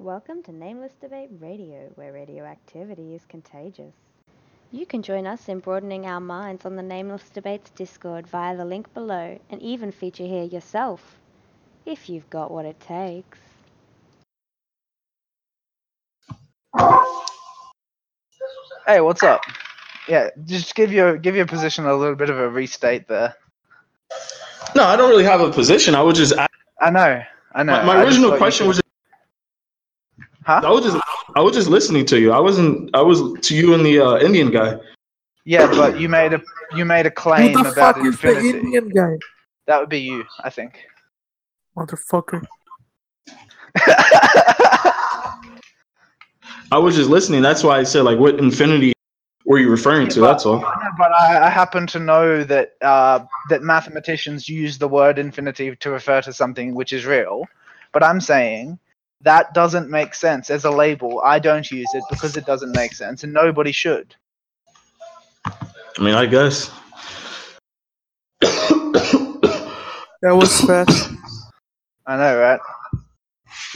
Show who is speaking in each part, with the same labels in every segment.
Speaker 1: Welcome to Nameless Debate Radio, where radioactivity is contagious. You can join us in broadening our minds on the Nameless Debates Discord via the link below and even feature here yourself, if you've got what it takes.
Speaker 2: Hey, what's up? Yeah, just give your give your position a little bit of a restate there.
Speaker 3: No, I don't really have a position. I would just I,
Speaker 2: I know, I know.
Speaker 3: my,
Speaker 2: I
Speaker 3: my
Speaker 2: just
Speaker 3: original
Speaker 2: thought you
Speaker 3: question
Speaker 2: could-
Speaker 3: was I
Speaker 2: huh?
Speaker 3: was just I was just listening to you. I wasn't I was to you and the uh, Indian guy.
Speaker 2: Yeah, but you made a you made a claim
Speaker 4: Who the
Speaker 2: about
Speaker 4: fuck is the
Speaker 2: infinity.
Speaker 4: Indian guy?
Speaker 2: That would be you, I think.
Speaker 4: Motherfucker.
Speaker 3: I was just listening. That's why I said like what infinity were you referring to?
Speaker 2: Yeah,
Speaker 3: That's all.
Speaker 2: No, but I, I happen to know that uh, that mathematicians use the word infinity to refer to something which is real. But I'm saying that doesn't make sense as a label. I don't use it because it doesn't make sense, and nobody should.
Speaker 3: I mean, I guess.
Speaker 4: That was fast.
Speaker 2: I know, right?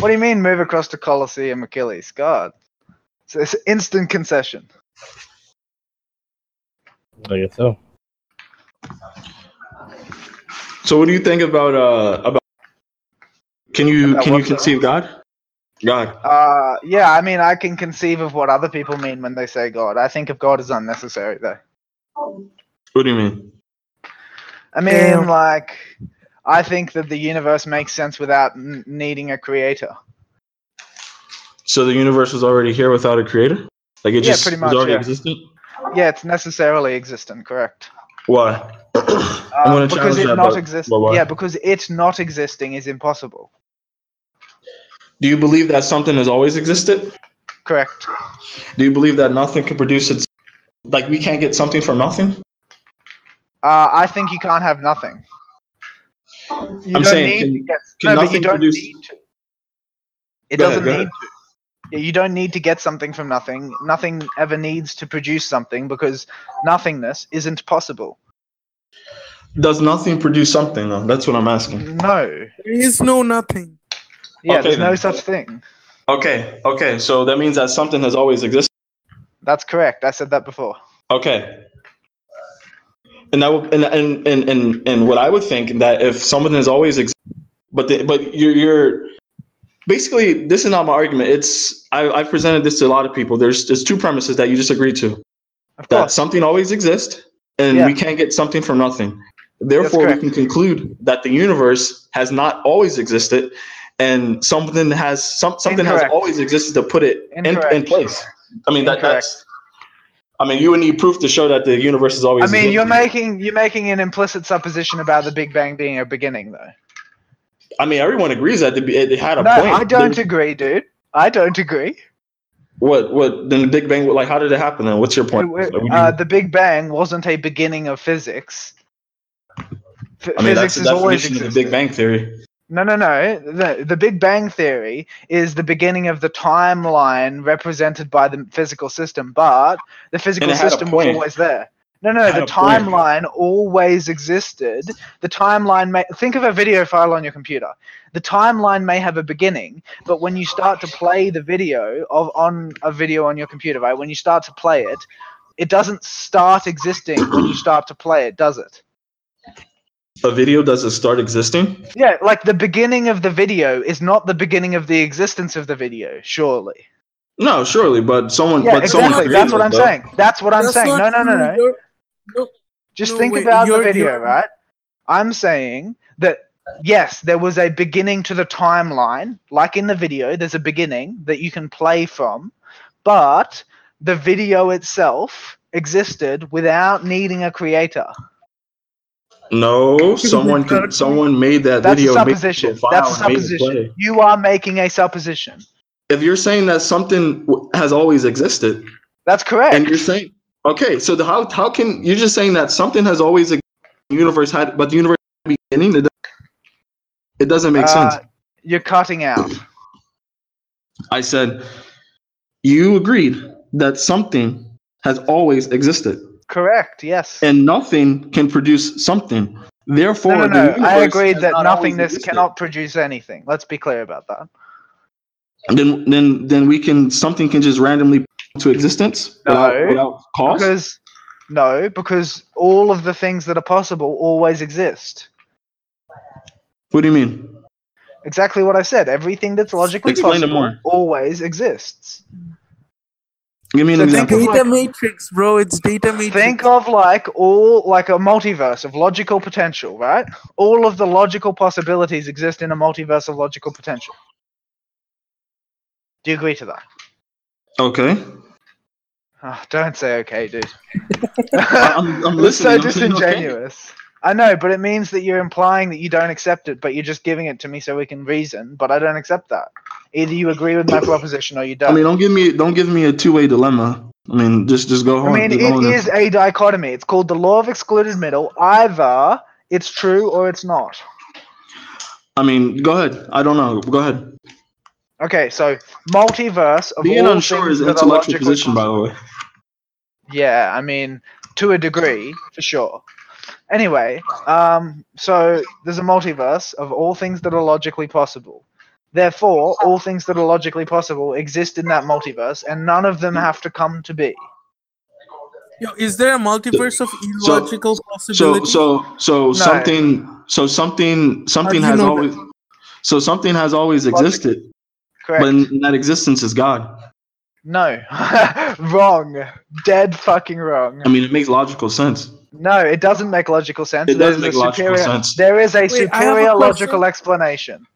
Speaker 2: What do you mean move across to Colosseum Achilles? God. So it's instant concession.
Speaker 5: I guess so.
Speaker 3: So what do you think about uh about can you
Speaker 2: About
Speaker 3: can you
Speaker 2: what, sir?
Speaker 3: conceive God? God.
Speaker 2: Uh, yeah, I mean, I can conceive of what other people mean when they say God. I think of God as unnecessary, though.
Speaker 3: What do you mean?
Speaker 2: I mean,
Speaker 4: Damn.
Speaker 2: like, I think that the universe makes sense without n- needing a creator.
Speaker 3: So the universe was already here without a creator? Like it
Speaker 2: Yeah,
Speaker 3: just
Speaker 2: pretty
Speaker 3: was
Speaker 2: much,
Speaker 3: already
Speaker 2: yeah.
Speaker 3: existent?
Speaker 2: Yeah, it's necessarily existent, correct?
Speaker 3: Why?
Speaker 2: Uh,
Speaker 3: I'm gonna
Speaker 2: because
Speaker 3: challenge
Speaker 2: it
Speaker 3: that,
Speaker 2: not
Speaker 3: but-
Speaker 2: exist-
Speaker 3: but why?
Speaker 2: Yeah, because it not existing is impossible,
Speaker 3: Do you believe that something has always existed?
Speaker 2: correct?
Speaker 3: Do you believe that nothing can produce its like we can't get something from nothing?
Speaker 2: Uh, I think you can't have nothing. You
Speaker 3: I'm
Speaker 2: don't
Speaker 3: saying,
Speaker 2: need
Speaker 3: can-
Speaker 2: to get-
Speaker 3: can
Speaker 2: no, but you
Speaker 3: nothing
Speaker 2: don't
Speaker 3: produce-
Speaker 2: need to. It
Speaker 3: Go ahead,
Speaker 2: doesn't
Speaker 3: go
Speaker 2: need
Speaker 3: ahead.
Speaker 2: to. Yeah, You don't need to get something from nothing. Nothing ever needs to produce something because nothingness isn't possible.
Speaker 3: Does nothing produce something though? That's what I'm asking.
Speaker 2: No.
Speaker 4: There is no nothing.
Speaker 2: Yeah,
Speaker 3: Okay,
Speaker 2: there's no
Speaker 3: then.
Speaker 2: such thing.
Speaker 3: Okay, okay. So that means that something has always existed.
Speaker 2: That's correct. I said that before.
Speaker 3: Okay. And I would, and, and and and and what I would think that if something has always existed, but the, but you're you're basically this is not my argument. It's I, I've presented this to a lot of people. There's there's two premises that you just agreed to.
Speaker 2: Of
Speaker 3: that
Speaker 2: course.
Speaker 3: something always exists and
Speaker 2: Yeah.
Speaker 3: we can't get something from nothing. Therefore, we
Speaker 2: correct.
Speaker 3: can conclude that the universe has not always existed and something has some, something has
Speaker 2: Incorrect.
Speaker 3: always existed to put it in, in
Speaker 2: Incorrect.
Speaker 3: place. I mean, that,
Speaker 2: Incorrect.
Speaker 3: that's. I mean, you would need proof to show that the universe is always.
Speaker 2: I mean, you're
Speaker 3: existed.
Speaker 2: making you're making an implicit supposition about the Big Bang being a beginning, though.
Speaker 3: I mean, everyone agrees that the, it had a
Speaker 2: No,
Speaker 3: point.
Speaker 2: I don't
Speaker 3: There-
Speaker 2: agree, dude. I don't agree.
Speaker 3: What? What? Then the Big Bang. Like, how did it happen? Then, what's your point? Like, would you-
Speaker 2: Uh, the Big Bang wasn't a beginning of physics. F-
Speaker 3: I mean,
Speaker 2: physics
Speaker 3: that's the
Speaker 2: has always
Speaker 3: definition of the
Speaker 2: existed.
Speaker 3: Big Bang theory.
Speaker 2: No, no, no. The, the Big Bang Theory is the beginning of the timeline represented by the physical system, but the physical
Speaker 3: it had a
Speaker 2: system was
Speaker 3: point.
Speaker 2: always there. No, no,
Speaker 3: It had
Speaker 2: the
Speaker 3: a point.
Speaker 2: timeline always existed. The timeline may think of a video file on your computer. The timeline may have a beginning, but when you start to play the video of on a video on your computer, right? When you start to play it, it doesn't start existing when you start to play it, does it?
Speaker 3: A video doesn't start existing.
Speaker 2: Yeah, like the beginning of the video is not the beginning of the existence of the video, surely.
Speaker 3: No, surely, but someone,
Speaker 2: Yeah,
Speaker 3: but someone.
Speaker 2: exactly.
Speaker 3: created
Speaker 2: That's what
Speaker 3: it,
Speaker 2: I'm
Speaker 3: though.
Speaker 2: saying. That's what I'm
Speaker 4: That's
Speaker 2: saying. No,
Speaker 4: not
Speaker 2: no, no,
Speaker 4: true.
Speaker 2: no.
Speaker 4: You're- no.
Speaker 2: Just
Speaker 4: No
Speaker 2: think
Speaker 4: way.
Speaker 2: about the
Speaker 4: You're-
Speaker 2: video,
Speaker 4: you're-
Speaker 2: right? I'm saying that yes, there was a beginning to the timeline, like in the video, there's a beginning that you can play from, but the video itself existed without needing a creator.
Speaker 3: No, someone, con- someone made that
Speaker 2: That's
Speaker 3: video.
Speaker 2: a
Speaker 3: made it
Speaker 2: supposition.
Speaker 3: to a
Speaker 2: That's a
Speaker 3: file and made it play.
Speaker 2: supposition. You are making a supposition.
Speaker 3: If you're saying that something w- has always existed,
Speaker 2: That's correct.
Speaker 3: and you're saying, okay, so the, how how can you're just saying that something has always existed, the universe had, but the universe had a beginning, it, doesn't- it doesn't make
Speaker 2: Uh,
Speaker 3: sense.
Speaker 2: You're cutting out.
Speaker 3: I said, you agreed that something has always existed,
Speaker 2: Correct. Yes.
Speaker 3: and nothing can produce something. Therefore,
Speaker 2: no,
Speaker 3: the
Speaker 2: no, no. I
Speaker 3: universe
Speaker 2: agreed
Speaker 3: has
Speaker 2: that
Speaker 3: not always
Speaker 2: nothingness
Speaker 3: existed.
Speaker 2: cannot produce anything. Let's be clear about that.
Speaker 3: then then then we can something can just randomly to existence
Speaker 2: No.
Speaker 3: without, without cost.
Speaker 2: Because no, because all of the things that are possible always exist.
Speaker 3: what do you mean?
Speaker 2: Exactly what I said. Everything that's logically
Speaker 3: Explain it
Speaker 2: possible
Speaker 3: more.
Speaker 2: always exists.
Speaker 3: Give me an
Speaker 2: So think
Speaker 3: example.
Speaker 2: of
Speaker 4: Data
Speaker 2: like-
Speaker 4: matrix, bro. It's data matrix.
Speaker 2: Think of like all like a multiverse of logical potential, right? All of the logical possibilities exist in a multiverse of logical potential. Do you agree to that?
Speaker 3: okay.
Speaker 2: Oh, don't say okay, dude.
Speaker 3: I'm, I'm
Speaker 2: That's
Speaker 3: listening.
Speaker 2: so
Speaker 3: I'm saying okay.
Speaker 2: disingenuous. I know, but it means that you're implying that you don't accept it, but you're just giving it to me so we can reason. But I don't accept that. Either you agree with my proposition or you don't.
Speaker 3: I mean, don't give me don't give me a two way dilemma. I mean, just just go home.
Speaker 2: I mean,
Speaker 3: just go
Speaker 2: it
Speaker 3: on and-
Speaker 2: is a dichotomy. It's called the law of excluded middle. Either it's true or it's not.
Speaker 3: I mean, go ahead. I don't know. Go ahead.
Speaker 2: Okay, so multiverse of
Speaker 3: Being
Speaker 2: all
Speaker 3: unsure
Speaker 2: things
Speaker 3: is an
Speaker 2: that are
Speaker 3: intellectual
Speaker 2: logically
Speaker 3: position, by the way.
Speaker 2: Yeah, I mean, to a degree, for sure. Anyway, um, so there's a multiverse of all things that are logically possible. Therefore, all things that are logically possible exist in that multiverse, and none of them have to come to be.
Speaker 4: Yo, is there a multiverse of illogical
Speaker 3: So
Speaker 4: possibilities?
Speaker 3: so so something so something
Speaker 4: do
Speaker 3: something
Speaker 4: you
Speaker 3: has
Speaker 4: know
Speaker 3: always so something has always
Speaker 2: Logic.
Speaker 3: existed,
Speaker 2: Correct?
Speaker 3: but in that existence is God.
Speaker 2: no, wrong. Dead fucking wrong.
Speaker 3: I mean, it makes logical sense.
Speaker 2: No, it doesn't make logical sense.
Speaker 3: It
Speaker 2: There's
Speaker 3: does
Speaker 2: a
Speaker 3: make logical
Speaker 2: superior-
Speaker 3: sense.
Speaker 2: There is a
Speaker 4: I have a
Speaker 2: superior
Speaker 4: question.
Speaker 2: logical explanation.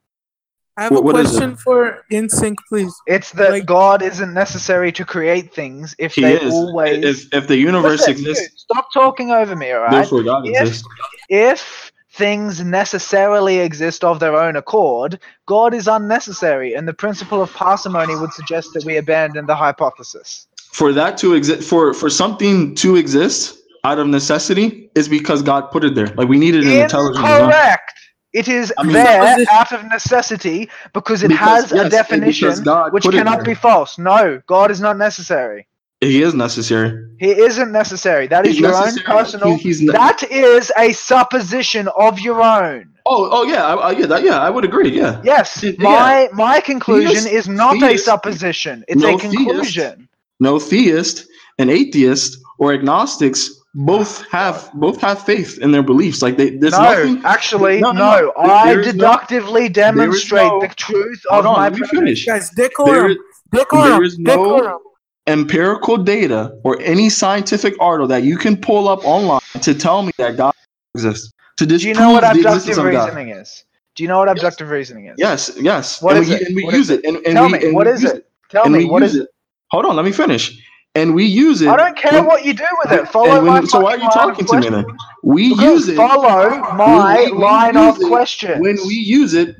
Speaker 4: I have
Speaker 3: What-
Speaker 4: a
Speaker 3: what is
Speaker 4: question
Speaker 3: it?
Speaker 4: for InSync, please.
Speaker 2: It's that
Speaker 4: Like-
Speaker 2: God isn't necessary to create things if
Speaker 3: He
Speaker 2: they
Speaker 3: is.
Speaker 2: always.
Speaker 3: If if the universe
Speaker 2: Listen, dude,
Speaker 3: exists,
Speaker 2: stop talking over me, all right?
Speaker 3: therefore God
Speaker 2: If-
Speaker 3: exists.
Speaker 2: If things necessarily exist of their own accord, God is unnecessary, and the principle of parsimony would suggest that we abandon the hypothesis.
Speaker 3: For that to exist, for for something to exist out of necessity, is because God put it there. Like we needed an intelligent design.
Speaker 2: Incorrect. It is
Speaker 3: I mean-
Speaker 2: there
Speaker 4: Supposition-
Speaker 2: out of necessity because it
Speaker 3: Because,
Speaker 2: has
Speaker 3: yes,
Speaker 2: a
Speaker 3: it- because
Speaker 2: definition
Speaker 3: God
Speaker 2: which
Speaker 3: put it
Speaker 2: cannot
Speaker 3: there.
Speaker 2: be false. No, God is not necessary.
Speaker 3: He is necessary.
Speaker 2: He isn't necessary. That is
Speaker 3: He's
Speaker 2: your own
Speaker 3: necessary.
Speaker 2: personal.
Speaker 3: He- he's ne-
Speaker 2: that is a supposition of your own.
Speaker 3: Oh, oh yeah, I, I, yeah, that, yeah, I would agree. Yeah,
Speaker 2: Yes,
Speaker 3: Yeah.
Speaker 2: my my conclusion
Speaker 3: Theist-
Speaker 2: is not a
Speaker 3: theist-
Speaker 2: supposition. It's
Speaker 3: No,
Speaker 2: a
Speaker 3: theist.
Speaker 2: conclusion.
Speaker 3: no theist and atheist or agnostics both have both have faith in their beliefs. Like they, there's
Speaker 2: no,
Speaker 3: nothing.
Speaker 2: actually,
Speaker 3: no,
Speaker 2: no.
Speaker 3: no, no. There-
Speaker 2: I
Speaker 3: there is no-
Speaker 2: deductively demonstrate
Speaker 3: no-
Speaker 2: the truth of
Speaker 3: Hold on,
Speaker 2: my
Speaker 3: let me
Speaker 2: premise.
Speaker 3: finish.
Speaker 4: Guys,
Speaker 3: There
Speaker 4: decorum.
Speaker 3: is
Speaker 4: decorum.
Speaker 3: there is no-
Speaker 4: decorum.
Speaker 3: empirical data or any scientific article that you can pull up online to tell me that God exists. To disprove
Speaker 2: Do you know what
Speaker 3: the
Speaker 2: abductive
Speaker 3: existence of God.
Speaker 2: reasoning is? Do you know what abductive reasoning is?
Speaker 3: Yes, yes.
Speaker 2: What
Speaker 3: and
Speaker 2: is
Speaker 3: we,
Speaker 2: it?
Speaker 3: And we
Speaker 2: What
Speaker 3: use it. And, and
Speaker 2: Tell
Speaker 3: we,
Speaker 2: me
Speaker 3: and
Speaker 2: what
Speaker 3: we
Speaker 2: is
Speaker 3: use
Speaker 2: it? Tell
Speaker 3: and
Speaker 2: me
Speaker 3: we
Speaker 2: what
Speaker 3: use
Speaker 2: is it?
Speaker 3: it. Hold on, let me finish. And we use it.
Speaker 2: I don't care
Speaker 3: when-
Speaker 2: what you do with
Speaker 3: and
Speaker 2: it. Follow
Speaker 3: when-
Speaker 2: my.
Speaker 3: so why are you
Speaker 2: fucking line of
Speaker 3: talking to me
Speaker 2: question.
Speaker 3: then? We
Speaker 2: Because
Speaker 3: use it
Speaker 2: follow my
Speaker 3: we- we
Speaker 2: line
Speaker 3: use
Speaker 2: of
Speaker 3: it
Speaker 2: question.
Speaker 3: when we use it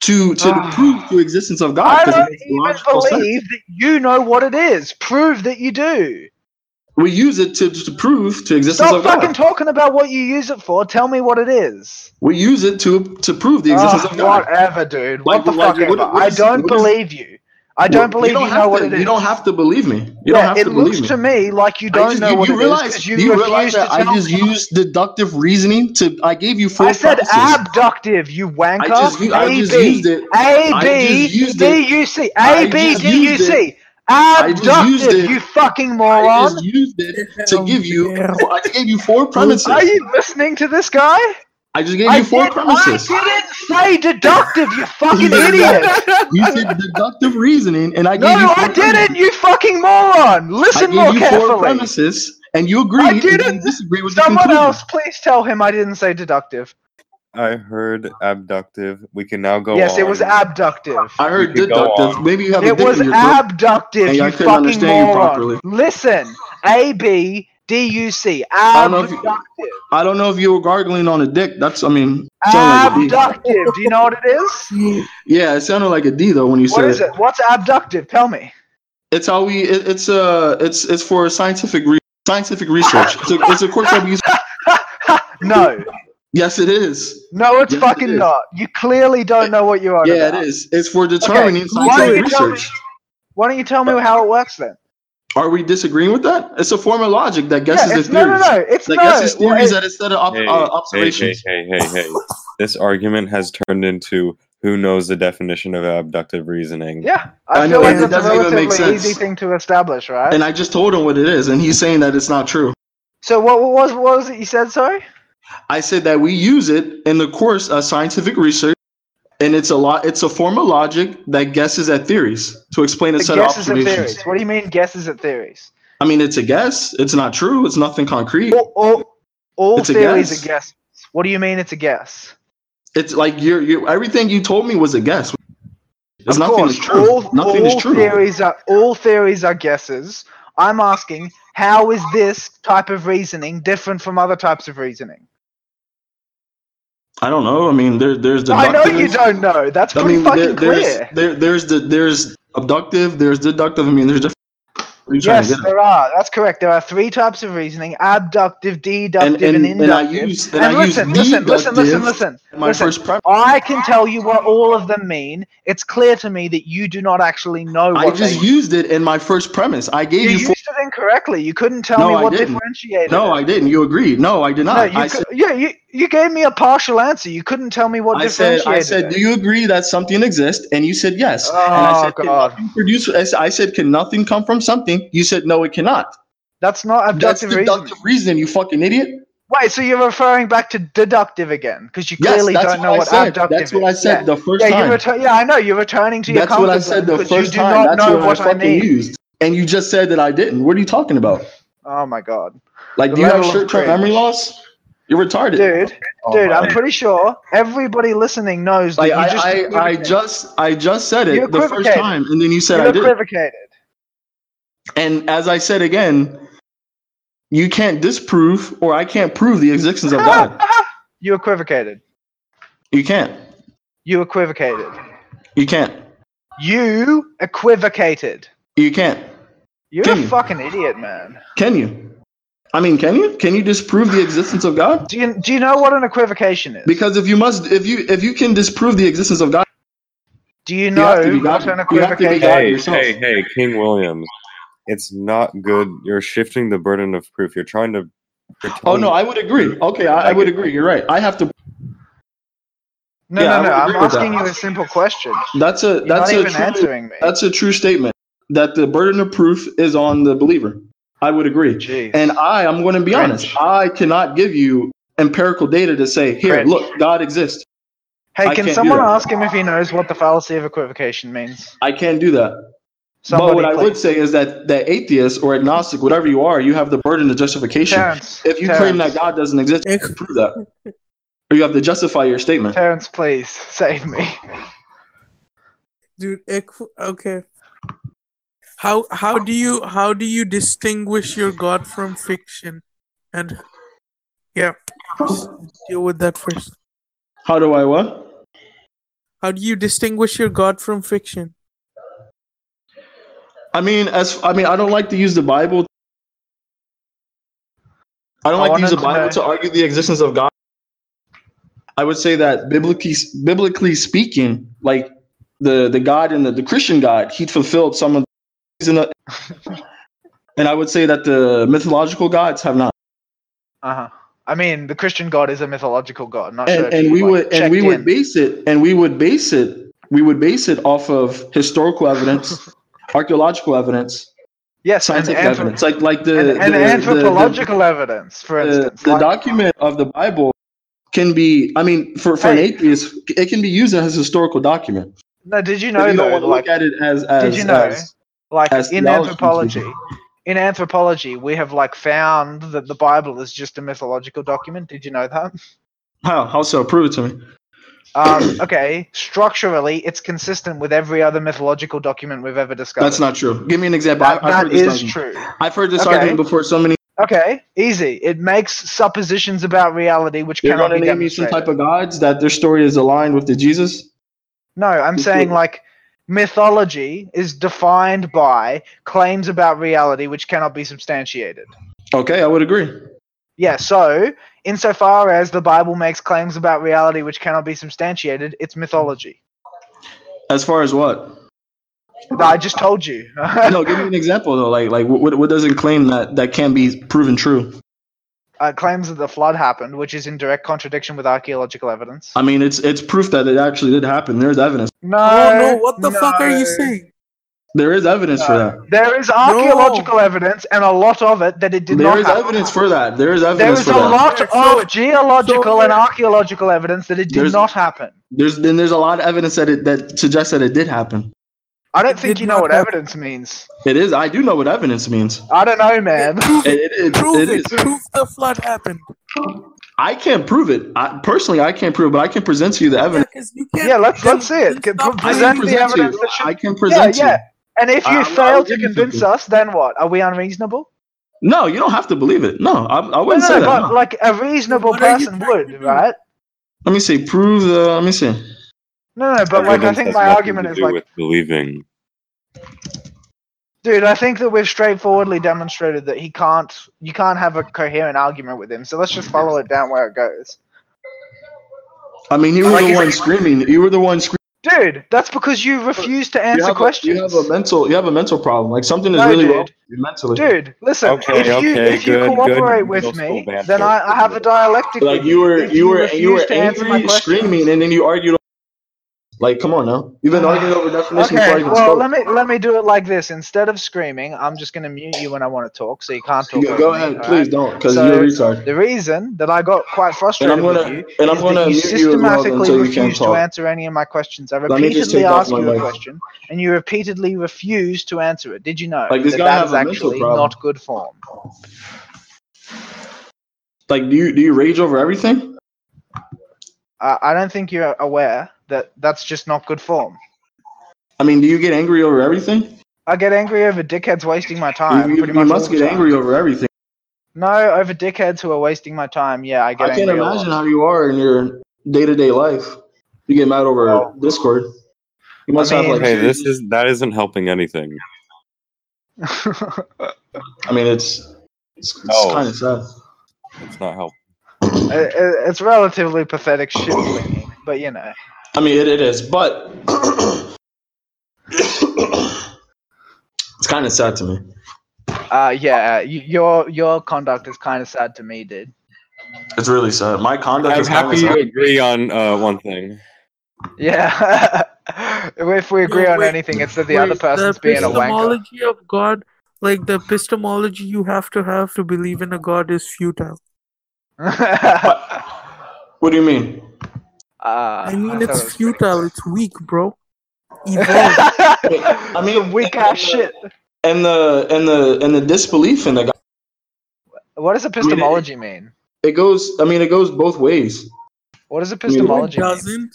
Speaker 3: to to
Speaker 2: Ah.
Speaker 3: prove the existence of God.
Speaker 2: I
Speaker 3: 'cause it
Speaker 2: don't
Speaker 3: makes
Speaker 2: even
Speaker 3: logical sense.
Speaker 2: believe that you know what it is. Prove that you do.
Speaker 3: We use it to, to prove to existence
Speaker 2: Stop
Speaker 3: of God.
Speaker 2: fucking talking about what you use it for. Tell me what it is.
Speaker 3: we use it to to prove the existence
Speaker 2: Ah,
Speaker 3: of God.
Speaker 2: Whatever, dude.
Speaker 3: Like-
Speaker 2: What the
Speaker 3: like,
Speaker 2: fuck
Speaker 3: what-
Speaker 2: ever.
Speaker 3: what
Speaker 2: I
Speaker 3: is-
Speaker 2: don't
Speaker 3: what is-
Speaker 2: believe you. I don't believe you,
Speaker 3: don't have
Speaker 2: know what
Speaker 3: to,
Speaker 2: it is.
Speaker 3: You don't have to believe me. You
Speaker 2: yeah,
Speaker 3: don't have
Speaker 2: it
Speaker 3: to
Speaker 2: looks
Speaker 3: believe me.
Speaker 2: to me like you
Speaker 3: I
Speaker 2: don't
Speaker 3: just-
Speaker 2: know
Speaker 3: you,
Speaker 2: what
Speaker 3: you
Speaker 2: it is
Speaker 3: realize,
Speaker 2: 'cause
Speaker 3: you
Speaker 2: refuse
Speaker 3: realize
Speaker 2: to
Speaker 3: that I
Speaker 2: tell
Speaker 3: just
Speaker 2: me.
Speaker 3: used deductive reasoning to I gave you four
Speaker 2: I said
Speaker 3: premises.
Speaker 2: abductive, you wanker.
Speaker 3: I just u- I just used it.
Speaker 2: A
Speaker 3: I
Speaker 2: B
Speaker 3: just
Speaker 2: D
Speaker 3: used
Speaker 2: U C
Speaker 3: I
Speaker 2: A B
Speaker 3: just
Speaker 2: D U
Speaker 3: used
Speaker 2: C
Speaker 3: I just used
Speaker 2: abductive,
Speaker 3: it.
Speaker 2: you fucking
Speaker 3: I
Speaker 2: moron.
Speaker 3: just used it to give you
Speaker 4: Yeah.
Speaker 3: I gave you four premises.
Speaker 2: Are you listening to this guy?
Speaker 3: I just gave you four premises.
Speaker 2: I didn't say deductive, you fucking
Speaker 3: You
Speaker 2: idiot.
Speaker 3: You said deductive reasoning and I
Speaker 2: No,
Speaker 3: gave you four
Speaker 2: I didn't, you fucking moron.
Speaker 3: I
Speaker 2: Listen
Speaker 3: gave
Speaker 2: more
Speaker 3: you four
Speaker 2: carefully.
Speaker 3: premises and you agreed
Speaker 2: I
Speaker 3: and
Speaker 2: didn't.
Speaker 3: you disagree with the
Speaker 2: Someone
Speaker 3: conclusion.
Speaker 2: else, please tell him I didn't say deductive.
Speaker 5: I heard abductive. We can now go.
Speaker 2: yes, it
Speaker 5: on.
Speaker 2: was abductive.
Speaker 3: I heard
Speaker 5: You could go
Speaker 3: deductive.
Speaker 5: on.
Speaker 3: Maybe you have a
Speaker 2: It
Speaker 3: dick
Speaker 2: was
Speaker 3: in your throat.
Speaker 2: abductive,
Speaker 3: Hey, I
Speaker 2: you
Speaker 3: couldn't
Speaker 2: fucking
Speaker 3: understand you
Speaker 2: moron.
Speaker 3: properly.
Speaker 2: Listen, A B D U C.
Speaker 3: don't know if you-
Speaker 2: Abductive.
Speaker 3: I don't know if you were gargling on a dick. That's I mean sounded like a D.
Speaker 2: Abductive. Do you know what it is?
Speaker 3: Yeah, it sounded like a D though when you
Speaker 2: What
Speaker 3: said
Speaker 2: is it? What's abductive? Tell me.
Speaker 3: It's how we. It, it's uh. It's it's for scientific re- scientific research. It's a, it's a course that we use.
Speaker 2: No.
Speaker 3: Yes, it is.
Speaker 2: No, it's
Speaker 3: Yes, it
Speaker 2: fucking
Speaker 3: is.
Speaker 2: not. You clearly don't know what you're on
Speaker 3: Yeah,
Speaker 2: about.
Speaker 3: it is. It's for determining
Speaker 2: Okay, why
Speaker 3: scientific
Speaker 2: don't you tell
Speaker 3: research.
Speaker 2: Why don't you tell me how it works then?
Speaker 3: Are we disagreeing with that? It's a form of logic that guesses
Speaker 2: yeah,
Speaker 3: the
Speaker 2: it's, no,
Speaker 3: theories.
Speaker 2: no, no. It's
Speaker 3: That
Speaker 2: no.
Speaker 3: guesses
Speaker 2: well,
Speaker 3: theories
Speaker 2: it-
Speaker 3: at instead of op-
Speaker 5: Hey,
Speaker 3: uh,
Speaker 5: hey, hey,
Speaker 3: observations.
Speaker 5: hey, hey, hey. this argument has turned into who knows the definition of abductive reasoning.
Speaker 2: Yeah,
Speaker 3: I
Speaker 2: I,
Speaker 3: know,
Speaker 2: feel like
Speaker 3: and it
Speaker 2: that's a
Speaker 3: doesn't even make
Speaker 2: relatively easy
Speaker 3: sense.
Speaker 2: thing to establish, right?
Speaker 3: And I just told him what it is, and he's saying that it's not true.
Speaker 2: so what, what was what was it you said? Sorry.
Speaker 3: I said that we use it in the course of scientific research, and it's a lot. It's a form of logic that guesses at theories to explain a
Speaker 2: The
Speaker 3: set of
Speaker 2: guesses at
Speaker 3: observations.
Speaker 2: theories. What do you mean guesses at theories?
Speaker 3: I mean, it's a guess. It's not true. It's nothing concrete.
Speaker 2: All, all, all
Speaker 3: It's a
Speaker 2: theories
Speaker 3: guess.
Speaker 2: are guesses. What do you mean it's a guess?
Speaker 3: It's like you're, you're everything you told me was a guess. It's
Speaker 2: Of
Speaker 3: nothing
Speaker 2: course,
Speaker 3: is true.
Speaker 2: All,
Speaker 3: nothing
Speaker 2: all
Speaker 3: is true.
Speaker 2: Theories are, all theories are guesses. I'm asking, how is this type of reasoning different from other types of reasoning?
Speaker 3: I don't know. I mean, there, there's the.
Speaker 2: I know you don't know. That's
Speaker 3: I
Speaker 2: pretty
Speaker 3: mean, there,
Speaker 2: fucking
Speaker 3: there's
Speaker 2: clear.
Speaker 3: there, there's the there's abductive, there's deductive. I mean, there's different. what are you trying
Speaker 2: Yes,
Speaker 3: to get at?
Speaker 2: there are. That's correct. There are three types of reasoning: abductive,
Speaker 3: and
Speaker 2: deductive, and,
Speaker 3: and, and I
Speaker 2: inductive.
Speaker 3: use
Speaker 2: And,
Speaker 3: and, I
Speaker 2: listen,
Speaker 3: use
Speaker 2: listen, listen, listen,
Speaker 3: deductive
Speaker 2: listen,
Speaker 3: in My
Speaker 2: listen.
Speaker 3: first premise.
Speaker 2: I can tell you what all of them mean. It's clear to me that you do not actually know what
Speaker 3: I
Speaker 2: they
Speaker 3: just
Speaker 2: mean.
Speaker 3: used it in my first premise. I
Speaker 2: You
Speaker 3: gave you.
Speaker 2: used
Speaker 3: Four,
Speaker 2: it incorrectly. You couldn't tell
Speaker 3: No,
Speaker 2: me
Speaker 3: I
Speaker 2: what
Speaker 3: didn't.
Speaker 2: differentiated.
Speaker 3: no,
Speaker 2: it.
Speaker 3: I didn't. You agreed. No, I did
Speaker 2: No,
Speaker 3: not.
Speaker 2: you
Speaker 3: I,
Speaker 2: cou-
Speaker 3: said,
Speaker 2: yeah, you, you gave me a partial answer. You couldn't tell me what
Speaker 3: I said.
Speaker 2: differentiated.
Speaker 3: I said. Do
Speaker 2: it.
Speaker 3: you agree that something exists? And you said yes.
Speaker 2: oh
Speaker 3: and I said, "Can
Speaker 2: god,
Speaker 3: Produce. I s- I said, can nothing come from something? You said no, it cannot.
Speaker 2: that's not
Speaker 3: That's
Speaker 2: abductive
Speaker 3: deductive
Speaker 2: reasoning.
Speaker 3: reasoning. You fucking idiot.
Speaker 2: Wait, so you're referring back to deductive again because you
Speaker 3: Yes,
Speaker 2: clearly
Speaker 3: that's
Speaker 2: don't
Speaker 3: what
Speaker 2: know
Speaker 3: I
Speaker 2: what
Speaker 3: said.
Speaker 2: abductive
Speaker 3: That's
Speaker 2: is.
Speaker 3: what I said
Speaker 2: Yeah.
Speaker 3: the first
Speaker 2: Yeah,
Speaker 3: time.
Speaker 2: you're retu- yeah, I know you're returning to your
Speaker 3: That's what I
Speaker 2: comfort zone
Speaker 3: said the
Speaker 2: 'cause
Speaker 3: first
Speaker 2: you do
Speaker 3: time.
Speaker 2: not
Speaker 3: That's
Speaker 2: know
Speaker 3: what,
Speaker 2: what
Speaker 3: I
Speaker 2: I
Speaker 3: fucking
Speaker 2: mean.
Speaker 3: used. And you just said that I didn't. What are you talking about?
Speaker 2: Oh my god,
Speaker 3: Like,
Speaker 2: The
Speaker 3: do you have
Speaker 2: level of
Speaker 3: short-term
Speaker 2: cringe.
Speaker 3: memory loss? You're retarded.
Speaker 2: dude,
Speaker 5: Oh
Speaker 2: dude,
Speaker 5: my-
Speaker 2: I'm pretty sure everybody listening knows that
Speaker 3: Like,
Speaker 2: you just
Speaker 3: I, I, I
Speaker 2: equivocated.
Speaker 3: just, I just said
Speaker 2: You
Speaker 3: it the first
Speaker 2: equivocated.
Speaker 3: time, and then you said
Speaker 2: you
Speaker 3: I didn't.
Speaker 2: equivocated.
Speaker 3: And as I said again, you can't disprove or I can't prove the existence of God.
Speaker 2: you equivocated.
Speaker 3: You can't.
Speaker 2: You equivocated.
Speaker 3: You can't.
Speaker 2: You equivocated.
Speaker 3: You can't.
Speaker 2: You're
Speaker 3: Can
Speaker 2: a
Speaker 3: you?
Speaker 2: fucking idiot, man.
Speaker 3: Can you? I mean, can you? Can you disprove the existence of God?
Speaker 2: Do you do you know what an equivocation is?
Speaker 3: Because if you must, if you if you can disprove the existence of God,
Speaker 2: do you
Speaker 3: have
Speaker 2: know
Speaker 3: to be
Speaker 2: what
Speaker 3: God-
Speaker 2: an
Speaker 3: you have to be
Speaker 2: equivocation?
Speaker 3: God
Speaker 5: hey,
Speaker 3: yourself.
Speaker 5: hey, hey, King Williams. It's not good. You're shifting the burden of proof. You're trying to. pretend-
Speaker 3: oh no, I would agree. Okay, I, I would agree. You're right. I have to.
Speaker 2: No,
Speaker 3: Yeah, I
Speaker 2: no, no.
Speaker 3: would
Speaker 2: I'm
Speaker 3: agree with
Speaker 2: asking
Speaker 3: that.
Speaker 2: you a simple question.
Speaker 3: That's a
Speaker 2: You're not
Speaker 3: that's a
Speaker 2: even
Speaker 3: true,
Speaker 2: answering me.
Speaker 3: that's a true statement that the burden of proof is on the believer. I would agree.
Speaker 2: Jeez.
Speaker 3: And I, I'm going to be
Speaker 2: Cringe.
Speaker 3: honest. I cannot give you empirical data to say here,
Speaker 2: Cringe.
Speaker 3: look, God exists. I
Speaker 2: hey,
Speaker 3: can't
Speaker 2: can
Speaker 3: do
Speaker 2: someone
Speaker 3: that.
Speaker 2: ask him if he knows what the fallacy of equivocation means?
Speaker 3: I can't do that.
Speaker 2: Somebody
Speaker 3: but what I
Speaker 2: please.
Speaker 3: would say is that that atheist or agnostic, whatever you are, you have the burden of justification.
Speaker 2: Terrence,
Speaker 3: If you
Speaker 2: Terrence,
Speaker 3: claim that God doesn't exist, you have to prove that. Or you have to justify your statement.
Speaker 2: Terrence, please save me.
Speaker 4: dude equ- okay how how do you how do you distinguish your god from fiction and yeah deal with that first
Speaker 3: How do I what?
Speaker 4: how do you distinguish your god from fiction
Speaker 3: I mean, as I mean, I don't like to use the Bible. I don't
Speaker 2: I
Speaker 3: like to use
Speaker 2: wanted
Speaker 3: the
Speaker 2: to
Speaker 3: Bible
Speaker 2: know-
Speaker 3: to argue the existence of God. I would say that biblically, biblically speaking, like the the God and the, the Christian God, he fulfilled some of. He's in the, and I would say that the mythological gods have not.
Speaker 2: Uh huh. I mean, the Christian God is a mythological God, not
Speaker 3: and,
Speaker 2: sure if
Speaker 3: and
Speaker 2: you,
Speaker 3: we
Speaker 2: like,
Speaker 3: would and
Speaker 2: checked
Speaker 3: we would
Speaker 2: in.
Speaker 3: base it and we would base it we would base it off of historical evidence archaeological evidence
Speaker 2: yes, and,
Speaker 3: scientific
Speaker 2: anthrop-
Speaker 3: evidence like like the
Speaker 2: and,
Speaker 3: the,
Speaker 2: and
Speaker 3: the-
Speaker 2: anthropological evidence, for
Speaker 3: the, the,
Speaker 2: instance.
Speaker 3: the
Speaker 2: like-
Speaker 3: document of the bible can be i mean for, for
Speaker 2: Hey.
Speaker 3: an atheist it can be used as a historical document
Speaker 2: no, did you
Speaker 3: no,
Speaker 2: know
Speaker 3: you don't
Speaker 2: though?
Speaker 3: want to
Speaker 2: Like,
Speaker 3: look at it as as,
Speaker 2: you know?
Speaker 3: as-
Speaker 2: like
Speaker 3: as
Speaker 2: in
Speaker 3: theology.
Speaker 2: anthropology, in anthropology, we have like found that the Bible is just a mythological document. Did you know that?
Speaker 3: how how so prove it to me
Speaker 2: Um, okay, structurally, it's consistent with every other mythological document we've ever discovered.
Speaker 3: that's not true give me an example
Speaker 2: That,
Speaker 3: I, have
Speaker 2: that
Speaker 3: heard this
Speaker 2: is
Speaker 3: argument.
Speaker 2: true.
Speaker 3: i've heard this
Speaker 2: Okay.
Speaker 3: argument before so many
Speaker 2: Okay, easy. It makes suppositions about reality which
Speaker 3: you're
Speaker 2: cannot
Speaker 3: going
Speaker 2: be
Speaker 3: to name me some
Speaker 2: demonstrated.
Speaker 3: type of gods that their story is aligned with the jesus
Speaker 2: No, I'm
Speaker 3: Just
Speaker 2: saying
Speaker 3: look-
Speaker 2: like mythology is defined by claims about reality which cannot be substantiated.
Speaker 3: Okay, I would agree.
Speaker 2: Yeah, so insofar as the Bible makes claims about reality which cannot be substantiated, it's mythology.
Speaker 3: As far as what?
Speaker 2: I just told you.
Speaker 3: No, give me an example though. Like, like what, what doesn't claim that that can be proven true?
Speaker 2: uh, claims that the flood happened, which is in direct contradiction with archaeological evidence.
Speaker 3: I mean, it's it's proof that it actually did happen. There's evidence.
Speaker 2: No,
Speaker 4: oh no, what the fuck are
Speaker 2: no.
Speaker 4: you saying?
Speaker 3: There is evidence
Speaker 2: Uh,
Speaker 3: for that.
Speaker 2: There is archaeological evidence and a lot of it that it did
Speaker 3: There
Speaker 2: not
Speaker 3: is
Speaker 2: happen.
Speaker 3: evidence for that. There is
Speaker 2: There
Speaker 3: evidence
Speaker 2: is
Speaker 3: for
Speaker 2: a
Speaker 3: that.
Speaker 2: lot
Speaker 4: Yeah, so-
Speaker 2: of geological
Speaker 4: so-
Speaker 2: and archaeological evidence that it did
Speaker 3: There's-
Speaker 2: not happen.
Speaker 3: There's then there's a lot of evidence that it that suggests that it did happen.
Speaker 2: I don't
Speaker 4: It
Speaker 2: think
Speaker 4: did
Speaker 2: you know
Speaker 4: not
Speaker 2: what
Speaker 4: happen.
Speaker 2: evidence means.
Speaker 3: It is. I do know what evidence means.
Speaker 2: I don't know, man.
Speaker 4: Prove it,
Speaker 3: It, it,
Speaker 4: prove
Speaker 3: it,
Speaker 4: it,
Speaker 3: it is.
Speaker 4: prove the flood happened.
Speaker 3: I can't prove it. I, personally, I can't prove it, but I can present to you the
Speaker 4: Yeah,
Speaker 3: evidence.
Speaker 4: 'cause you can't.
Speaker 2: Yeah, let's-
Speaker 4: then-
Speaker 2: let's see it.
Speaker 4: then
Speaker 2: Can-
Speaker 4: stop
Speaker 3: I
Speaker 2: Present
Speaker 3: can
Speaker 2: the
Speaker 4: lying.
Speaker 3: present to you.
Speaker 2: evidence that should-
Speaker 3: I can present
Speaker 2: yeah,
Speaker 3: to you.
Speaker 2: yeah. And if you
Speaker 3: I'm not
Speaker 2: fail to
Speaker 3: giving you
Speaker 2: convince
Speaker 3: this.
Speaker 2: us, then what? Are we unreasonable?
Speaker 3: No, you don't have to believe it. No, I, I
Speaker 2: No,
Speaker 3: wouldn't
Speaker 2: no,
Speaker 3: say that.
Speaker 2: but
Speaker 3: no.
Speaker 2: like a reasonable
Speaker 4: What are you
Speaker 2: person
Speaker 4: trying to
Speaker 2: would,
Speaker 4: do?
Speaker 2: right?
Speaker 3: let me see. Prove the. Let me see.
Speaker 2: No, no, but like I
Speaker 5: Evidence
Speaker 2: think
Speaker 5: has
Speaker 2: my
Speaker 5: nothing
Speaker 2: argument
Speaker 5: to
Speaker 2: is
Speaker 5: do
Speaker 2: like,
Speaker 5: with believing.
Speaker 2: dude, I think that we've straightforwardly demonstrated that he can't, you can't have a coherent argument with him. So let's just follow it down where it goes.
Speaker 3: I mean, you were
Speaker 2: Like
Speaker 3: the
Speaker 2: if-
Speaker 3: one screaming. You were the one screaming.
Speaker 2: Dude, that's because you refuse to
Speaker 3: You
Speaker 2: answer
Speaker 3: have, a,
Speaker 2: questions.
Speaker 3: you have a mental. You have a mental problem. Like something is
Speaker 2: No,
Speaker 3: really
Speaker 2: dude.
Speaker 3: wrong with you mentally.
Speaker 2: Dude, listen.
Speaker 5: Okay,
Speaker 2: if you
Speaker 5: okay,
Speaker 2: if you
Speaker 5: good,
Speaker 2: cooperate
Speaker 5: good
Speaker 2: with
Speaker 5: middle
Speaker 2: me,
Speaker 5: school banter.
Speaker 2: then I, I have a dialectic.
Speaker 3: Like
Speaker 2: with
Speaker 3: you were.
Speaker 2: If
Speaker 3: You were. You were
Speaker 2: refuse to answer my
Speaker 3: angry,
Speaker 2: questions-
Speaker 3: screaming, and then you argued. Like, come on now. You've been arguing over definition before I
Speaker 2: Okay,
Speaker 3: even
Speaker 2: well
Speaker 3: spoke.
Speaker 2: let me let me do it like this. Instead of screaming, I'm just gonna mute you when I want to talk, so you can't talk.
Speaker 3: Go,
Speaker 2: over
Speaker 3: go
Speaker 2: me,
Speaker 3: ahead,
Speaker 2: alright?
Speaker 3: please don't, because
Speaker 2: So-
Speaker 3: you're a retard.
Speaker 2: The reason that I got quite
Speaker 3: And
Speaker 2: frustrated
Speaker 3: I'm gonna
Speaker 2: with you
Speaker 3: and I'm
Speaker 2: is
Speaker 3: gonna
Speaker 2: that you
Speaker 3: mute you as well
Speaker 2: systematically
Speaker 3: until you can't
Speaker 2: refused to
Speaker 3: talk.
Speaker 2: answer any of my questions. I
Speaker 3: Let me just
Speaker 2: repeatedly
Speaker 3: take off
Speaker 2: asked
Speaker 3: my
Speaker 2: you a
Speaker 3: mic.
Speaker 2: question, and you repeatedly refused to answer it. Did you know
Speaker 3: Like, this
Speaker 2: that
Speaker 3: guy
Speaker 2: that
Speaker 3: has
Speaker 2: is
Speaker 3: a mental
Speaker 2: actually
Speaker 3: problem.
Speaker 2: not good form?
Speaker 3: Like, do you do you rage over everything?
Speaker 2: I I don't think you're aware that that's just not good form.
Speaker 3: I mean, do you get angry over everything?
Speaker 2: I get angry over dickheads wasting my time.
Speaker 3: You, you,
Speaker 2: pretty
Speaker 3: you
Speaker 2: much
Speaker 3: must
Speaker 2: all the
Speaker 3: get
Speaker 2: time.
Speaker 3: angry over everything.
Speaker 2: No, over dickheads who are wasting my time. Yeah, I get
Speaker 3: I can't
Speaker 2: angry. a lot.
Speaker 3: imagine how you are in your day to day life. You get mad over
Speaker 2: Well,
Speaker 3: Discord. You must
Speaker 2: I mean-
Speaker 3: have like.
Speaker 5: Hey, this is that isn't helping anything.
Speaker 3: I mean, it's it's, it's
Speaker 5: No.
Speaker 3: kind of sad.
Speaker 5: It's not helping.
Speaker 2: It- it- it's relatively pathetic shit, Whitney, but you know.
Speaker 3: I mean, it, it is, but it's kind of sad to me.
Speaker 2: Uh, yeah, y- your your conduct is kind of sad to me, dude.
Speaker 3: It's really sad. My conduct
Speaker 5: I'm
Speaker 3: is kinda
Speaker 5: happy
Speaker 3: sad.
Speaker 5: you agree on uh, one thing.
Speaker 2: Yeah. if we agree
Speaker 4: No,
Speaker 2: on
Speaker 4: wait,
Speaker 2: anything, it's that the
Speaker 4: Wait,
Speaker 2: other person's being a wanker.
Speaker 4: epistemology of God, like the epistemology you have to have to believe in a God is futile.
Speaker 3: What do you mean?
Speaker 2: Ah,
Speaker 4: I mean, it's futile. It's weak, bro. Evolve.
Speaker 2: I
Speaker 4: uh,
Speaker 3: I mean-
Speaker 2: mean, weak ass shit.
Speaker 3: And the and the and the disbelief in the guy.
Speaker 2: What does epistemology mean?
Speaker 3: It goes. I mean, it goes both ways.
Speaker 2: What does
Speaker 3: mean,
Speaker 4: No, it
Speaker 2: epistemology mean?
Speaker 4: doesn't.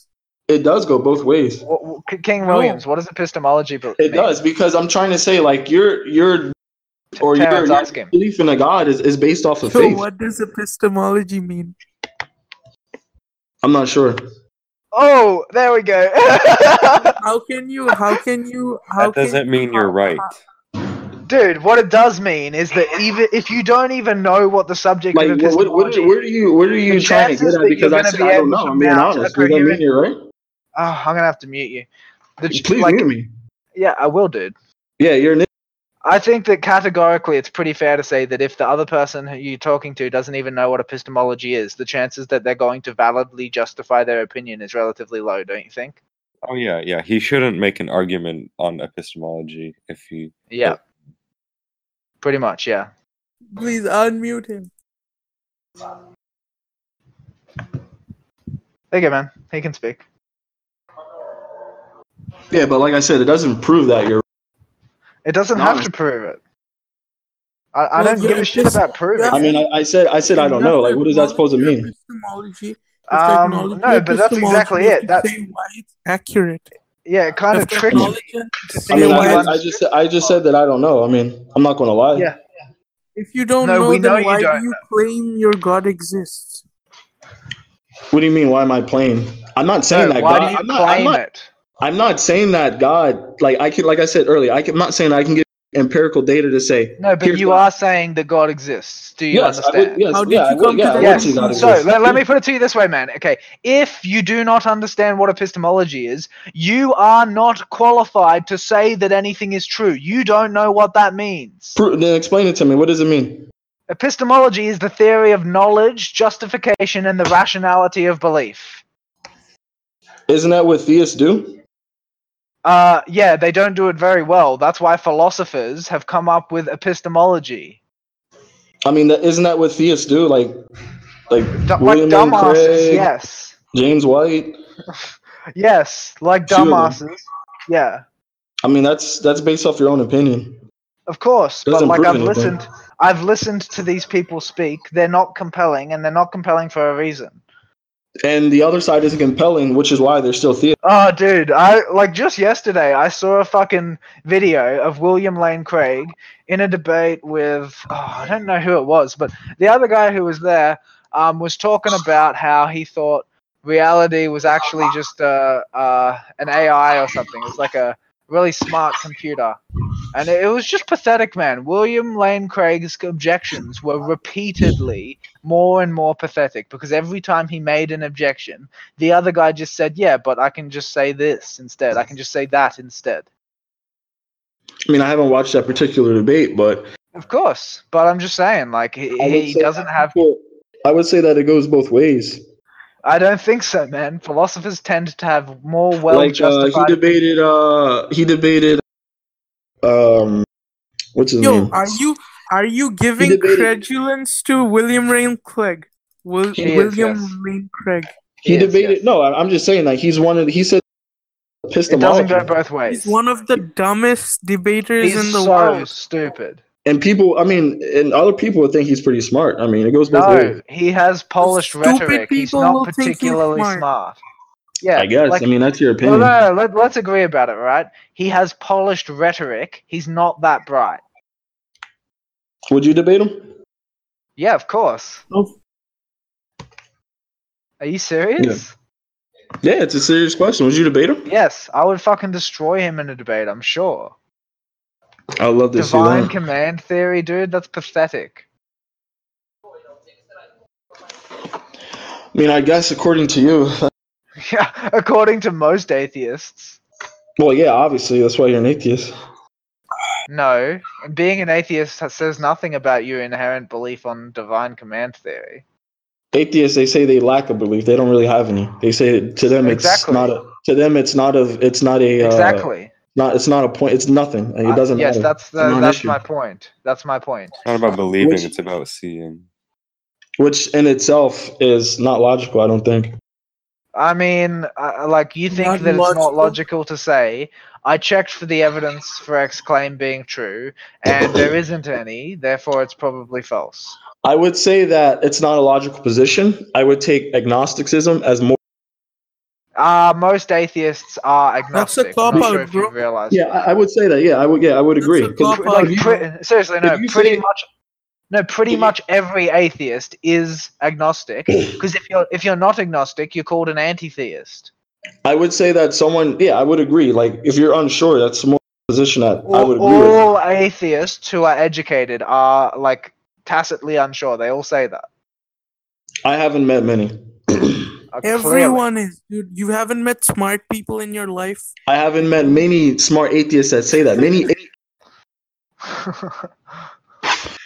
Speaker 3: It does go both ways.
Speaker 2: What- what- K- King Williams, what does epistemology be-
Speaker 3: It
Speaker 2: mean?
Speaker 3: does because I'm trying to say like your your or your,
Speaker 2: Terrence,
Speaker 3: your
Speaker 2: ask him.
Speaker 3: belief in a god is, is based off of
Speaker 4: So,
Speaker 3: faith.
Speaker 4: what does epistemology mean?
Speaker 3: I'm not sure.
Speaker 2: Oh, there we go.
Speaker 4: How can you? How can you? How
Speaker 5: That doesn't
Speaker 4: can,
Speaker 5: mean you're right.
Speaker 2: Dude, what it does mean is that even if you don't even know what the subject
Speaker 3: Like
Speaker 2: of
Speaker 3: where, where, where,
Speaker 2: epistemology
Speaker 3: do you- where do you where are you
Speaker 2: The
Speaker 3: trying to
Speaker 2: chances
Speaker 3: get
Speaker 2: that
Speaker 3: at? Because
Speaker 2: you're
Speaker 3: I
Speaker 2: gonna
Speaker 3: said
Speaker 2: be
Speaker 3: I
Speaker 2: able
Speaker 3: don't
Speaker 2: to
Speaker 3: know. I'm being
Speaker 2: mount a
Speaker 3: honest. Does that mean
Speaker 2: coherent-
Speaker 3: you're right?
Speaker 2: Ah, I'm gonna have to mute you. The ch-
Speaker 3: Please
Speaker 2: like,
Speaker 3: mute me.
Speaker 2: yeah, I will, dude.
Speaker 3: Yeah, you're an
Speaker 2: I think that categorically, it's pretty fair to say that if the other person who you're talking to doesn't even know what epistemology is, the chances that they're going to validly justify their opinion is relatively low, don't you think?
Speaker 5: Oh yeah, yeah. He shouldn't make an argument on epistemology if he.
Speaker 2: Yeah.
Speaker 5: Yeah.
Speaker 2: Pretty much, yeah.
Speaker 4: Please unmute him.
Speaker 2: There you go, man. He can speak.
Speaker 3: Yeah, but like I said, it doesn't prove that you're.
Speaker 2: It doesn't
Speaker 3: No.
Speaker 2: have to prove it. I, I
Speaker 4: Well,
Speaker 2: don't
Speaker 4: yeah,
Speaker 2: give a
Speaker 4: it
Speaker 2: shit
Speaker 4: is-
Speaker 2: about proving.
Speaker 4: yeah.
Speaker 3: I
Speaker 2: it.
Speaker 3: mean, I, I said I said I don't know. Like, what is that supposed to mean?
Speaker 4: Epistemology.
Speaker 2: Um, no, but that's exactly it. That
Speaker 4: That's why it's accurate.
Speaker 2: yeah, it kind of
Speaker 4: That's
Speaker 2: tricked me.
Speaker 4: knowledge and to
Speaker 3: I
Speaker 4: say
Speaker 3: mean,
Speaker 4: why
Speaker 3: I,
Speaker 4: it's-
Speaker 3: I just I just said that I don't know. I mean, I'm not gonna lie.
Speaker 2: Yeah.
Speaker 4: if you don't
Speaker 2: No,
Speaker 4: know,
Speaker 2: we know
Speaker 4: then
Speaker 2: you
Speaker 4: why do
Speaker 2: don't
Speaker 4: you claim your God exists?
Speaker 3: What do you mean? Why am I playing? I'm not saying
Speaker 2: No,
Speaker 3: that
Speaker 2: why
Speaker 3: God.
Speaker 2: do you
Speaker 3: I'm, not, I'm
Speaker 2: claim
Speaker 3: not.
Speaker 2: it?
Speaker 3: I'm not saying that God. Like I can. Like I said earlier, I can, I'm not saying I can get empirical data to say.
Speaker 2: No, but
Speaker 3: here's
Speaker 2: you
Speaker 3: what-
Speaker 2: are saying that God exists. Do you
Speaker 3: Yes, I
Speaker 2: understand?
Speaker 3: would, yes,
Speaker 4: How did
Speaker 3: yeah,
Speaker 4: you
Speaker 3: I
Speaker 4: come
Speaker 3: would,
Speaker 4: to
Speaker 3: yeah,
Speaker 4: that
Speaker 3: I would
Speaker 2: Yes.
Speaker 3: say God
Speaker 2: So
Speaker 3: exists.
Speaker 2: let, let me put it to you this way, man. Okay, if you do not understand what epistemology is, you are not qualified to say that anything is true. You don't know what that means.
Speaker 3: Pro- Then explain it to me. What does it mean?
Speaker 2: Epistemology is the theory of knowledge, justification, and the rationality of belief.
Speaker 3: Isn't that what theists do?
Speaker 2: Uh, yeah, they don't do it very well. That's why philosophers have come up with epistemology.
Speaker 3: I mean, that, isn't that what theists do? Like, like
Speaker 2: D- like
Speaker 3: William Lane
Speaker 2: dumbasses,
Speaker 3: Craig,
Speaker 2: yes.
Speaker 3: James White.
Speaker 2: Yes, like
Speaker 3: Few of them.
Speaker 2: dumbasses. Yeah.
Speaker 3: I mean, that's that's based off your own opinion.
Speaker 2: Of course, but
Speaker 3: Doesn't
Speaker 2: like
Speaker 3: prove
Speaker 2: I've
Speaker 3: anything.
Speaker 2: listened, I've listened to these people speak. They're not compelling, and they're not compelling for a reason.
Speaker 3: And the other side is compelling, which is why they're still theists.
Speaker 2: Oh, dude, I like just yesterday I saw a fucking video of William Lane Craig in a debate with oh, I don't know who it was, but the other guy who was there um, was talking about how he thought reality was actually just uh, uh, an AI or something. It's like a really smart computer, and it, it was just pathetic, man. William Lane Craig's objections were repeatedly more and more pathetic because every time he made an objection, the other guy just said, "Yeah, but I can just say this instead. I can just say that instead."
Speaker 3: I mean, I haven't watched that particular debate, but
Speaker 2: Of course, but I'm just saying, like he,
Speaker 3: I would
Speaker 2: he
Speaker 3: say
Speaker 2: doesn't
Speaker 3: that-
Speaker 2: have.
Speaker 3: I would say that it goes both ways.
Speaker 2: I don't think so, man. Philosophers tend to have more
Speaker 3: like uh,
Speaker 2: well-justified.
Speaker 3: he debated, uh, he debated, um, what's his
Speaker 4: Yo,
Speaker 3: name?
Speaker 4: are you are you giving
Speaker 3: debated-
Speaker 4: credulence to William Lane Clegg? Will,
Speaker 2: He is,
Speaker 4: William
Speaker 2: yes.
Speaker 4: Lane Craig.
Speaker 3: he
Speaker 2: Yes,
Speaker 3: debated.
Speaker 2: yes.
Speaker 3: No, I, I'm just saying like he's one of. the- He said
Speaker 2: It doesn't go
Speaker 3: epistemology,
Speaker 2: both ways.
Speaker 4: He's one of the dumbest debaters
Speaker 2: He's
Speaker 4: in the
Speaker 2: so
Speaker 4: world.
Speaker 2: stupid.
Speaker 3: and people. I mean, and other people would think he's pretty smart. I mean, it goes both ways.
Speaker 2: No, he has Polish
Speaker 4: Stupid
Speaker 2: rhetoric. He's
Speaker 4: people
Speaker 2: not
Speaker 4: will think he's
Speaker 2: particularly
Speaker 4: smart.
Speaker 2: smart. Yeah,
Speaker 3: I guess.
Speaker 2: like-
Speaker 3: I mean, that's your
Speaker 2: no,
Speaker 3: opinion.
Speaker 2: no, no, let, let's agree about it, right? He has polished rhetoric. He's not that bright.
Speaker 3: Would you debate him?
Speaker 2: Yeah, of course.
Speaker 3: Oh.
Speaker 4: Nope.
Speaker 2: Are you serious?
Speaker 3: Yeah, it's a serious question. Would you debate him?
Speaker 2: Yes, I would fucking destroy him in a debate, I'm sure.
Speaker 3: I love to see
Speaker 2: Divine
Speaker 3: that.
Speaker 2: command theory, dude, that's pathetic.
Speaker 3: I mean, I guess according to you,
Speaker 2: Yeah, according to most atheists.
Speaker 3: well, yeah, obviously that's why you're an atheist.
Speaker 2: No, being an atheist ha- says nothing about your inherent belief on divine command theory.
Speaker 3: Atheists, they say they lack a belief. They don't really have any. They say to them it's
Speaker 2: Exactly.
Speaker 3: not a. To them, it's not a. It's not a. Uh,
Speaker 2: exactly.
Speaker 3: Not. It's not a point. It's nothing. It doesn't
Speaker 2: Uh, yes,
Speaker 3: matter.
Speaker 2: that's
Speaker 3: a
Speaker 2: the, that's
Speaker 3: non-issue.
Speaker 2: my point. That's my point.
Speaker 5: It's not about believing,
Speaker 3: Which-
Speaker 5: it's about seeing.
Speaker 3: Which in itself is not logical. I don't think.
Speaker 2: I mean, uh, like you think
Speaker 4: Not
Speaker 2: that it's not
Speaker 4: logical.
Speaker 2: logical to say, I checked for the evidence for X claim being true, and there isn't any, therefore it's probably false.
Speaker 3: I would say that it's not a logical position. I would take agnosticism as more.
Speaker 2: Uh, most atheists are
Speaker 4: That's a
Speaker 2: agnostic. I'm
Speaker 4: cop-out,
Speaker 2: not sure if you
Speaker 4: bro.
Speaker 2: realize.
Speaker 3: Yeah, I, I would say that. Yeah, I would. Yeah, I would
Speaker 4: That's
Speaker 3: agree.
Speaker 4: a
Speaker 3: 'Cause,
Speaker 4: cop-out.
Speaker 2: like
Speaker 3: like,
Speaker 2: pre- seriously, no,
Speaker 3: if you
Speaker 2: pretty
Speaker 3: say-
Speaker 2: much, no, pretty
Speaker 3: if you-
Speaker 2: much every atheist is agnostic. Because if you're if you're not agnostic, you're called an anti-theist.
Speaker 3: I would say that someone. Yeah, I would agree. Like, if you're unsure, that's more position that I would
Speaker 2: All,
Speaker 3: agree with.
Speaker 2: all atheists who are educated are like tacitly unsure. They all say that.
Speaker 3: I haven't met many.
Speaker 2: Uh, clearly.
Speaker 4: Everyone is, dude. You haven't met smart people in your life.
Speaker 3: I haven't met many smart atheists that say that. Many,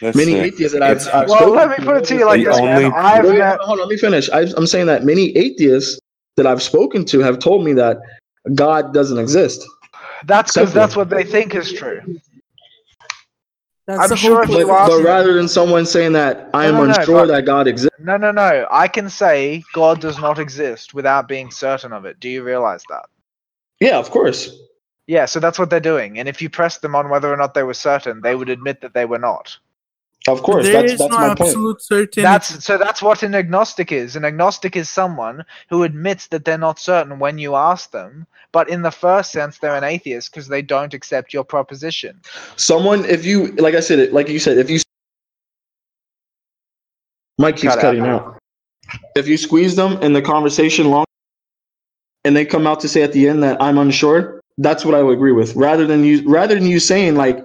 Speaker 5: That's
Speaker 3: many
Speaker 5: it.
Speaker 3: atheists that I've.
Speaker 5: It's-
Speaker 3: I've
Speaker 2: well,
Speaker 3: spoken
Speaker 2: let me
Speaker 3: to,
Speaker 2: put it to you like
Speaker 5: The
Speaker 2: this, man.
Speaker 5: only-
Speaker 2: I've
Speaker 3: Wait, wait,
Speaker 2: met.
Speaker 3: hold on, let me finish. I, I'm saying that many atheists that I've spoken to have told me that God doesn't exist.
Speaker 2: That's because
Speaker 3: Simply.
Speaker 2: that's what they think is true.
Speaker 4: That's
Speaker 2: I'm
Speaker 4: the
Speaker 2: sure
Speaker 4: whole
Speaker 2: if
Speaker 3: But,
Speaker 2: you
Speaker 4: point.
Speaker 2: ask-
Speaker 3: but rather than someone saying that I am
Speaker 2: No, no, no,
Speaker 3: unsure
Speaker 2: but-
Speaker 3: that God exists.
Speaker 2: No, no, no. I can say God does not exist without being certain of it. Do you realize that?
Speaker 3: Yeah, of course.
Speaker 2: Yeah, so that's what they're doing. And if you press them on whether or not they were certain, they would admit that they were not.
Speaker 3: Of course.
Speaker 4: There
Speaker 3: that's
Speaker 4: is
Speaker 3: that's
Speaker 4: no
Speaker 3: my point.
Speaker 4: absolute certainty.
Speaker 2: That's so that's what an agnostic is. An agnostic is someone who admits that they're not certain when you ask them, but in the first sense they're an atheist because they don't accept your proposition.
Speaker 3: Someone, if you, like I said, like you said, if you. Mike keeps
Speaker 2: Cut out.
Speaker 3: cutting out. If you squeeze them in the conversation long and they come out to say at the end that I'm unsure, that's what I would agree with. Rather than you, rather than you saying like,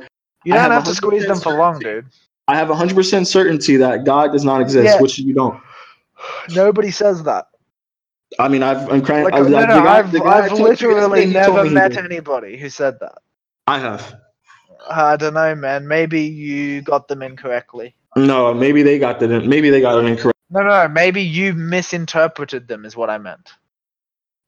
Speaker 2: You
Speaker 3: I
Speaker 2: don't
Speaker 3: have
Speaker 2: have to squeeze them
Speaker 3: 100%
Speaker 2: for long, dude.
Speaker 3: I have 100% certainty that God does not exist,
Speaker 2: Yeah.
Speaker 3: which you don't.
Speaker 2: Nobody says that.
Speaker 3: I mean, I've, I'm crying.
Speaker 2: Like,
Speaker 3: I've,
Speaker 2: no, no,
Speaker 3: the guy-
Speaker 2: I've,
Speaker 3: the guy I
Speaker 2: I've
Speaker 3: talked to yesterday,
Speaker 2: literally
Speaker 3: he told
Speaker 2: never
Speaker 3: me he
Speaker 2: met
Speaker 3: did.
Speaker 2: anybody who said that.
Speaker 3: I have.
Speaker 2: I don't know, man. Maybe you got them incorrectly.
Speaker 3: No, maybe they got that. in- Maybe they got it incorrect.
Speaker 2: No, no, maybe you misinterpreted them, is what I meant.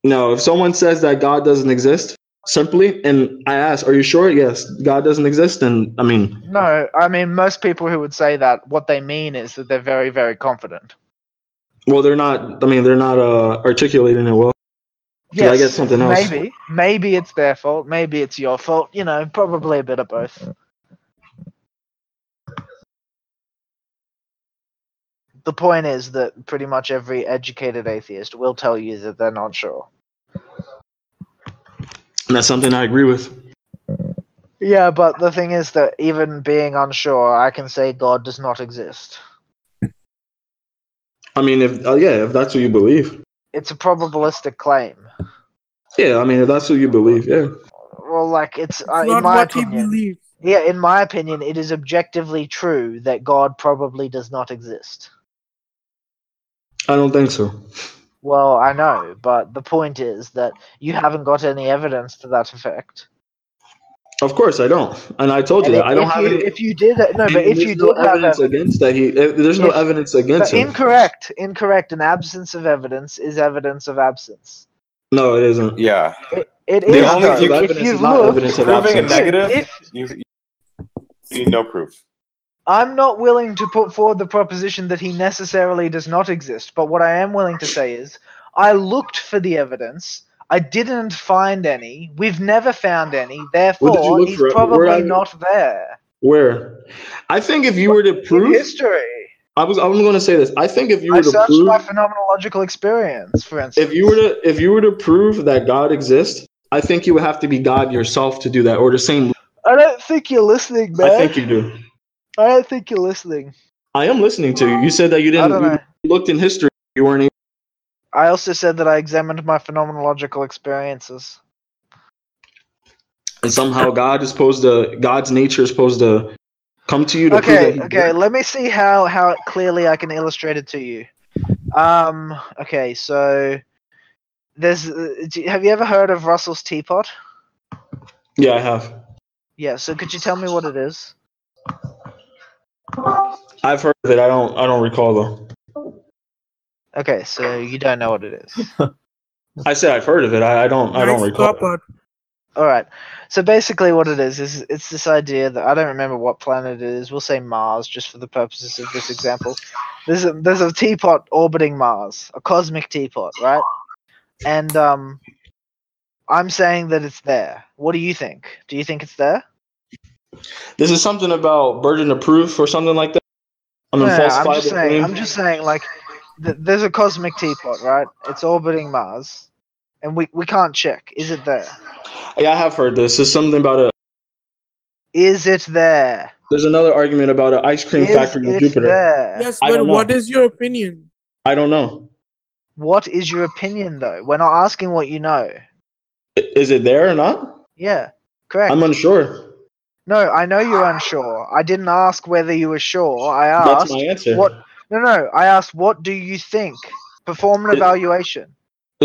Speaker 3: No, if someone says that God doesn't exist, simply, and I ask, "Are you sure?" Yes, God doesn't exist, and I mean,
Speaker 2: No, I mean, most people who would say that, what they mean is that they're very, very confident.
Speaker 3: well, they're not. I mean, they're not uh, articulating it well. Did I get something else?
Speaker 2: Maybe. Maybe it's their fault. Maybe it's your fault. You know, probably a bit of both. The point is that pretty much every educated atheist will tell you that they're not sure.
Speaker 3: And that's something I agree with.
Speaker 2: Yeah, but the thing is that even being unsure, I can say God does not exist.
Speaker 3: I mean, if uh, yeah, if that's what you believe,
Speaker 2: It's a probabilistic claim.
Speaker 3: yeah. I mean, if that's what you believe, yeah.
Speaker 2: Well, like it's,
Speaker 4: It's
Speaker 2: uh, in
Speaker 4: not
Speaker 2: my
Speaker 4: what he
Speaker 2: opinion.
Speaker 4: believes.
Speaker 2: Yeah, in my opinion, it is objectively true that God probably does not exist.
Speaker 3: I don't think so.
Speaker 2: Well, I know, but the point is that you haven't got any evidence to that effect.
Speaker 3: Of course, I don't, and I told you
Speaker 2: And
Speaker 3: that I don't
Speaker 2: if
Speaker 3: have
Speaker 2: you,
Speaker 3: any.
Speaker 2: If you did, no, but if
Speaker 3: there's
Speaker 2: you
Speaker 3: no
Speaker 2: did have
Speaker 3: evidence
Speaker 2: ev-
Speaker 3: against that, he eh, there's no
Speaker 2: If-
Speaker 3: evidence
Speaker 2: but
Speaker 3: against him.
Speaker 2: incorrect, incorrect. An absence of evidence is evidence of absence.
Speaker 3: No, it isn't.
Speaker 5: Yeah.
Speaker 2: It, it
Speaker 3: The
Speaker 2: is.
Speaker 5: only-
Speaker 2: though.
Speaker 5: you-
Speaker 2: if
Speaker 3: evidence is
Speaker 2: you've
Speaker 3: not
Speaker 2: looked,
Speaker 3: evidence of
Speaker 5: Proving a
Speaker 3: absence.
Speaker 5: negative,
Speaker 2: If,
Speaker 5: you, you need no proof.
Speaker 2: I'm not willing to put forward the proposition that he necessarily does not exist, but what I am willing to say is I looked for the evidence. I didn't find any. We've never found any. Therefore,
Speaker 3: look
Speaker 2: he's
Speaker 3: for? Where are
Speaker 2: probably
Speaker 3: you-
Speaker 2: not there.
Speaker 3: Where? I think if you were to
Speaker 2: In
Speaker 3: prove,
Speaker 2: history,
Speaker 3: I was I'm going to say this. I think if you
Speaker 2: I
Speaker 3: were to
Speaker 2: searched
Speaker 3: prove,
Speaker 2: my phenomenological experience, for instance.
Speaker 3: if you were to if you were to prove that God exists, I think you would have to be God yourself to do that, or the same.
Speaker 2: I don't think you're listening, man.
Speaker 3: I think you do.
Speaker 2: I don't think you're listening.
Speaker 3: I am listening to you. You said that you
Speaker 2: I
Speaker 3: didn't
Speaker 2: don't
Speaker 3: you
Speaker 2: know.
Speaker 3: looked in history. You weren't. Even,
Speaker 2: I also said that I examined my phenomenological experiences.
Speaker 3: and somehow God is supposed to God's nature is supposed to come to you to prove that
Speaker 2: okay
Speaker 3: he
Speaker 2: okay
Speaker 3: did.
Speaker 2: let me see how how clearly i can illustrate it to you um okay so there's uh, do- have you ever heard of russell's teapot
Speaker 3: Yeah, I have.
Speaker 2: yeah so could you tell me what it is
Speaker 3: I've heard of it. I don't. I don't recall though.
Speaker 2: okay so you don't know what it is
Speaker 3: I said I've heard of it. I, I don't. I don't
Speaker 4: Nice
Speaker 3: recall.
Speaker 4: cop-out.
Speaker 2: all right so basically what it is is it's this idea that i don't remember what planet it is we'll say mars just for the purposes of this example there's a there's a teapot orbiting mars a cosmic teapot right and um i'm saying that it's there what do you think do you think it's there
Speaker 3: This is something about burden of proof or something like that. I mean,
Speaker 2: No, no, I'm
Speaker 3: falsifiable
Speaker 2: just saying.
Speaker 3: claim.
Speaker 2: I'm just saying. Like, th- there's a cosmic teapot, right? It's orbiting Mars, and we we can't check. Is it there?
Speaker 3: Yeah, I have heard this. There's something about a.
Speaker 2: Is it there?
Speaker 3: There's another argument about an ice cream
Speaker 2: Is
Speaker 3: factory in
Speaker 2: it
Speaker 3: Jupiter.
Speaker 2: there?
Speaker 4: Yes,
Speaker 3: I
Speaker 4: but
Speaker 3: don't know.
Speaker 4: what is your opinion?
Speaker 3: I don't know.
Speaker 2: What is your opinion, though? We're not asking what you know.
Speaker 3: I- Is it there or not?
Speaker 2: Yeah, correct.
Speaker 3: I'm unsure.
Speaker 2: no, I know you're unsure. I didn't ask whether you were sure. I
Speaker 3: That's
Speaker 2: asked
Speaker 3: my answer.
Speaker 2: what. No, no. I asked what do you think? Perform an
Speaker 3: It-
Speaker 2: evaluation.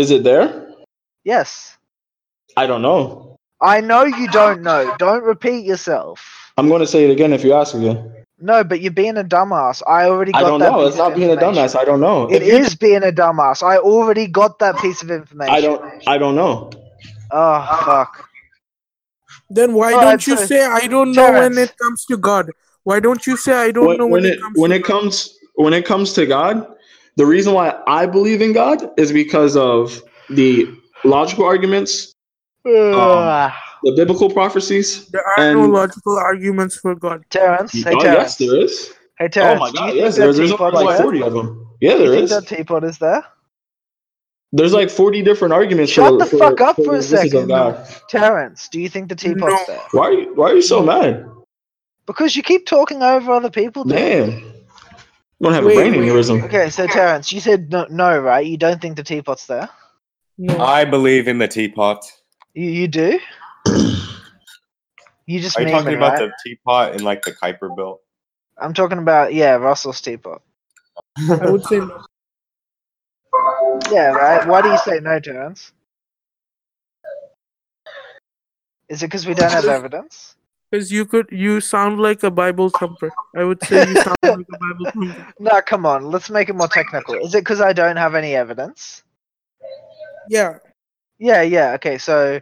Speaker 3: Is it there?
Speaker 2: Yes.
Speaker 3: I don't know.
Speaker 2: I know you don't know. Don't repeat yourself.
Speaker 3: I'm going to say it again if you ask again.
Speaker 2: No, but you're being a dumbass. I already got
Speaker 3: I don't
Speaker 2: that.
Speaker 3: know.
Speaker 2: piece
Speaker 3: It's not
Speaker 2: of
Speaker 3: being a
Speaker 2: information.
Speaker 3: dumbass. I don't know.
Speaker 2: It
Speaker 3: If you-
Speaker 2: is being a dumbass. I already got that piece of information.
Speaker 3: I don't. I don't know.
Speaker 2: Oh fuck.
Speaker 4: Then why
Speaker 2: No,
Speaker 4: don't
Speaker 2: I'd
Speaker 4: you
Speaker 2: say-
Speaker 4: say I don't know when
Speaker 2: Terrence.
Speaker 4: it comes to God? Why don't you say I don't
Speaker 3: When,
Speaker 4: know
Speaker 3: when it when it comes when it comes to God, the reason why I believe in God is because of the logical arguments, Um,
Speaker 2: Ugh.
Speaker 3: the biblical prophecies.
Speaker 4: There are no
Speaker 3: and-
Speaker 4: logical arguments for God.
Speaker 2: Terrence, hey
Speaker 3: oh
Speaker 2: Terrence.
Speaker 3: yes, there is.
Speaker 2: Hey Terrence.
Speaker 3: oh my
Speaker 2: do you
Speaker 3: god,
Speaker 2: think
Speaker 3: yes,
Speaker 2: that
Speaker 3: there's, there's
Speaker 2: teapot's
Speaker 3: over like
Speaker 2: there?
Speaker 3: 40 of them. Yeah,
Speaker 2: Do you
Speaker 3: there
Speaker 2: think
Speaker 3: is.
Speaker 2: that teapot is there?
Speaker 3: There's like 40 different arguments
Speaker 2: Shut
Speaker 3: for
Speaker 2: the fuck up for a
Speaker 3: the existence
Speaker 2: second.
Speaker 3: of God.
Speaker 2: Terrence, do you think the teapot's there?
Speaker 3: Why are you, why are you so mad?
Speaker 2: Because you keep talking over other people, dude.
Speaker 3: Damn. You don't have
Speaker 4: Wait,
Speaker 3: a brain
Speaker 4: wait.
Speaker 3: aneurysm.
Speaker 2: Okay, so Terrence, you said no, no, right? You don't think the teapot's there?
Speaker 4: No.
Speaker 5: I believe in the teapot.
Speaker 2: You, you do? You just
Speaker 5: Are you
Speaker 2: memeing,
Speaker 5: talking about
Speaker 2: right?
Speaker 5: the teapot in like the Kuiper belt?
Speaker 2: I'm talking about yeah, Russell's teapot.
Speaker 4: I would say no.
Speaker 2: Yeah, right. Why do you say no, Terrence? Is it because we don't have evidence?
Speaker 4: Because you could, you sound like a Bible thumper. I would say you sound like a Bible thumper.
Speaker 2: No, come on. Let's make it more technical. Is it because I don't have any evidence?
Speaker 4: Yeah,
Speaker 2: Yeah, yeah. Okay, so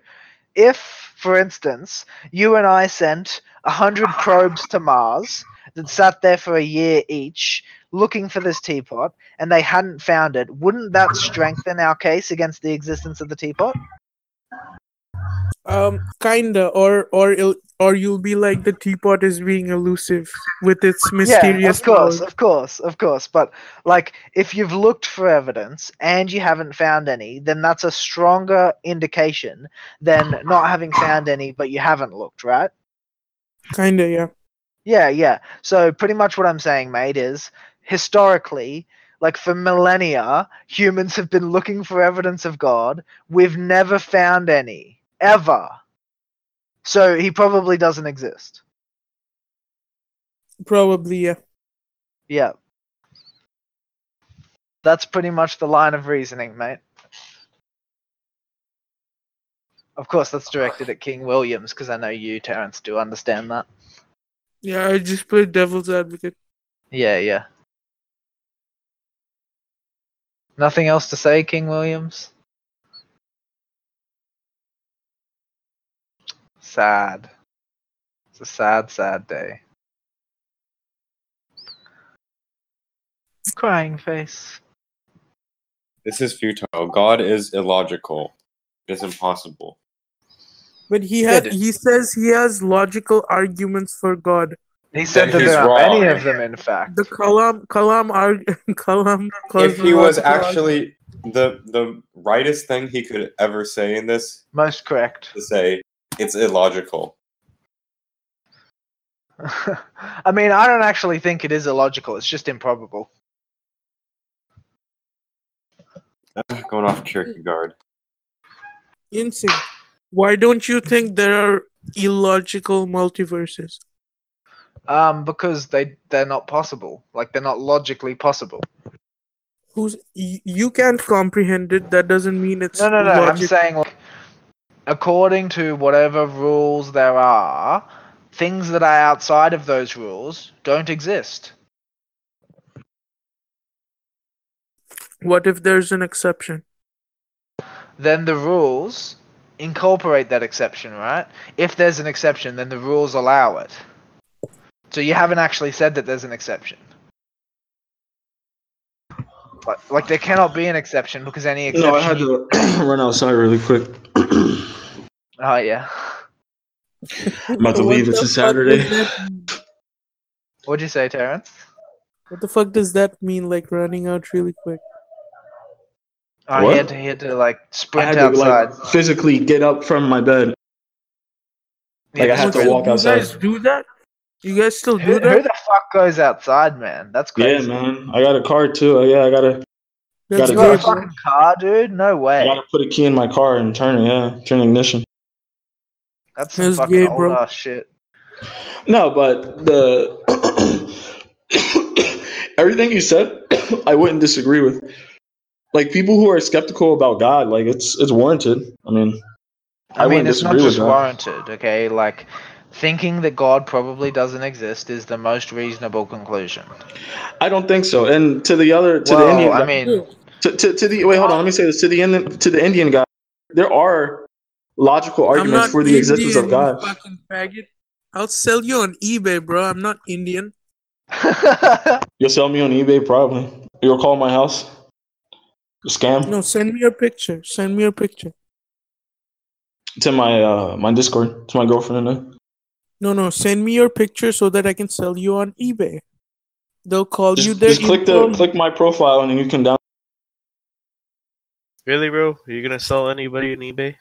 Speaker 2: if, for instance, you and I sent a hundred probes to Mars that sat there for a year each looking for this teapot and they hadn't found it, wouldn't that strengthen our case against the existence of the teapot?
Speaker 4: um, kinda, or or il- or you'll be like the teapot is being elusive with its mysterious.
Speaker 2: yeah, of course,
Speaker 4: powers.
Speaker 2: of course, of course. But like, if you've looked for evidence and you haven't found any, then that's a stronger indication than not having found any, but you haven't looked, right?
Speaker 4: Kinda, yeah.
Speaker 2: Yeah, yeah. So pretty much what I'm saying, mate, is historically, like for millennia, humans have been looking for evidence of God. We've never found any ever. So he probably doesn't exist.
Speaker 4: Probably, yeah.
Speaker 2: Yeah. That's pretty much the line of reasoning, mate. Of course, that's directed at King Williams because I know you, Terence, do understand that.
Speaker 4: Yeah, I just played devil's advocate.
Speaker 2: Yeah, yeah. Nothing else to say, King Williams? Sad. It's a sad, sad day. Crying face.
Speaker 5: This is futile. God is illogical. It's impossible.
Speaker 4: But he had,
Speaker 2: Good.
Speaker 4: he says he has logical arguments for God.
Speaker 2: He said that
Speaker 5: he's
Speaker 2: there are many
Speaker 5: wrong.
Speaker 2: of them, in fact.
Speaker 4: The Kalam, Kalam, arg- Kalam.
Speaker 5: If he was
Speaker 4: cosmological
Speaker 5: actually the the rightest thing he could ever say in this,
Speaker 2: Most correct.
Speaker 5: to say it's illogical.
Speaker 2: I mean, I don't actually think it is illogical. It's just improbable.
Speaker 5: Going off Kierkegaard.
Speaker 4: Insane. Why don't you think there are illogical multiverses?
Speaker 2: Um, because they they're not possible. Like they're not logically possible.
Speaker 4: Who's y- you can't comprehend it? That doesn't mean it's
Speaker 2: No, no, no. I'm
Speaker 4: logic-
Speaker 2: saying, like, according to whatever rules there are, things that are outside of those rules don't exist.
Speaker 4: What if there's an exception?
Speaker 2: Then the rules incorporate that exception, right? If there's an exception, then the rules allow it. So you haven't actually said that there's an exception. Like, like there cannot be an exception because any exception.
Speaker 3: No, I had to run outside really quick. I'm
Speaker 2: Oh yeah.
Speaker 3: about to
Speaker 4: What
Speaker 3: leave. It's
Speaker 4: the
Speaker 3: a
Speaker 4: fuck
Speaker 3: Saturday.
Speaker 4: does that mean?
Speaker 2: What'd you say, Terrence?
Speaker 4: What the fuck does that mean? Like running out really quick?
Speaker 2: Oh, he
Speaker 3: What?
Speaker 2: had to, he had to like
Speaker 3: I
Speaker 2: sprint
Speaker 3: had to
Speaker 2: outside.
Speaker 3: like physically get up from my bed.
Speaker 2: He
Speaker 3: like, I had
Speaker 2: sprint
Speaker 3: to walk
Speaker 4: you
Speaker 3: outside.
Speaker 4: guys do that? You guys still
Speaker 2: Who,
Speaker 4: do
Speaker 2: who
Speaker 4: that?
Speaker 2: the fuck goes outside, man? That's
Speaker 3: Yeah,
Speaker 2: crazy.
Speaker 3: man. I got a car too. Oh, Yeah, I gotta
Speaker 4: That's
Speaker 2: You got a
Speaker 3: Gotta
Speaker 4: good.
Speaker 3: Dude.
Speaker 2: fucking car, dude? No
Speaker 3: I
Speaker 2: way.
Speaker 3: gotta put a key in my car and turn it. Yeah, turn ignition.
Speaker 2: That's some
Speaker 4: That's
Speaker 2: fucking
Speaker 4: gay,
Speaker 2: old
Speaker 4: bro.
Speaker 2: ass shit.
Speaker 3: No, but the everything you said, I wouldn't disagree with. Like people who are skeptical about God, like it's it's warranted. I mean,
Speaker 2: I, mean,
Speaker 3: wouldn't
Speaker 2: it's not
Speaker 3: disagree with
Speaker 2: just
Speaker 3: that.
Speaker 2: warranted, okay? Like, thinking that God probably doesn't exist is the most reasonable conclusion.
Speaker 3: I don't think so. And to the other, to the
Speaker 2: well,
Speaker 3: Indian,
Speaker 2: I
Speaker 3: guy-
Speaker 2: mean,
Speaker 3: to, to, to the wait, hold on. Let me say this to the Indian, to the Indian guy. There are logical
Speaker 4: I'm
Speaker 3: arguments
Speaker 4: not
Speaker 3: for the
Speaker 4: Indian,
Speaker 3: existence of
Speaker 4: you
Speaker 3: God.
Speaker 4: Fucking faggot. I'll sell you on eBay, bro. I'm not Indian.
Speaker 3: You'll sell me on eBay, probably. You'll call my house. Scam
Speaker 4: No, send me your picture. Send me your picture.
Speaker 3: to my uh my Discord to my girlfriend and I.
Speaker 4: No, no. Send me your picture so that I can sell you on eBay. They'll call
Speaker 3: Just,
Speaker 4: you there.
Speaker 3: just click the click my profile and then you can down.
Speaker 6: Really, bro? Are you gonna sell anybody on eBay?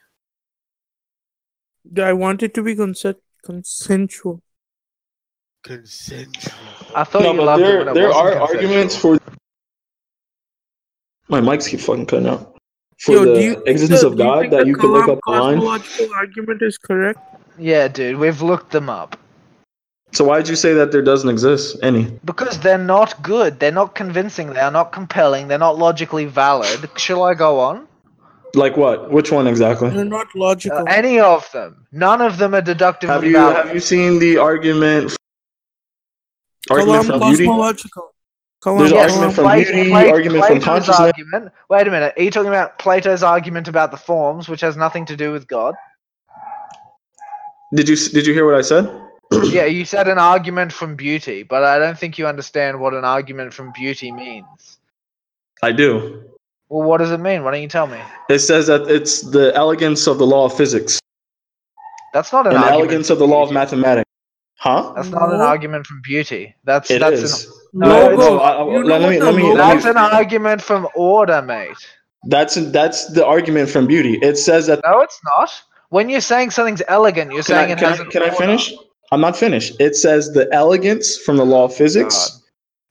Speaker 4: I want it to be consent consensual.
Speaker 6: Consensual.
Speaker 2: I thought
Speaker 3: no,
Speaker 2: you
Speaker 3: but
Speaker 2: loved it
Speaker 3: there
Speaker 2: when it
Speaker 3: there
Speaker 2: wasn't
Speaker 3: are
Speaker 2: consensual.
Speaker 3: arguments for. My mics keep fucking cutting out. For
Speaker 4: Yo, do you
Speaker 3: the
Speaker 4: think
Speaker 3: existence
Speaker 4: the-
Speaker 3: of
Speaker 4: do you
Speaker 3: God,
Speaker 4: think
Speaker 3: that
Speaker 4: the
Speaker 3: you can look
Speaker 4: Kalam
Speaker 3: up online.
Speaker 4: cosmological argument is correct.
Speaker 2: Yeah, dude, we've looked them up.
Speaker 3: So why would you say that there doesn't exist any?
Speaker 2: Because they're not good. They're not convincing. They're not compelling. They're not logically valid. Shall I go on?
Speaker 3: Like what? Which one exactly?
Speaker 4: They're not logical.
Speaker 2: Uh, any of them. None of them are deductive.
Speaker 3: Have you have you seen the argument? Argument
Speaker 4: Kalam
Speaker 3: from beauty.
Speaker 4: cosmological. Kalam
Speaker 3: There's an
Speaker 4: Kalam-
Speaker 3: argument from beauty, argument from consciousness.
Speaker 2: argument. Wait a minute. Are you talking about Plato's argument about the forms, which has nothing to do with God?
Speaker 3: Did you did you hear what I said?
Speaker 2: yeah, you said an argument from beauty, but I don't think you understand what an argument from beauty means.
Speaker 3: I do.
Speaker 2: Well, what does it mean? Why don't you tell me?
Speaker 3: It says that it's the elegance of the law of physics,
Speaker 2: That's not an
Speaker 3: and the
Speaker 2: argument.
Speaker 3: elegance of the law of mathematics. Huh?
Speaker 2: That's not an
Speaker 4: No.
Speaker 2: argument from beauty. That's
Speaker 3: It
Speaker 2: that's
Speaker 3: is.
Speaker 2: An,
Speaker 3: No,
Speaker 2: No,
Speaker 3: no.
Speaker 4: go.
Speaker 3: I- I-
Speaker 4: You know
Speaker 3: let,
Speaker 4: what
Speaker 3: me,
Speaker 4: the
Speaker 3: let me.
Speaker 4: law-
Speaker 3: Let me.
Speaker 2: that's an argument from order, mate.
Speaker 3: That's that's the argument from beauty. It says that.
Speaker 2: No, it's not. When you're saying something's elegant, you're
Speaker 3: Can
Speaker 2: saying
Speaker 3: I,
Speaker 2: it
Speaker 3: can,
Speaker 2: has
Speaker 3: I,
Speaker 2: an
Speaker 3: can I
Speaker 2: order.
Speaker 3: finish? I'm not finished. It says the elegance from the law of physics,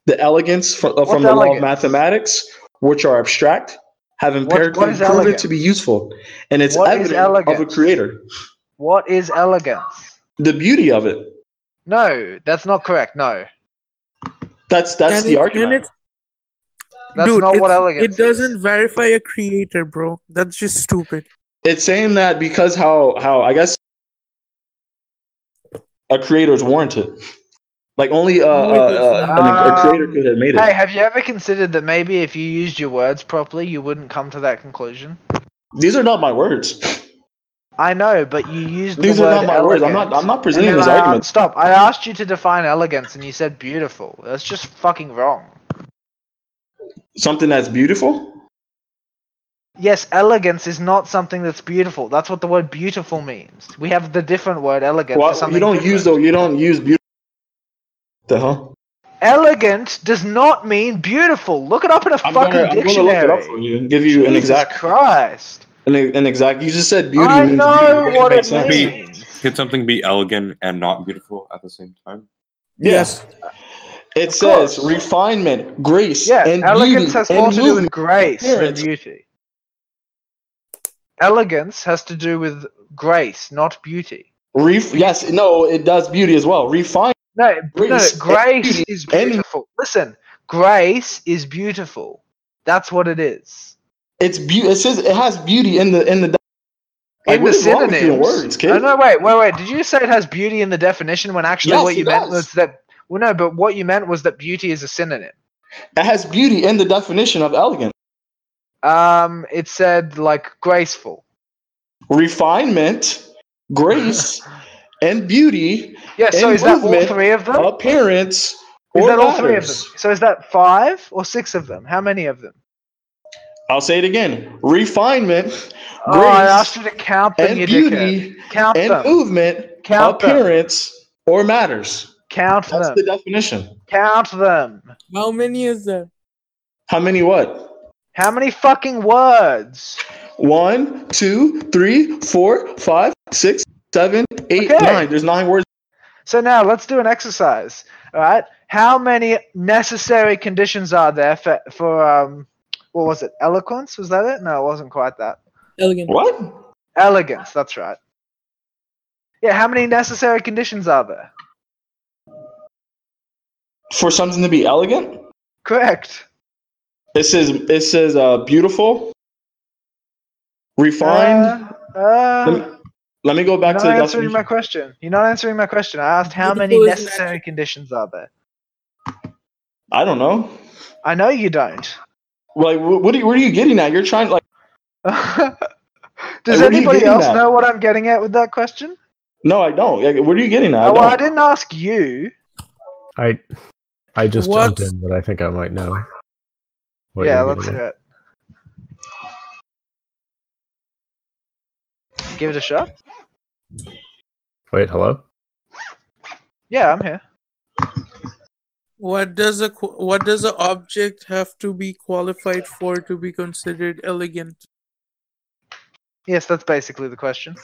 Speaker 3: the elegance from, uh,
Speaker 2: What's
Speaker 3: from the law of
Speaker 2: elegance?
Speaker 3: mathematics, which are abstract, have empirically
Speaker 2: what is
Speaker 3: proven
Speaker 2: elegant?
Speaker 3: to be useful, and it's
Speaker 2: What is
Speaker 3: evident of a
Speaker 2: elegance?
Speaker 3: creator.
Speaker 2: What is elegance?
Speaker 3: The beauty of it.
Speaker 2: No, that's not correct. No,
Speaker 3: That's that's
Speaker 4: and
Speaker 3: the
Speaker 4: it-
Speaker 3: argument.
Speaker 4: and it-
Speaker 2: that's
Speaker 4: dude,
Speaker 2: not what
Speaker 4: it's-
Speaker 2: elegance.
Speaker 4: It doesn't verify a creator, bro. That's just stupid.
Speaker 3: it's saying that because how how I guess a creator is warranted. Like only uh, uh,
Speaker 4: No, it is
Speaker 3: uh,
Speaker 2: not.
Speaker 3: an- a creator
Speaker 2: Um,
Speaker 3: could have made
Speaker 2: Is.
Speaker 3: it.
Speaker 2: Hey, have you ever considered that maybe if you used your words properly, you wouldn't come to that conclusion?
Speaker 3: These are not my words.
Speaker 2: I know, but you used
Speaker 3: These
Speaker 2: the word
Speaker 3: are not my words. I'm not.
Speaker 2: elegant.
Speaker 3: I'm not
Speaker 2: And
Speaker 3: presenting
Speaker 2: then
Speaker 3: this
Speaker 2: I-
Speaker 3: argument.
Speaker 2: Stop. I asked you to define elegance and you said beautiful. That's just fucking wrong.
Speaker 3: Something that's beautiful.
Speaker 2: Yes, elegance is not something that's beautiful. That's what the word beautiful means. We have the different word elegant.
Speaker 3: Well,
Speaker 2: for something
Speaker 3: you don't
Speaker 2: different.
Speaker 3: use though. You don't use beautiful. The hell?
Speaker 2: Elegant does not mean beautiful. Look it up in a
Speaker 3: I'm
Speaker 2: fucking
Speaker 3: gonna, I'm gonna
Speaker 2: dictionary.
Speaker 3: look it up for you and give you an
Speaker 2: Jesus
Speaker 3: exact
Speaker 2: Christ.
Speaker 3: an, an exact. You just said beauty.
Speaker 2: I
Speaker 3: means
Speaker 2: know
Speaker 3: beauty, which
Speaker 2: what it
Speaker 3: makes sense.
Speaker 2: means.
Speaker 5: Could something be elegant and not beautiful at the same time?
Speaker 3: Yes. It
Speaker 2: Of
Speaker 3: says
Speaker 2: course.
Speaker 3: refinement, grace,
Speaker 2: Yeah,
Speaker 3: and
Speaker 2: elegance
Speaker 3: beauty,
Speaker 2: has
Speaker 3: and
Speaker 2: more to do with
Speaker 3: movement.
Speaker 2: grace than
Speaker 3: appearance.
Speaker 2: beauty. Elegance has to do with grace, not beauty.
Speaker 3: Ref- yes, no, it does beauty as well. Refine.
Speaker 2: No,
Speaker 3: Grace
Speaker 2: no, grace
Speaker 3: and
Speaker 2: is
Speaker 3: and-
Speaker 2: beautiful. Listen, grace is beautiful. That's what it is.
Speaker 3: It's beauty. It says it has beauty in the in the. Like,
Speaker 2: in
Speaker 3: what
Speaker 2: the
Speaker 3: is wrong with
Speaker 2: synonyms.
Speaker 3: your words, kid?
Speaker 2: Oh, no, wait, wait, wait. Did you say it has beauty in the definition when actually
Speaker 3: Yes,
Speaker 2: what
Speaker 3: it
Speaker 2: you meant
Speaker 3: does.
Speaker 2: was that? Well, no, but what you meant was that beauty is a synonym.
Speaker 3: It has beauty in the definition of elegant.
Speaker 2: Um, it said like graceful.
Speaker 3: Refinement, grace, and beauty,
Speaker 2: Yeah. So
Speaker 3: And
Speaker 2: is that all
Speaker 3: movement
Speaker 2: three of them?
Speaker 3: appearance,
Speaker 2: is
Speaker 3: or
Speaker 2: that all three of them?
Speaker 3: matters.
Speaker 2: So is that five or six of them? How many of them?
Speaker 3: I'll say it again. Refinement,
Speaker 2: oh, I
Speaker 3: Grace
Speaker 2: asked you to count them,
Speaker 3: and
Speaker 2: you dickhead.
Speaker 3: beauty,
Speaker 2: Count
Speaker 3: and
Speaker 2: them.
Speaker 3: movement,
Speaker 2: Count them.
Speaker 3: appearance, or matters.
Speaker 2: Count
Speaker 3: That's
Speaker 2: them.
Speaker 3: the definition.
Speaker 2: count them.
Speaker 4: How many is there?
Speaker 3: How many what?
Speaker 2: How many fucking words?
Speaker 3: One, two, three, four, five, six, seven, eight, nine.
Speaker 2: Okay.
Speaker 3: There's nine words.
Speaker 2: So now let's do an exercise. All right. How many necessary conditions are there for, for um, what was it? Eloquence? Was that it? No, it wasn't quite that.
Speaker 4: Elegant.
Speaker 3: What?
Speaker 2: Elegance. That's right. Yeah. How many necessary conditions are there?
Speaker 3: For something to be elegant?
Speaker 2: Correct.
Speaker 3: It says it says uh, beautiful, refined.
Speaker 2: Uh, uh,
Speaker 3: let, me, let me go back
Speaker 2: You're
Speaker 3: to the
Speaker 2: not answering
Speaker 3: definition.
Speaker 2: my question. You're not answering my question. I asked how many
Speaker 4: Beautiful isn't
Speaker 2: necessary conditions are there.
Speaker 3: I don't know.
Speaker 2: I know you don't.
Speaker 3: Like, wh- what are you, what are you getting at? You're trying like
Speaker 2: Does
Speaker 3: what are you
Speaker 2: anybody
Speaker 3: getting
Speaker 2: else
Speaker 3: at?
Speaker 2: know what I'm getting at with that question?
Speaker 3: no, I don't. Like, what are you getting at?
Speaker 2: Oh, well, I
Speaker 3: don't.
Speaker 2: didn't ask you.
Speaker 7: I I just
Speaker 4: What?
Speaker 7: jumped in, but I think I might know. what
Speaker 2: yeah,
Speaker 7: you're
Speaker 2: let's
Speaker 7: getting
Speaker 2: do
Speaker 7: at.
Speaker 2: it. Give it a shot.
Speaker 7: Wait, hello?
Speaker 2: Yeah, I'm here.
Speaker 4: What does a qu- what does an object have to be qualified for to be considered elegant?
Speaker 2: Yes, that's basically the question.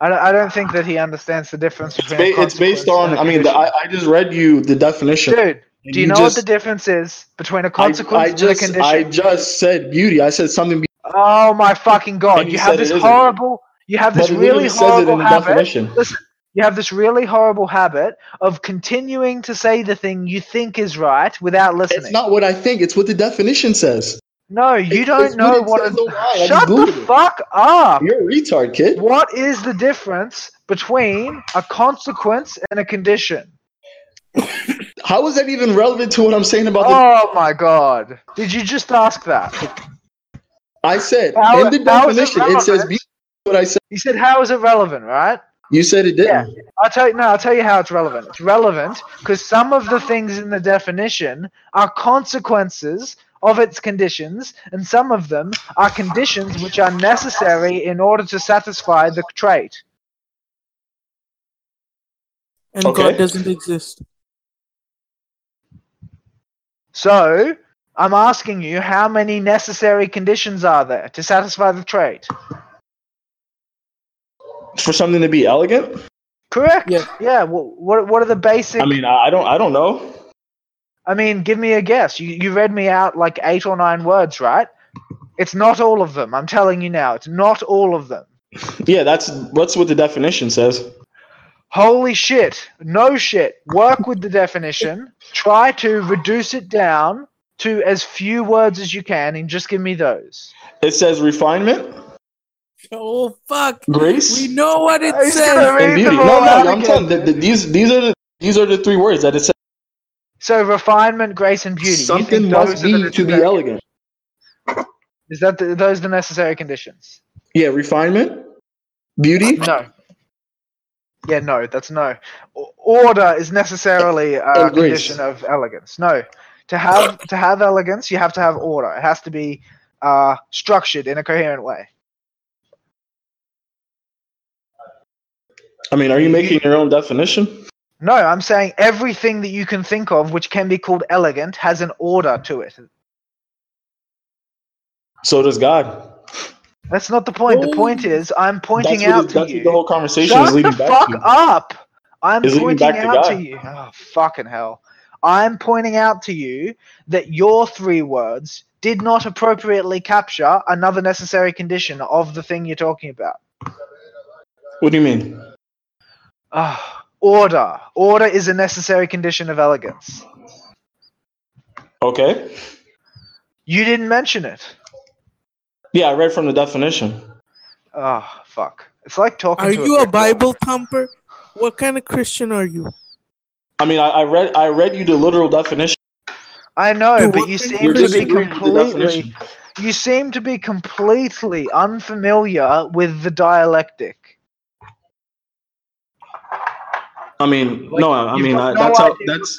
Speaker 2: I don't, I don't think that he understands the difference
Speaker 3: It's,
Speaker 2: between. a
Speaker 3: ba- it's based
Speaker 2: consequence and
Speaker 3: on.
Speaker 2: a
Speaker 3: I mean, the, I,
Speaker 2: condition.
Speaker 3: I just read you the definition.
Speaker 2: dude,
Speaker 3: and
Speaker 2: do you, know
Speaker 3: just-
Speaker 2: what the difference is between a
Speaker 3: I-
Speaker 2: consequence
Speaker 3: I,
Speaker 2: and a
Speaker 3: just,
Speaker 2: condition?
Speaker 3: I just said beauty. I said something. Be-
Speaker 2: Oh my fucking
Speaker 3: And
Speaker 2: god!
Speaker 3: you
Speaker 2: You
Speaker 3: said
Speaker 2: have this
Speaker 3: it isn't.
Speaker 2: horrible. You have
Speaker 3: but
Speaker 2: this
Speaker 3: it
Speaker 2: really
Speaker 3: literally says it in
Speaker 2: horrible
Speaker 3: the
Speaker 2: habit.
Speaker 3: definition.
Speaker 2: Listen, you have this really horrible habit of continuing to say the thing you think is right without listening.
Speaker 3: It's not what I think. It's what the definition says.
Speaker 2: No, you
Speaker 3: It's-
Speaker 2: don't
Speaker 3: it's
Speaker 2: know
Speaker 3: it
Speaker 2: what.
Speaker 3: says
Speaker 2: A,
Speaker 3: on mine. I just
Speaker 2: shut the
Speaker 3: Googled it.
Speaker 2: fuck up.
Speaker 3: You're a retard, kid.
Speaker 2: What is the difference between a consequence and a condition?
Speaker 3: How is that even relevant to what I'm saying about the?
Speaker 2: Oh my god! Did you just ask that?
Speaker 3: I said
Speaker 2: How-
Speaker 3: in the
Speaker 2: how is it
Speaker 3: definition it says
Speaker 2: relevant?
Speaker 3: be what I said.
Speaker 2: You said how is it relevant, right?
Speaker 3: You said it didn't.
Speaker 2: I'll tell you no, I'll tell you how it's relevant. It's relevant because some of the things in the definition are consequences of its conditions, and some of them are conditions which are necessary in order to satisfy the trait.
Speaker 4: And
Speaker 3: Okay.
Speaker 4: God doesn't exist.
Speaker 2: So I'm asking you how many necessary conditions are there to satisfy the trait?
Speaker 3: For something to be elegant.
Speaker 2: Correct?
Speaker 4: Yeah.
Speaker 2: Yeah. wh- What what are the basic
Speaker 3: I mean, I, I don't. I don't know.
Speaker 2: I mean, give me a guess. You, you read me out like eight or nine words, right? It's not all of them. I'm telling you now. It's not all of them.
Speaker 3: Yeah, that's that's what the definition says.
Speaker 2: Holy shit. No shit. Work with the definition. Try to reduce it down to as few words as you can and just give me those.
Speaker 3: It says refinement,
Speaker 4: Oh fuck!
Speaker 3: grace,
Speaker 4: We know what it
Speaker 2: He's
Speaker 4: says.
Speaker 2: gonna
Speaker 3: and
Speaker 2: read
Speaker 3: beauty.
Speaker 2: them
Speaker 3: No,
Speaker 2: all out
Speaker 3: no, I'm
Speaker 2: again.
Speaker 3: telling you, th- th- these these are the, these are the three words that it says.
Speaker 2: So refinement, grace, and beauty. You
Speaker 3: Something
Speaker 2: think
Speaker 3: must
Speaker 2: those are the
Speaker 3: be to be
Speaker 2: necessary-
Speaker 3: elegant.
Speaker 2: Is that the, those the necessary conditions?
Speaker 3: Yeah, refinement, beauty.
Speaker 2: No. Yeah, no, that's no. O- Order is necessarily a
Speaker 3: Oh, Greece.
Speaker 2: condition of elegance. No, to have to have elegance, you have to have order. It has to be uh, structured in a coherent way.
Speaker 3: I mean, are you making your own definition?
Speaker 2: No, I'm saying everything that you can think of, which can be called elegant, has an order to it.
Speaker 3: So does God.
Speaker 2: That's not the point. The point is, I'm pointing
Speaker 3: that's what
Speaker 2: out
Speaker 3: it-
Speaker 2: to
Speaker 3: that's
Speaker 2: you.
Speaker 3: what the whole conversation
Speaker 2: Shut
Speaker 3: is leading
Speaker 2: the
Speaker 3: back
Speaker 2: fuck
Speaker 3: to.
Speaker 2: up! I'm
Speaker 3: It's leading
Speaker 2: pointing
Speaker 3: back to
Speaker 2: out to
Speaker 3: God.
Speaker 2: you. Oh, fucking hell. I'm pointing out to you that your three words did not appropriately capture another necessary condition of the thing you're talking about.
Speaker 3: What do you mean?
Speaker 2: Ah, order. Order is a necessary condition of elegance.
Speaker 3: Okay.
Speaker 2: You didn't mention it.
Speaker 3: Yeah, I read from the definition.
Speaker 2: Oh, fuck. It's like talking
Speaker 4: Are
Speaker 2: to
Speaker 4: you a
Speaker 2: brick wall.
Speaker 4: Bible thumper? What kind of Christian are you?
Speaker 3: I mean, I, I read I read you the literal definition.
Speaker 2: I know,
Speaker 4: Dude,
Speaker 2: but
Speaker 4: what
Speaker 2: you
Speaker 4: thing-
Speaker 2: seem
Speaker 3: You're
Speaker 2: to
Speaker 3: just
Speaker 2: be
Speaker 3: agreeing with the
Speaker 2: completely
Speaker 3: definition.
Speaker 2: you seem to be completely unfamiliar with the dialectic.
Speaker 3: I mean, no, I, I
Speaker 2: you've
Speaker 3: mean
Speaker 2: got no
Speaker 3: I, that's
Speaker 2: idea
Speaker 3: how
Speaker 2: what's
Speaker 3: that's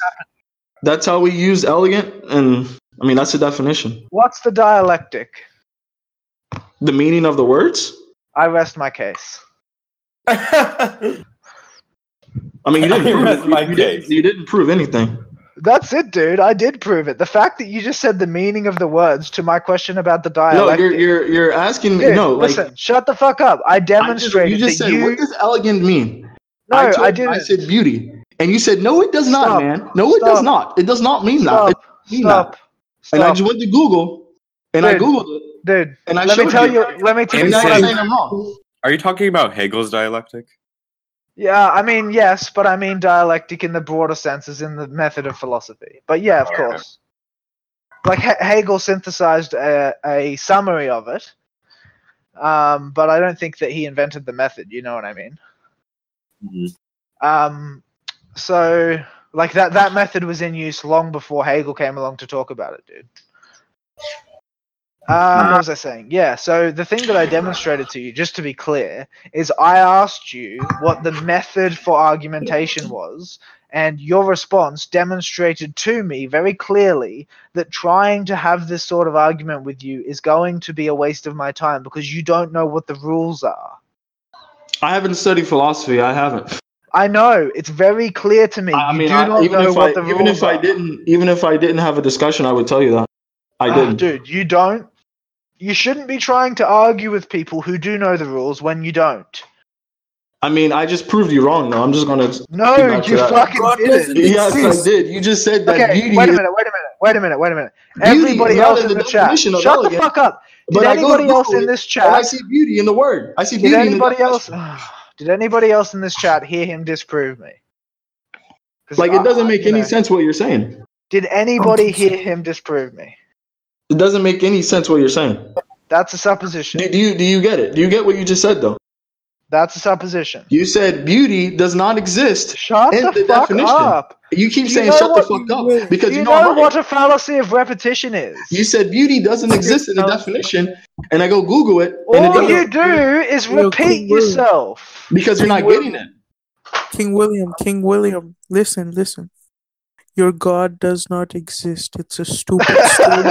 Speaker 3: that's how we use elegant, and I mean that's the definition.
Speaker 2: What's the dialectic?
Speaker 3: The meaning of the words.
Speaker 2: I rest my case.
Speaker 3: I mean, you didn't.
Speaker 5: I rest
Speaker 3: prove,
Speaker 5: my
Speaker 3: you, didn't
Speaker 5: case.
Speaker 3: you didn't prove anything.
Speaker 2: That's it, dude. I did prove it. The fact that you just said the meaning of the words to my question about the
Speaker 3: No,
Speaker 2: dialectic.
Speaker 3: you're you're you're asking.
Speaker 2: Dude,
Speaker 3: no, like
Speaker 2: listen, shut the fuck up. I
Speaker 3: I just-
Speaker 2: demonstrated
Speaker 3: you just
Speaker 2: that
Speaker 3: said,
Speaker 2: you.
Speaker 3: "What does elegant mean?"
Speaker 2: no, I,
Speaker 3: told you
Speaker 2: didn't.
Speaker 3: I said beauty, and you said, "No, it does not,
Speaker 2: Stop.
Speaker 3: man. No, it does
Speaker 2: Stop.
Speaker 3: not. It does not mean that." It
Speaker 2: stop.
Speaker 3: doesn't mean that.
Speaker 2: Stop. Stop.
Speaker 3: And I just went to Google, and I
Speaker 2: Dude.
Speaker 3: googled it,
Speaker 2: dude,
Speaker 3: and I
Speaker 2: let me
Speaker 3: showed
Speaker 2: tell
Speaker 3: you.
Speaker 2: you. Let me tell you.
Speaker 3: And now you're
Speaker 5: Insane.
Speaker 2: what I-
Speaker 3: saying I'm wrong.
Speaker 5: Are you talking about Hegel's dialectic?
Speaker 2: Yeah, I mean yes, but I mean dialectic in the broader sense, as in the method of philosophy. But yeah, of
Speaker 5: Yeah.
Speaker 2: course. Like he- Hegel synthesized a, a summary of it, um, but I don't think that he invented the method. You know what I mean? Um, so like that that method was in use long before Hegel came along to talk about it, dude. Um, what was I saying? Yeah. So the thing that I demonstrated to you, just to be clear, is I asked you what the method for argumentation was, and your response demonstrated to me very clearly that trying to have this sort of argument with you is going to be a waste of my time because you don't know what the rules are.
Speaker 3: I haven't studied philosophy. I haven't.
Speaker 2: I know it's very clear to me.
Speaker 3: I I
Speaker 2: you
Speaker 3: mean,
Speaker 2: do
Speaker 3: I-
Speaker 2: not
Speaker 3: even
Speaker 2: know
Speaker 3: if
Speaker 2: what
Speaker 3: I
Speaker 2: the
Speaker 3: even
Speaker 2: rules
Speaker 3: if I
Speaker 2: are.
Speaker 3: didn't even if I didn't have a discussion, I would tell you that I
Speaker 2: Ah,
Speaker 3: didn't.
Speaker 2: dude. You don't. You shouldn't be trying to argue with people who do know the rules when you don't.
Speaker 3: I mean, I just proved you wrong. though. I'm just gonna.
Speaker 2: No,
Speaker 3: Keep back
Speaker 2: you
Speaker 3: to that.
Speaker 2: fucking
Speaker 4: God
Speaker 2: didn't.
Speaker 4: doesn't-
Speaker 3: Yes, I
Speaker 4: exists.
Speaker 3: did. You just said that
Speaker 2: Okay,
Speaker 3: beauty
Speaker 2: wait a
Speaker 3: is
Speaker 2: minute, wait a minute, wait a minute, wait a minute.
Speaker 3: Beauty is
Speaker 2: Everybody
Speaker 3: not
Speaker 2: else
Speaker 3: in
Speaker 2: in
Speaker 3: the
Speaker 2: the chat,
Speaker 3: definition of
Speaker 2: shut the
Speaker 3: elegant,
Speaker 2: fuck up. Did
Speaker 3: but I go
Speaker 2: anybody
Speaker 3: to
Speaker 2: else in
Speaker 3: Google
Speaker 2: this
Speaker 3: And Oh, I
Speaker 2: chat?
Speaker 3: see beauty in the word. I see
Speaker 2: Did
Speaker 3: beauty
Speaker 2: anybody
Speaker 3: in the
Speaker 2: else? Did anybody else in this chat hear him disprove me? 'Cause
Speaker 3: Like
Speaker 2: I-
Speaker 3: it doesn't make
Speaker 2: you
Speaker 3: any
Speaker 2: know,
Speaker 3: sense what you're saying.
Speaker 2: Did anybody hear him disprove me?
Speaker 3: It doesn't make any sense what you're saying.
Speaker 2: That's a supposition.
Speaker 3: Do, do you do you get it? Do you get what you just said though?
Speaker 2: That's a supposition.
Speaker 3: You said beauty does not exist.
Speaker 2: Shut
Speaker 3: And
Speaker 2: the,
Speaker 3: the
Speaker 2: fuck
Speaker 3: definition.
Speaker 2: up.
Speaker 3: You keep
Speaker 2: You
Speaker 3: saying
Speaker 2: know
Speaker 3: shut
Speaker 2: what-
Speaker 3: the fuck up because
Speaker 2: you,
Speaker 3: you, know,
Speaker 2: know,
Speaker 3: I'm right.
Speaker 2: what a fallacy of repetition is.
Speaker 3: You said beauty doesn't exist in the definition, and I go Google it,
Speaker 4: Oh,
Speaker 3: and it
Speaker 2: All
Speaker 3: doesn't
Speaker 2: you do is
Speaker 4: Real
Speaker 2: repeat
Speaker 4: quick word.
Speaker 2: yourself.
Speaker 3: because you're not getting it.
Speaker 4: King William, King William, listen, listen. Your God does not exist. It's a stupid story.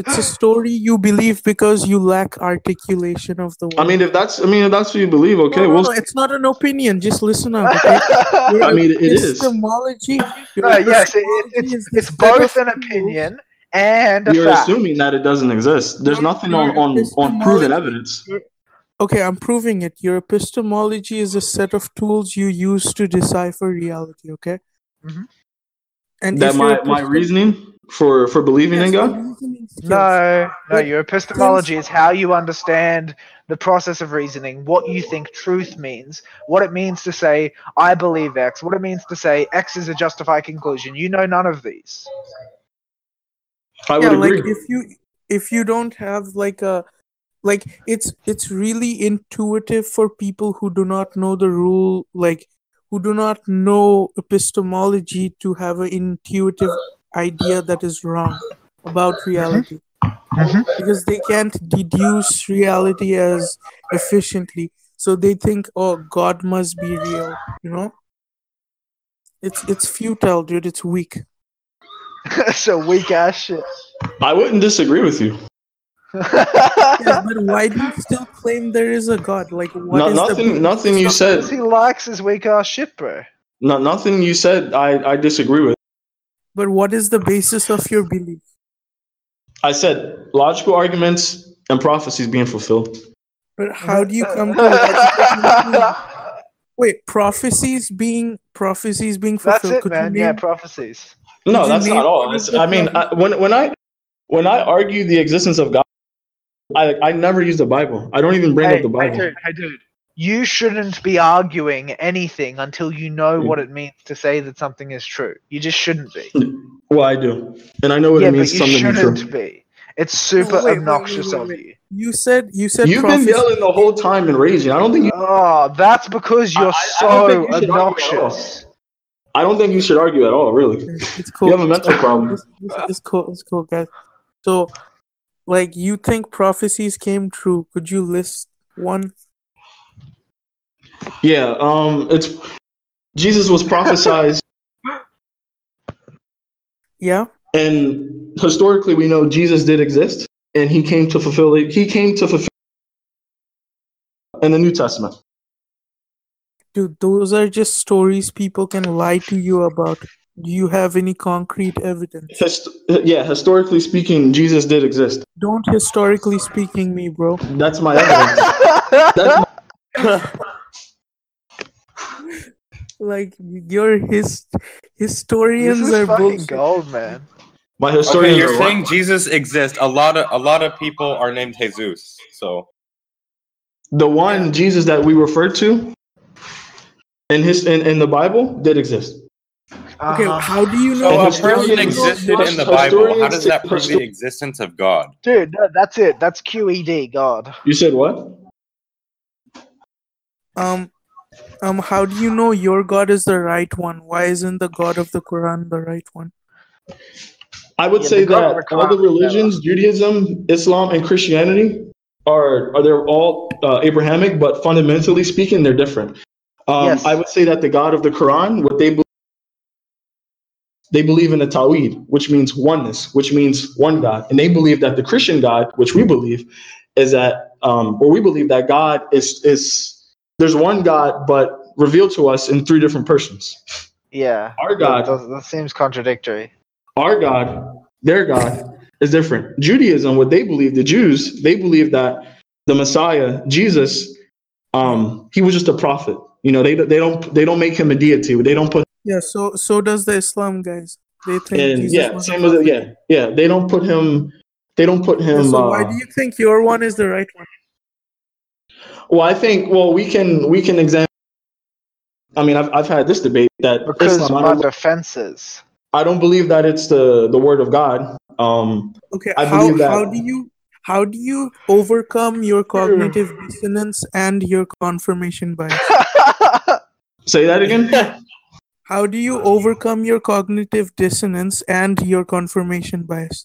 Speaker 4: it's a story you believe because you lack articulation of the word.
Speaker 3: I mean, if that's I mean, if that's what you believe, okay.
Speaker 4: No, no,
Speaker 3: well,
Speaker 4: no, it's not an opinion. Just listen up. Okay? Your
Speaker 3: I mean, it is.
Speaker 4: epistemology. your
Speaker 2: No, Uh, yes, it- it- it's,
Speaker 4: epistemology is
Speaker 2: it's
Speaker 4: the set
Speaker 2: both
Speaker 4: of
Speaker 2: an
Speaker 4: tools.
Speaker 2: opinion and a
Speaker 3: You're
Speaker 2: fact.
Speaker 3: assuming that it doesn't exist. There's nothing on on on proven evidence.
Speaker 4: Okay, I'm proving it. Your epistemology is a set of tools you use to decipher reality. Okay.
Speaker 2: Mhm.
Speaker 4: And
Speaker 3: That
Speaker 4: if your
Speaker 3: my my
Speaker 4: epistem-
Speaker 3: reasoning for for believing in
Speaker 4: Yes, your
Speaker 3: God.
Speaker 4: reasoning skills.
Speaker 2: No, no,
Speaker 4: But
Speaker 2: your epistemology is how you understand the process of reasoning, what you think truth means, what it means to say, I believe X, what it means to say, X is a justified conclusion. You know none of these.
Speaker 3: I
Speaker 4: yeah,
Speaker 3: would
Speaker 4: like
Speaker 3: agree.
Speaker 4: if you if you don't have like a like it's it's really intuitive for people who do not know the rule like who do not know epistemology to have an intuitive idea that is wrong about reality
Speaker 2: Mhm.
Speaker 4: because they can't deduce reality as efficiently so they think oh god must be real you know it's it's futile dude it's weak
Speaker 2: so weak ass shit.
Speaker 3: I wouldn't disagree with you.
Speaker 4: Yeah, but why do you still claim there is a god? Like what
Speaker 3: No,
Speaker 4: is
Speaker 3: nothing
Speaker 4: the
Speaker 3: nothing you said.
Speaker 2: he likes his weak ass shit, bro.
Speaker 3: No, nothing you said. I I disagree with.
Speaker 4: But what is the basis of your belief?
Speaker 3: I said logical arguments and prophecies being fulfilled.
Speaker 4: But how do you
Speaker 2: Uh,
Speaker 4: come to a logical conclusion? Wait, prophecies being prophecies being
Speaker 2: That's
Speaker 4: fulfilled?
Speaker 2: it,
Speaker 4: Could you
Speaker 2: man. Yeah,
Speaker 4: name-
Speaker 2: prophecies.
Speaker 3: No,
Speaker 4: Did you
Speaker 3: that's
Speaker 4: name
Speaker 3: not all.
Speaker 4: one of
Speaker 3: It's-
Speaker 4: the
Speaker 3: I mean, I, when when I when I argue the existence of God, I I never use the Bible. I don't even bring up the Bible.
Speaker 2: dude, hey, dude. You shouldn't be arguing anything until you
Speaker 3: Mm.
Speaker 2: know what it means to say that something is true. You just shouldn't be.
Speaker 3: Well, I do, and I know what
Speaker 2: yeah,
Speaker 3: it means.
Speaker 2: but you
Speaker 3: Something
Speaker 2: shouldn't
Speaker 3: true.
Speaker 2: be. It's super
Speaker 4: wait, wait,
Speaker 2: obnoxious
Speaker 4: wait, wait,
Speaker 2: of you.
Speaker 4: you said you said
Speaker 3: You've been
Speaker 4: prophecy-
Speaker 3: yelling the whole time and raging. I don't think you.
Speaker 2: Oh, that's because you're
Speaker 3: I- I- I
Speaker 2: so
Speaker 3: don't think you should argue at all.
Speaker 2: obnoxious.
Speaker 3: I don't think you should argue at all. Really,
Speaker 4: It's it's cool.
Speaker 3: you have a
Speaker 4: it's
Speaker 3: mental
Speaker 4: cool.
Speaker 3: problem.
Speaker 4: It's- it's- It's cool. It's cool, guys. So, like, you think prophecies came true? Could you list one?
Speaker 3: Yeah. Um. It's Jesus was prophesied,
Speaker 4: Yeah.
Speaker 3: and historically, we know Jesus did exist, and he came to fulfill. it. He came to fulfill in the New Testament.
Speaker 4: Dude, those are just stories people can lie to you about. Do you have any concrete evidence?
Speaker 3: Hist- yeah, historically speaking, Jesus did exist.
Speaker 4: Don't historically speaking me, bro.
Speaker 3: That's my evidence. That's my-
Speaker 4: Like your his
Speaker 2: This
Speaker 4: historians
Speaker 2: is
Speaker 4: are
Speaker 2: fucking
Speaker 4: bullshit.
Speaker 2: gold, man.
Speaker 3: my
Speaker 5: Okay,
Speaker 3: historians
Speaker 5: you're
Speaker 3: are
Speaker 5: saying
Speaker 3: wrong.
Speaker 5: Jesus exists. A lot of a lot of people are named Jesus. So
Speaker 3: the one Jesus that we refer to in his in, in the Bible did exist.
Speaker 4: Okay,
Speaker 2: Uh-huh.
Speaker 4: how do you know?
Speaker 5: So a
Speaker 4: that
Speaker 5: person
Speaker 4: Bible-
Speaker 5: existed in the Bible. How does that prove the existence of God?
Speaker 2: Dude, no, that's it. That's QED, God.
Speaker 3: You said what?
Speaker 4: Um, um, how do you know your God is the right one? Why isn't the God of the Quran the right one?
Speaker 3: I would
Speaker 2: Yeah,
Speaker 3: say
Speaker 2: the God
Speaker 3: that
Speaker 2: of
Speaker 3: all the
Speaker 2: Islam.
Speaker 3: religions, Judaism, Islam, and Christianity, are are they're all uh, Abrahamic, but fundamentally speaking, they're different. Um,
Speaker 2: Yes.
Speaker 3: I would say that the God of the Quran, what they believe, they believe in the Tawhid, which means oneness, which means one God, and they believe that the Christian God, which we believe, is that um, or we believe that God is is there's one God, but revealed to us in three different persons.
Speaker 2: Yeah.
Speaker 3: Our
Speaker 2: That,
Speaker 3: God
Speaker 2: does- that seems contradictory.
Speaker 3: our God, their God, is different. Judaism, what they believe, the Jews, they believe that the Messiah, Jesus, um, he was just a prophet. You know, they they don't they don't make him a deity. They don't put
Speaker 4: Yeah. So so does the Islam guys. They think
Speaker 3: and
Speaker 4: Jesus
Speaker 3: yeah,
Speaker 4: was a
Speaker 3: same as
Speaker 4: prophet.
Speaker 3: yeah, yeah. They don't put him. They don't put him.
Speaker 4: So
Speaker 3: uh,
Speaker 4: why do you think your one is the right one?
Speaker 3: well, I think well we can we can examine. I mean, I've I've had this debate that
Speaker 2: Because
Speaker 3: Islam. I
Speaker 2: my
Speaker 3: don't,
Speaker 2: defenses.
Speaker 3: I don't believe that it's the the word of God. Um,
Speaker 4: Okay,
Speaker 3: I
Speaker 4: how,
Speaker 3: believe that- Hmm.
Speaker 4: how do you how do you overcome your cognitive dissonance and your confirmation bias?
Speaker 3: say that again.
Speaker 4: How do you overcome your cognitive dissonance and your confirmation bias?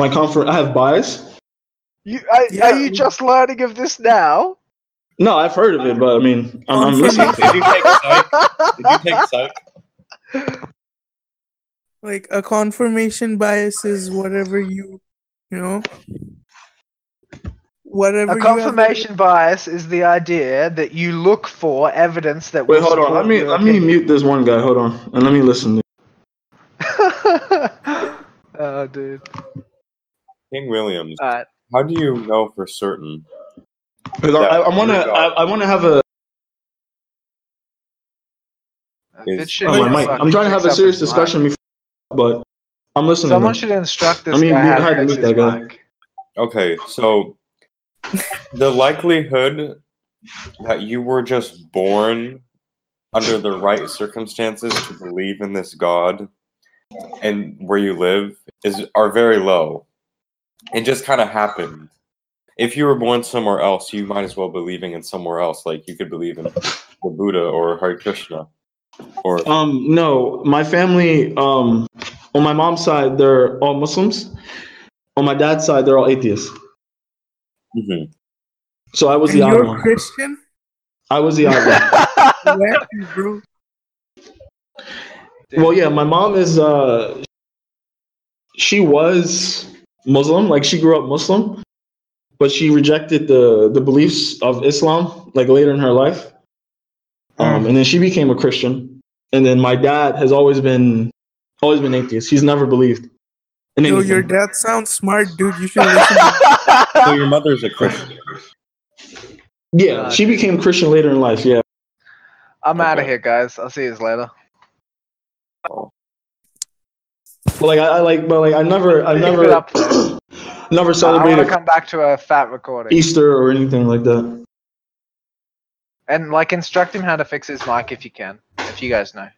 Speaker 3: My confirm. I have bias.
Speaker 2: you, I,
Speaker 4: Yeah.
Speaker 2: Are you just learning of this now?
Speaker 3: No, I've heard of it, but I mean, I'm, I'm listening.
Speaker 4: Confirmation.
Speaker 6: Did you take psych? Did you take psych?
Speaker 4: Like a confirmation bias is whatever you you know whatever
Speaker 2: A
Speaker 4: you have-
Speaker 2: confirmation bias is the idea that you look for evidence that.
Speaker 3: Wait,
Speaker 2: will
Speaker 3: hold on.
Speaker 2: support
Speaker 3: Let me
Speaker 2: your
Speaker 3: let me
Speaker 2: opinion.
Speaker 3: mute this one guy. Hold on, and let me listen.
Speaker 2: oh, dude.
Speaker 5: King Williams,
Speaker 2: All right.
Speaker 5: how do you know for certain?
Speaker 3: Because I, I want to I, I want to have a
Speaker 2: Good
Speaker 5: Is-
Speaker 2: shit.
Speaker 3: oh, my
Speaker 2: Fuck,
Speaker 3: mic. I'm trying to have a
Speaker 2: fix up
Speaker 3: serious
Speaker 2: his mic.
Speaker 3: discussion, before, but I'm listening.
Speaker 2: Someone
Speaker 3: though.
Speaker 2: should instruct this
Speaker 3: I mean,
Speaker 2: guy
Speaker 3: we
Speaker 2: how to
Speaker 3: had to
Speaker 2: fix
Speaker 3: meet
Speaker 2: his
Speaker 3: that guy.
Speaker 2: mic.
Speaker 5: Okay, so the likelihood that you were just born under the right circumstances to believe in this God and where you live is are very low. It just kind of happened. If you were born somewhere else, you might as well believing in somewhere else. Like you could believe in the Buddha or Hare Krishna or
Speaker 3: Um, no, my family, um, on my mom's side, they're all Muslims. On my dad's side, they're all atheists.
Speaker 5: Mhm.
Speaker 3: So I was
Speaker 4: and
Speaker 3: the odd
Speaker 4: you're
Speaker 3: one.
Speaker 4: Christian?
Speaker 3: I was the odd one.
Speaker 4: Where, bro?
Speaker 3: Well, yeah, my mom is. Uh, she was Muslim, like she grew up Muslim, but she rejected the the beliefs of Islam like later in her life,
Speaker 2: Mm-hmm.
Speaker 3: um, and then she became a Christian. And then my dad has always been always been atheist. He's never believed. in
Speaker 4: Yo, your
Speaker 3: anything.
Speaker 4: dad sounds smart, dude. You should listen. to
Speaker 5: So your mother's a Christian.
Speaker 3: Yeah, she became Christian later in life. Yeah.
Speaker 2: I'm out of
Speaker 5: Okay.
Speaker 2: here, guys. I'll see you later.
Speaker 3: But like I, I like but like I never I
Speaker 2: Keep
Speaker 3: never
Speaker 2: it up.
Speaker 3: never
Speaker 2: I want to
Speaker 3: celebrated
Speaker 2: come back to a fat recording
Speaker 3: Easter or anything like that.
Speaker 2: and like instruct him how to fix his mic if you can, if you guys know.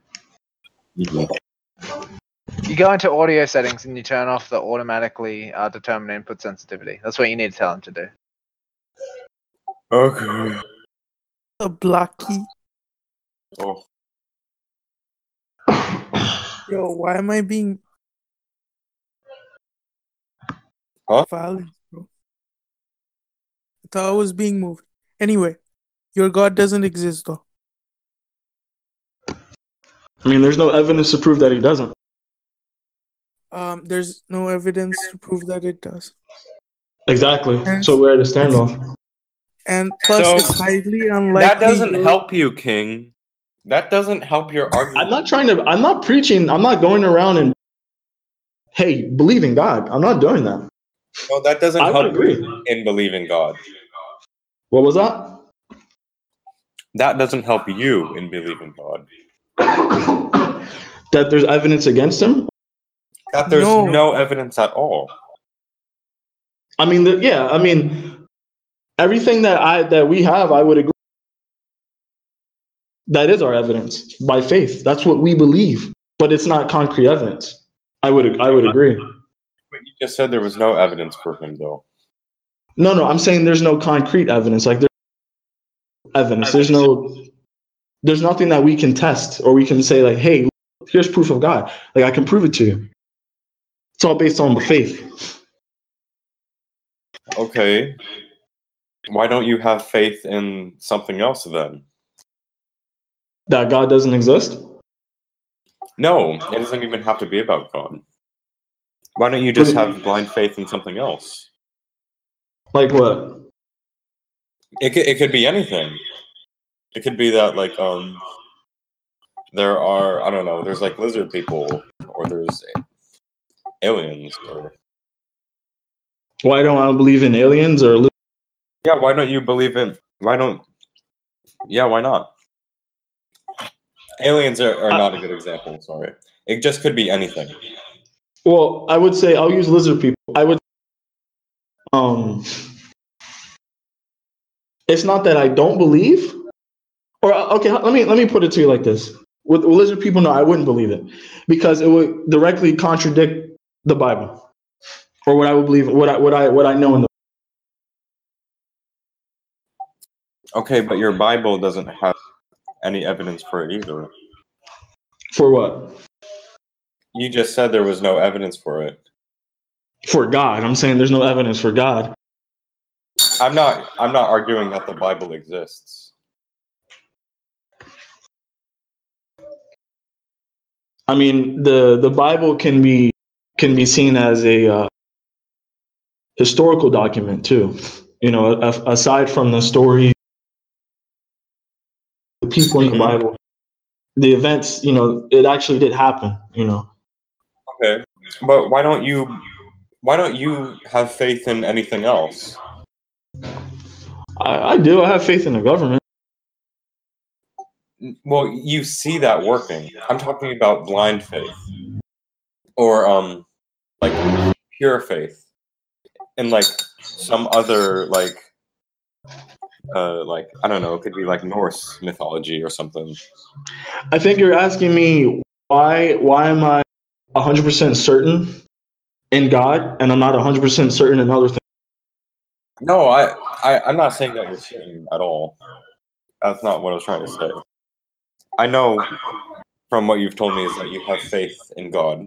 Speaker 5: Mm-hmm.
Speaker 2: You go into audio settings and you turn off the automatically uh, determined input sensitivity. That's what you need to tell him to do.
Speaker 5: Okay.
Speaker 4: the blocky.
Speaker 5: Oh,
Speaker 4: Yo, why am I being
Speaker 5: Huh?
Speaker 4: violent, bro? I thought I was being moved. Anyway, your god doesn't exist though.
Speaker 3: I mean, there's no evidence to prove that he doesn't.
Speaker 4: Um, there's no evidence to prove that it does.
Speaker 3: Exactly. So we're at a standoff.
Speaker 4: And plus
Speaker 5: So-
Speaker 4: it's highly unlikely
Speaker 5: that doesn't
Speaker 4: you'll-
Speaker 5: help you, King. That doesn't help your argument.
Speaker 3: I'm not trying to. I'm not preaching. I'm not going around and hey, believe in God. I'm not doing that.
Speaker 5: No, that doesn't
Speaker 3: I would
Speaker 5: help
Speaker 3: agree.
Speaker 5: you in believe in God.
Speaker 3: What was that?
Speaker 5: That doesn't help you in believe in God.
Speaker 3: That there's evidence against him.
Speaker 5: That there's
Speaker 4: No.
Speaker 5: no, evidence at all.
Speaker 3: I mean, the, yeah. I mean, everything that I that we have, I would agree. That is our evidence by faith. That's what we believe, but it's not concrete evidence. I would I would agree.
Speaker 5: But you just said there was no evidence for him, though.
Speaker 3: No, no, I'm saying there's no concrete evidence. Like there's evidence. There's no there's nothing that we can test or we can say like, hey, here's proof of God. Like I can prove it to you. It's all based on faith.
Speaker 5: Okay. Why don't you have faith in something else then?
Speaker 3: That God doesn't exist.
Speaker 5: No, it doesn't even have to be about God. Why don't you just have blind faith in something else?
Speaker 3: Like what?
Speaker 5: It could, it could be anything. It could be that like um there are I don't know, there's like lizard people or there's aliens or
Speaker 3: Why don't I believe in aliens or li-
Speaker 5: Yeah, why don't you believe in why don't Yeah, why not? Aliens are, are not a good example, sorry. It just could be anything.
Speaker 3: well, I would say I'll use lizard people. I would um it's not that I don't believe or uh, okay, let me let me put it to you like this. With with lizard people, no, I wouldn't believe it because it would directly contradict the Bible, or what I would believe, what I what I what I know in the.
Speaker 5: Okay, but your Bible doesn't have any evidence for it either.
Speaker 3: For what?
Speaker 5: You just said there was no evidence for it.
Speaker 3: For God, I'm saying there's no evidence for God.
Speaker 5: I'm not. I'm not arguing that the Bible exists.
Speaker 3: I mean, the the Bible can be can be seen as a uh, historical document too. You know, a, aside from the story, the people in the
Speaker 5: Mhm.
Speaker 3: Bible, the events. You know, it actually did happen. You know,
Speaker 5: Okay, but why don't you? Why don't you have faith in anything else?
Speaker 3: I, I do. I have faith in the government.
Speaker 5: Well, you see that working. I'm talking about blind faith, or um, like pure faith, and like some other like, uh, like I don't know. It could be like Norse mythology or something.
Speaker 3: I think you're asking me why why am I 100% certain in God and I'm not 100% certain in other things.
Speaker 5: No, I, I I'm not saying that you're certain at all. That's not what I was trying to say. I know from what you've told me is that you have faith in God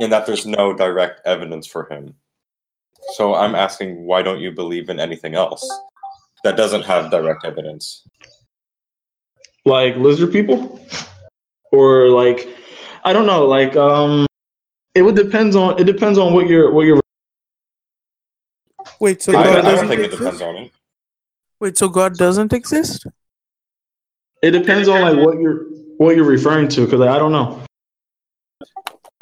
Speaker 5: and that there's no direct evidence for him. So I'm asking why don't you believe in anything else that doesn't have direct evidence?
Speaker 3: Like lizard people or like I don't know, like um it would depends on it depends on what your what your
Speaker 4: Wait, so
Speaker 5: I,
Speaker 3: God
Speaker 5: I
Speaker 4: God
Speaker 5: don't
Speaker 4: doesn't
Speaker 5: think it
Speaker 4: exist?
Speaker 5: depends on it.
Speaker 4: Wait, so God doesn't exist?
Speaker 3: it depends on like what you're what you're referring to cuz like, I don't know.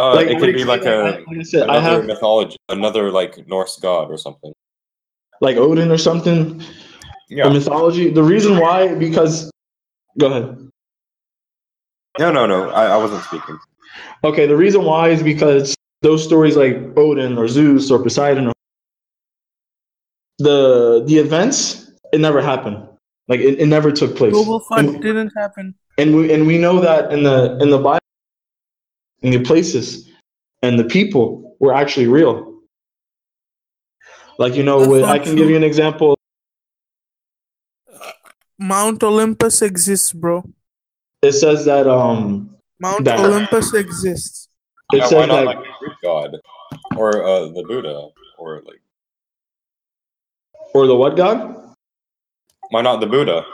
Speaker 5: Uh, it
Speaker 3: what
Speaker 5: could be like a
Speaker 3: like I said I
Speaker 5: another
Speaker 3: have
Speaker 5: mythology, another like Norse god or something.
Speaker 3: like Odin or something
Speaker 5: Yeah.
Speaker 3: or mythology. The reason why because go ahead.
Speaker 5: No, no, no. I, I wasn't speaking.
Speaker 3: Okay, the reason why is because those stories like Odin or Zeus or Poseidon, or the the events it never happened. Like it, it never took place.
Speaker 4: Global flood
Speaker 3: And,
Speaker 4: didn't happen.
Speaker 3: and we and we know that in the in the Bible, in the places and the people were actually real. Like you know,
Speaker 4: That's
Speaker 3: with,
Speaker 4: not
Speaker 3: I can give
Speaker 4: true.
Speaker 3: you an example.
Speaker 4: Mount Olympus exists, bro.
Speaker 3: It says that um,
Speaker 4: Mount
Speaker 3: That-
Speaker 4: Olympus exists.
Speaker 3: it
Speaker 5: yeah, why
Speaker 3: says
Speaker 5: not
Speaker 3: that
Speaker 5: like the Greek god or uh, the Buddha or like
Speaker 3: or the what god?
Speaker 5: why not the Buddha?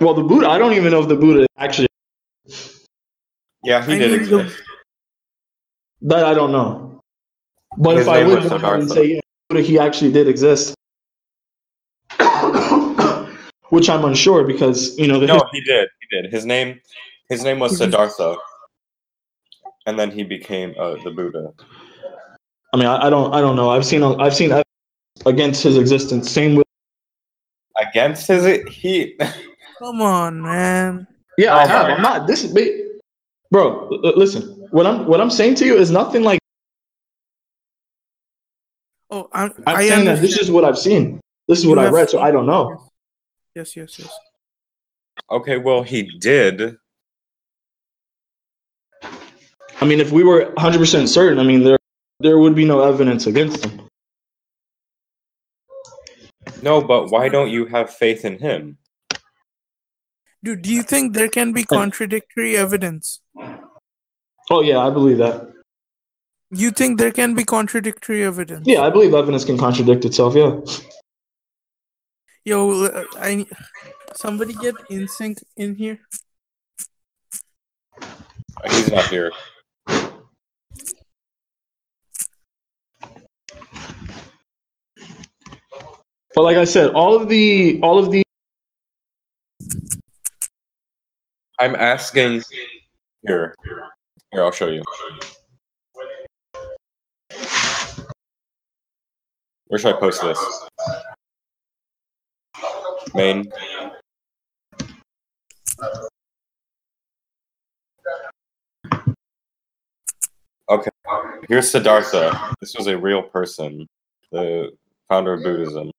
Speaker 3: Well, the Buddha. I don't even know if the Buddha actually.
Speaker 5: Yeah, he
Speaker 4: I mean,
Speaker 5: did
Speaker 4: the-
Speaker 5: exist.
Speaker 3: That I don't know. But
Speaker 5: His
Speaker 3: if I
Speaker 5: name
Speaker 3: would
Speaker 5: was
Speaker 3: go out and
Speaker 5: Siddhartha.
Speaker 3: say yeah, Buddha, he actually did exist, which I'm unsure because you know the
Speaker 5: No, he did. He did. His name, his name was
Speaker 4: Mhm.
Speaker 5: Siddhartha, and then he became uh, the Buddha.
Speaker 3: I mean I, I don't I don't know. I've seen I've seen evidence against his existence. Same with
Speaker 5: Against his he,
Speaker 4: Come on, man.
Speaker 3: yeah I
Speaker 5: Oh,
Speaker 3: have.
Speaker 5: man.
Speaker 3: I'm not this big, bro. l- l- listen, what I'm what I'm saying to you is nothing like
Speaker 4: Oh, I'm,
Speaker 3: I'm saying that this is what I've seen. This is what I read, so I don't know.
Speaker 4: Yes, yes, yes.
Speaker 5: okay, well he did.
Speaker 3: I mean, if we were 100 percent certain, I mean there there would be no evidence against him.
Speaker 5: No, but why don't you have faith in him?
Speaker 4: Dude, do you think there can be contradictory evidence?
Speaker 3: Oh yeah, I believe that.
Speaker 4: You think there can be contradictory evidence?
Speaker 3: Yeah, I believe evidence can contradict itself. Yeah.
Speaker 4: Yo, l- I somebody get in sync in here.
Speaker 5: He's not here.
Speaker 3: But like I said, all of the all of the
Speaker 5: I'm asking. Here, here, I'll show you. Where should I post this? Main. Okay, here's Siddhartha. This was a real person, the founder of Buddhism.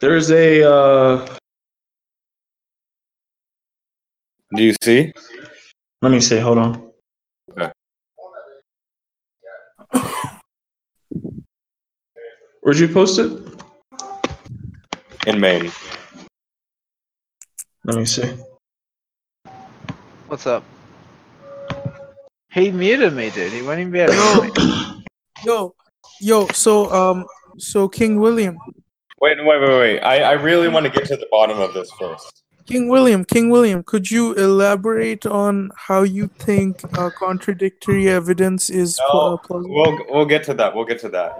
Speaker 3: there's a uh,
Speaker 5: Do you see?
Speaker 3: Let me see. Hold on.
Speaker 5: Okay.
Speaker 3: Where'd you post it?
Speaker 5: In Maine.
Speaker 3: Let me see.
Speaker 2: What's up? He muted me, dude. He won't even be able to hear me.
Speaker 4: Yo, yo. So um, so King William,
Speaker 5: Wait, wait, wait, wait. I, I really want to get to the bottom of this first.
Speaker 4: King William, King William. Could you elaborate on how you think uh, contradictory evidence is pl-
Speaker 5: No,
Speaker 4: plausible?
Speaker 5: We'll we'll get to that. We'll get to that.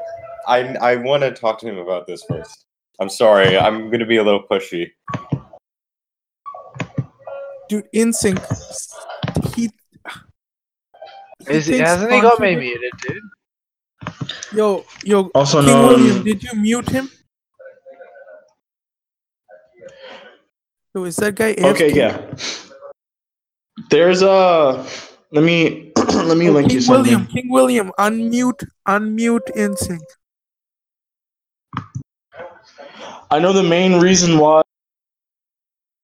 Speaker 5: I I want to talk to him about this first. I'm sorry. I'm going to be a little pushy.
Speaker 4: Dude, InSync. He. he
Speaker 2: Is he,
Speaker 4: thinks
Speaker 2: hasn't he got me
Speaker 4: contradic-
Speaker 2: muted, dude?
Speaker 4: Yo, yo.
Speaker 3: Also
Speaker 4: King William,
Speaker 3: known.
Speaker 4: did you mute him? Yo, is that guy?
Speaker 3: Okay,
Speaker 4: AFK?
Speaker 3: yeah. There's a. Let me let me
Speaker 4: Yo,
Speaker 3: link you
Speaker 4: Oh, King
Speaker 3: something.
Speaker 4: William, King William, unmute, unmute InSync.
Speaker 3: I know the main reason why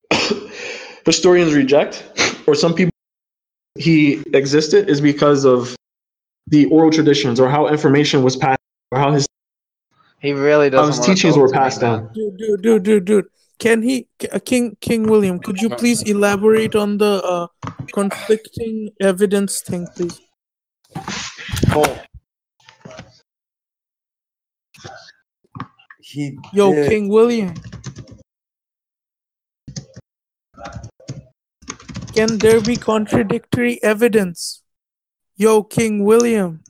Speaker 3: historians reject, or some people he existed, is because of the oral traditions or how information was passed, or how his,
Speaker 2: He really doesn't.
Speaker 3: how his
Speaker 2: wanna
Speaker 3: teachings
Speaker 2: talk
Speaker 3: were
Speaker 2: to me,
Speaker 3: passed
Speaker 2: man.
Speaker 3: down.
Speaker 4: dude, dude, dude, dude, dude. Can he, K- uh, King King William? Could you please elaborate on the uh, conflicting evidence thing, please? Oh,
Speaker 5: He
Speaker 4: Yo,
Speaker 5: did-
Speaker 4: King William. Can there be contradictory evidence? Yo, King William.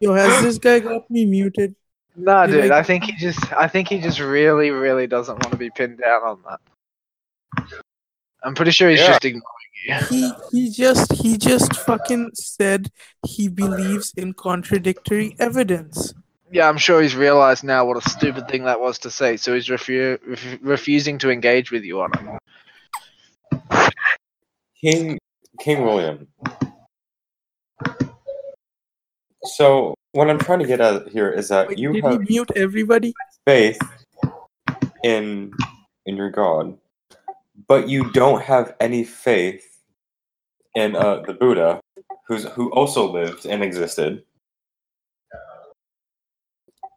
Speaker 4: Yo, has this guy got me muted?
Speaker 2: nah,
Speaker 4: You
Speaker 2: dude.
Speaker 4: like-
Speaker 2: I think he just. I think he just really, really doesn't want to be pinned down on that. I'm pretty sure he's
Speaker 5: Yeah.
Speaker 2: just ignoring you.
Speaker 4: He he just he just fucking said he believes in contradictory evidence.
Speaker 2: Yeah, I'm sure he's realized now what a stupid thing that was to say, so he's refu- ref- refusing to engage with you on it.
Speaker 5: King King William. So what I'm trying to get at here is that
Speaker 4: Wait,
Speaker 5: you
Speaker 4: did
Speaker 5: have
Speaker 4: he mute everybody?
Speaker 5: faith in in your God, but you don't have any faith in uh, the Buddha, who's who also lived and existed.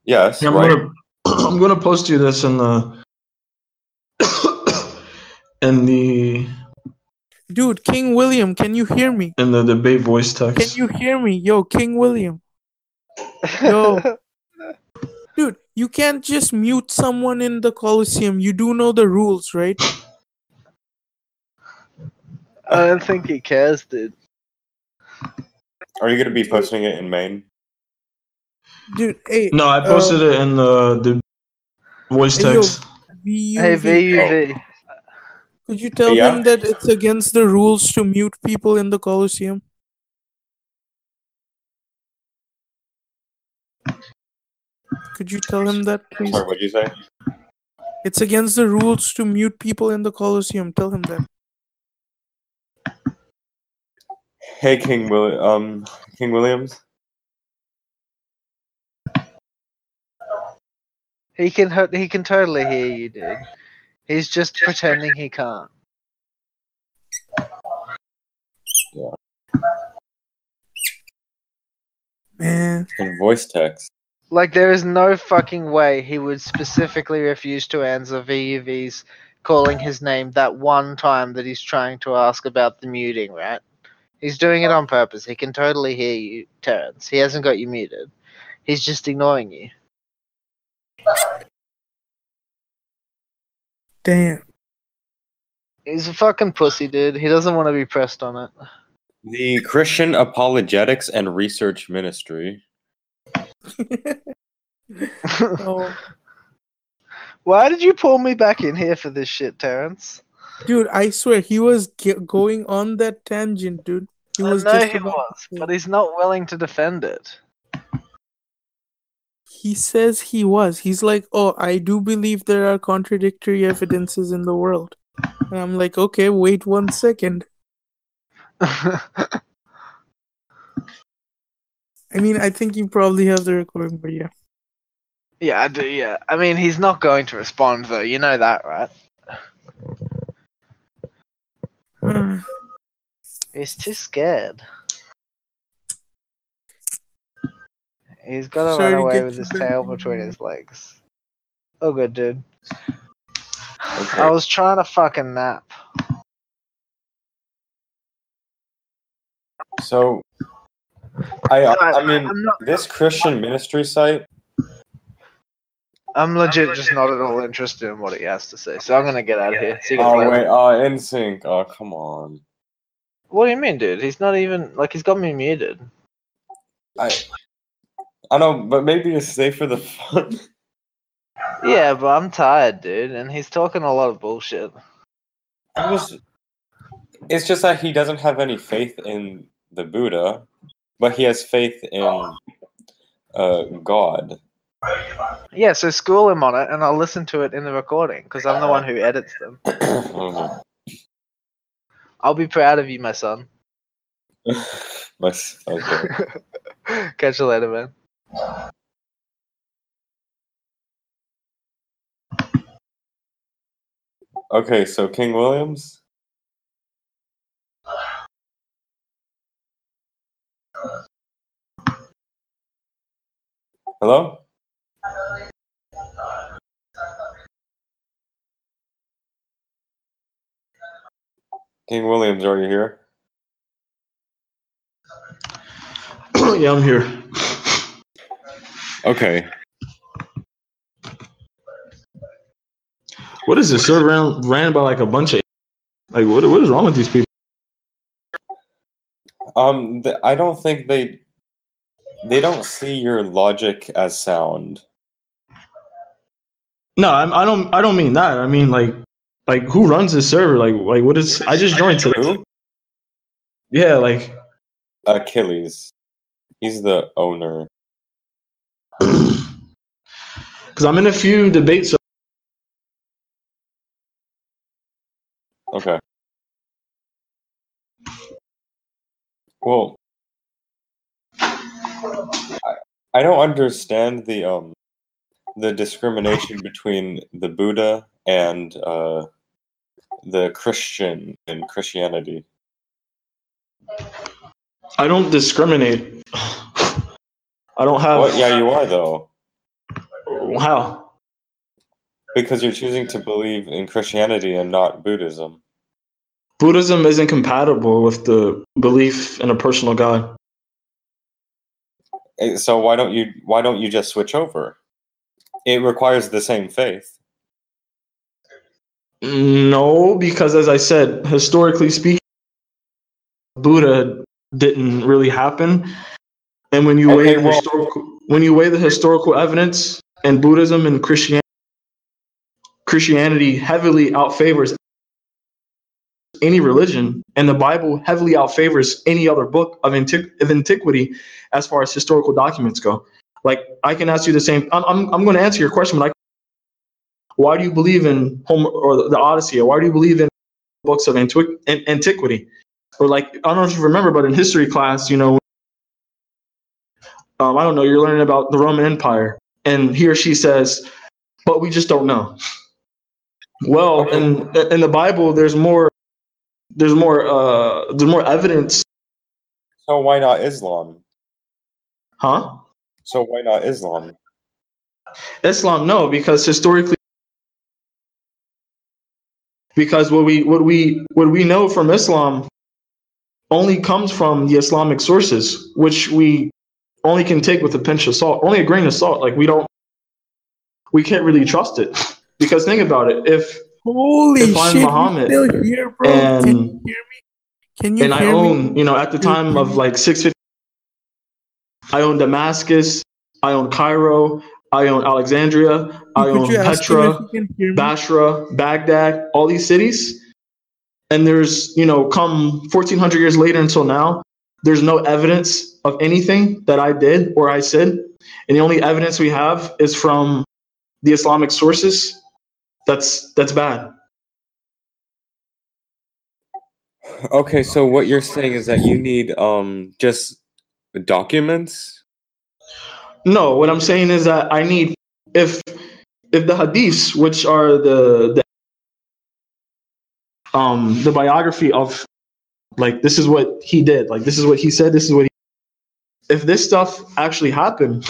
Speaker 5: Yes,
Speaker 3: I'm
Speaker 5: right.
Speaker 3: gonna I'm gonna post you this in the in the
Speaker 4: Dude, King William, can you hear me?
Speaker 3: in the debate voice
Speaker 4: Can
Speaker 3: text.
Speaker 4: you hear me? Yo, King William. Yo. Dude, you can't just mute someone in the Coliseum. You do know the rules, right?
Speaker 2: I don't think he cares, dude.
Speaker 5: Are you going to be posting it in Maine?
Speaker 4: Dude, hey,
Speaker 3: No, I posted it in the the voice
Speaker 4: Hey, yo.
Speaker 3: text.
Speaker 4: VUV,
Speaker 2: Hey, VUV.
Speaker 4: could you tell
Speaker 5: Yeah.
Speaker 4: them that it's against the rules to mute people in the Coliseum? Could you tell him that, please?
Speaker 5: Sorry, what'd you say?
Speaker 4: It's against the rules to mute people in the Coliseum. Tell him that.
Speaker 5: Hey, King Will, um, King Williams.
Speaker 2: He can ho- he can totally hear you, dude. He's just pretending he can't.
Speaker 4: Man.
Speaker 5: In voice text.
Speaker 2: Like there is no fucking way he would specifically refuse to answer VUV's calling his name that one time that he's trying to ask about the muting, right? He's doing it on purpose. He can totally hear you, Terrence. He hasn't got you muted. He's just ignoring you.
Speaker 4: Damn.
Speaker 2: He's a fucking pussy, dude. He doesn't want to be pressed on it.
Speaker 5: The Christian Apologetics and Research Ministry.
Speaker 4: Oh,
Speaker 2: Why did you pull me back in here for this shit, Terrence?
Speaker 4: dude, I swear he was ge- going on that tangent, dude. He was
Speaker 2: I know
Speaker 4: just
Speaker 2: he
Speaker 4: about-
Speaker 2: was, but he's not willing to defend it.
Speaker 4: He says he was. He's like, "Oh, I do believe there are contradictory evidences in the world." And I'm like, "Okay, wait one second. I mean, I think you probably have the recording, but yeah.
Speaker 2: yeah, I do. Yeah, I mean, he's not going to respond though. You know that, right?
Speaker 3: Hmm.
Speaker 4: Mm.
Speaker 2: He's too scared. He's gotta
Speaker 4: Sorry to
Speaker 2: run away
Speaker 4: get
Speaker 2: with
Speaker 4: you
Speaker 2: his
Speaker 4: back
Speaker 2: tail
Speaker 4: in the
Speaker 2: between
Speaker 4: room.
Speaker 2: his legs. Oh, good, dude.
Speaker 5: Okay.
Speaker 2: I was trying to fucking nap.
Speaker 5: So, I I
Speaker 2: I-
Speaker 5: mean,
Speaker 2: I'm not.
Speaker 5: this Christian ministry site.
Speaker 2: I'm legit just not at all interested in what he has to say, so I'm gonna get out of here. See you guys
Speaker 5: Oh
Speaker 2: later.
Speaker 5: wait, oh NSYNC. Oh come on.
Speaker 2: What do you mean, dude? He's not even like he's got me muted.
Speaker 5: I I know, but maybe it's safe for the fun.
Speaker 2: Yeah, but I'm tired, dude, and he's talking a lot of bullshit.
Speaker 5: I'm just. It's just that he doesn't have any faith in the Buddha, but he has faith in uh, God.
Speaker 2: Yeah, so school him on it, and I'll listen to it in the recording because I'm the one who edits them. I'll be proud of you, my son.
Speaker 5: My s- okay.
Speaker 2: Catch you later, man.
Speaker 5: okay, so King Williams. Hello? King Williams, are you here?
Speaker 3: yeah, I'm here.
Speaker 5: Okay.
Speaker 3: What is this server ran, ran by like a bunch of like what what is wrong with these people?
Speaker 5: Um, th- I don't think they they don't see your logic as sound.
Speaker 3: No, I'm, I don't. I don't mean that. I mean like, like who runs this server? Like, like what is? I just joined today.
Speaker 5: Who?
Speaker 3: Yeah, like
Speaker 5: Achilles. He's the owner.
Speaker 3: because I'm in a few debates.
Speaker 5: Okay. Well, I, I don't understand the um the discrimination between the Buddha and uh the Christian in Christianity.
Speaker 3: I don't discriminate. I don't have.
Speaker 5: Well, yeah, you are though.
Speaker 3: How?
Speaker 5: Because you're choosing to believe in Christianity and not Buddhism.
Speaker 3: Buddhism isn't compatible with the belief in a personal God.
Speaker 5: Eh, So why don't you why don't you just switch over? It requires the same faith.
Speaker 3: No, because as I said, historically speaking, Buddha didn't really happen. And when you weigh
Speaker 5: Okay, well-
Speaker 3: historical, when you weigh the historical evidence and Buddhism and Christianity, Christianity heavily outfavors any religion, and the Bible heavily outfavors any other book of, antiqu- of antiquity as far as historical documents go. Like I can ask you the same. I'm I'm, I'm going to answer your question, but I why do you believe in Homer or the Odyssey? Or why do you believe in books of antiqu- an- antiquity? Or like I don't know if you remember, but in history class, you know, um, I don't know, you're learning about the Roman Empire, and he or she says, "But we just don't know." Well, in in the Bible, there's more, there's more, uh, there's more evidence,
Speaker 5: So why not Islam?
Speaker 3: huh?
Speaker 5: So why not Islam?
Speaker 3: Islam, no, because historically, because what we what we what we know from Islam only comes from the Islamic sources, which we only can take with a pinch of salt, only a grain of salt. Like we don't, we can't really trust it. Because think about it, if
Speaker 4: Holy
Speaker 3: If I'm
Speaker 4: shit!
Speaker 3: Muhammad,
Speaker 4: Muhammad, still here, bro. Can
Speaker 3: and-
Speaker 4: you hear me? Can you
Speaker 3: and I
Speaker 4: hear me? Mm-hmm.
Speaker 3: own, you know, at the time of like six fifty, I own Damascus, I own Cairo, I own Alexandria, I
Speaker 4: Could
Speaker 3: own
Speaker 4: you ask him
Speaker 3: Petra.
Speaker 4: if he can hear me?
Speaker 3: Basra, Baghdad, all these cities. And there's, you know, come 1400 years later until now, there's no evidence of anything that I did or I said. And the only evidence we have is from the Islamic sources. That's that's bad.
Speaker 5: Okay, so what you're saying is that you need um just documents?
Speaker 3: No, what I'm saying is that I need if if the hadiths, which are the, the um, the biography of like this is what he did, like this is what he said, this is what he. If this stuff actually happened,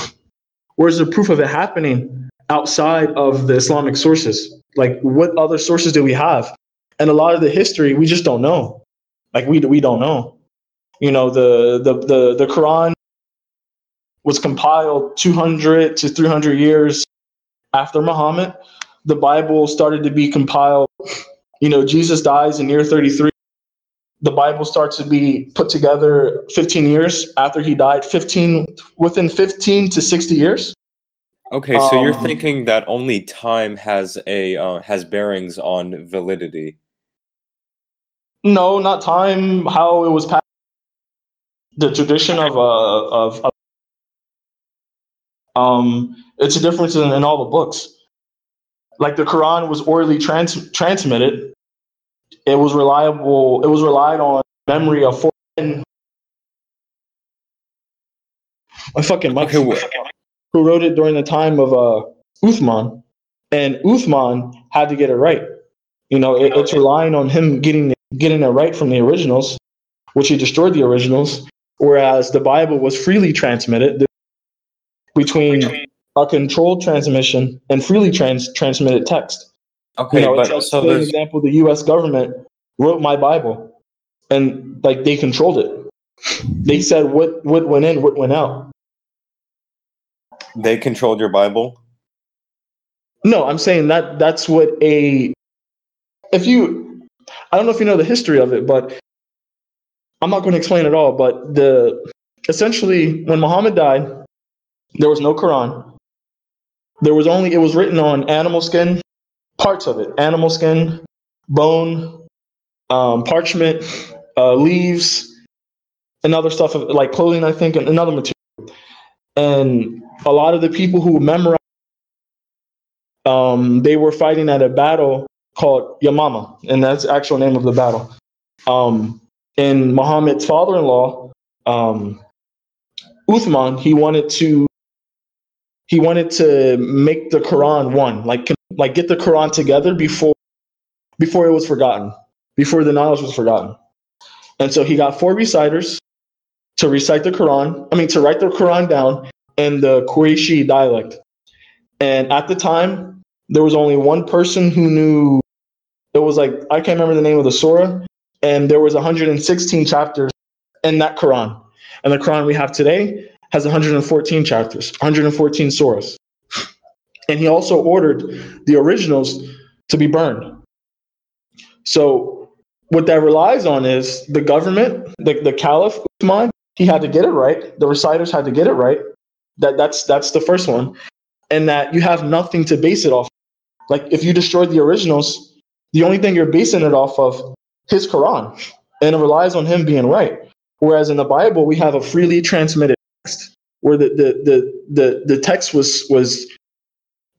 Speaker 3: where's the proof of it happening outside of the Islamic sources? Like, what other sources do we have? And a lot of the history we just don't know. Like, we we don't know. You know, the the the, the Quran was compiled 200 to 300 years after Muhammad. The Bible started to be compiled. You know, Jesus dies in year 33. The Bible starts to be put together 15 years after he died. 15 within 15 to 60 years.
Speaker 5: Okay, so you're
Speaker 3: Um,
Speaker 5: thinking that only time has a uh, has bearings on validity.
Speaker 3: No, not time. How it was passed. The tradition of uh of, of um, it's a difference in, in all the books. Like the Quran was orally trans- transmitted. It was reliable. It was relied on memory of foreign. I fucking Mike
Speaker 5: Okay, wh-
Speaker 3: who wrote it during the time of uh, Uthman, and Uthman had to get it right. You know, it, it's relying on him getting getting it right from the originals, which he destroyed the originals. Whereas the Bible was freely transmitted between a controlled transmission and freely trans- transmitted text.
Speaker 5: Okay,
Speaker 3: you know,
Speaker 5: but
Speaker 3: it's
Speaker 5: so
Speaker 3: for
Speaker 5: there's
Speaker 3: example, the U.S. government wrote my Bible, and like they controlled it. They said what what went in, what went out.
Speaker 5: they controlled your Bible.
Speaker 3: No, I'm saying that that's what a if you I don't know if you know the history of it, but I'm not going to explain it all, but the essentially when Muhammad died, there was no Quran. There was only it was written on animal skin, parts of it, animal skin, bone, um, parchment, uh, leaves, and other stuff of, like clothing, I think, and another material. And a lot of the people who memorized um, they were fighting at a battle called Yamama, and that's the actual name of the battle. Um, and Muhammad's father-in-law, um, Uthman, he wanted to he wanted to make the Quran one, like con- like get the Quran together before before it was forgotten, before the knowledge was forgotten. And so he got four reciters to recite the Quran. I mean, to write the Quran down in the Qurayshi dialect. And at the time, there was only one person who knew. It was like I can't remember the name of the surah, and there was 116 chapters in that Quran. And the Quran we have today has 114 chapters, 114 surahs. And he also ordered the originals to be burned. So what that relies on is the government, the, the caliph Uthman, he had to get it right. The reciters had to get it right. That that's that's the first one and that you have nothing to base it off. Like if you destroyed the originals, the only thing you're basing it off of his Quran, and it relies on him being right. Whereas in the Bible, we have a freely transmitted text where the the the the, the text was was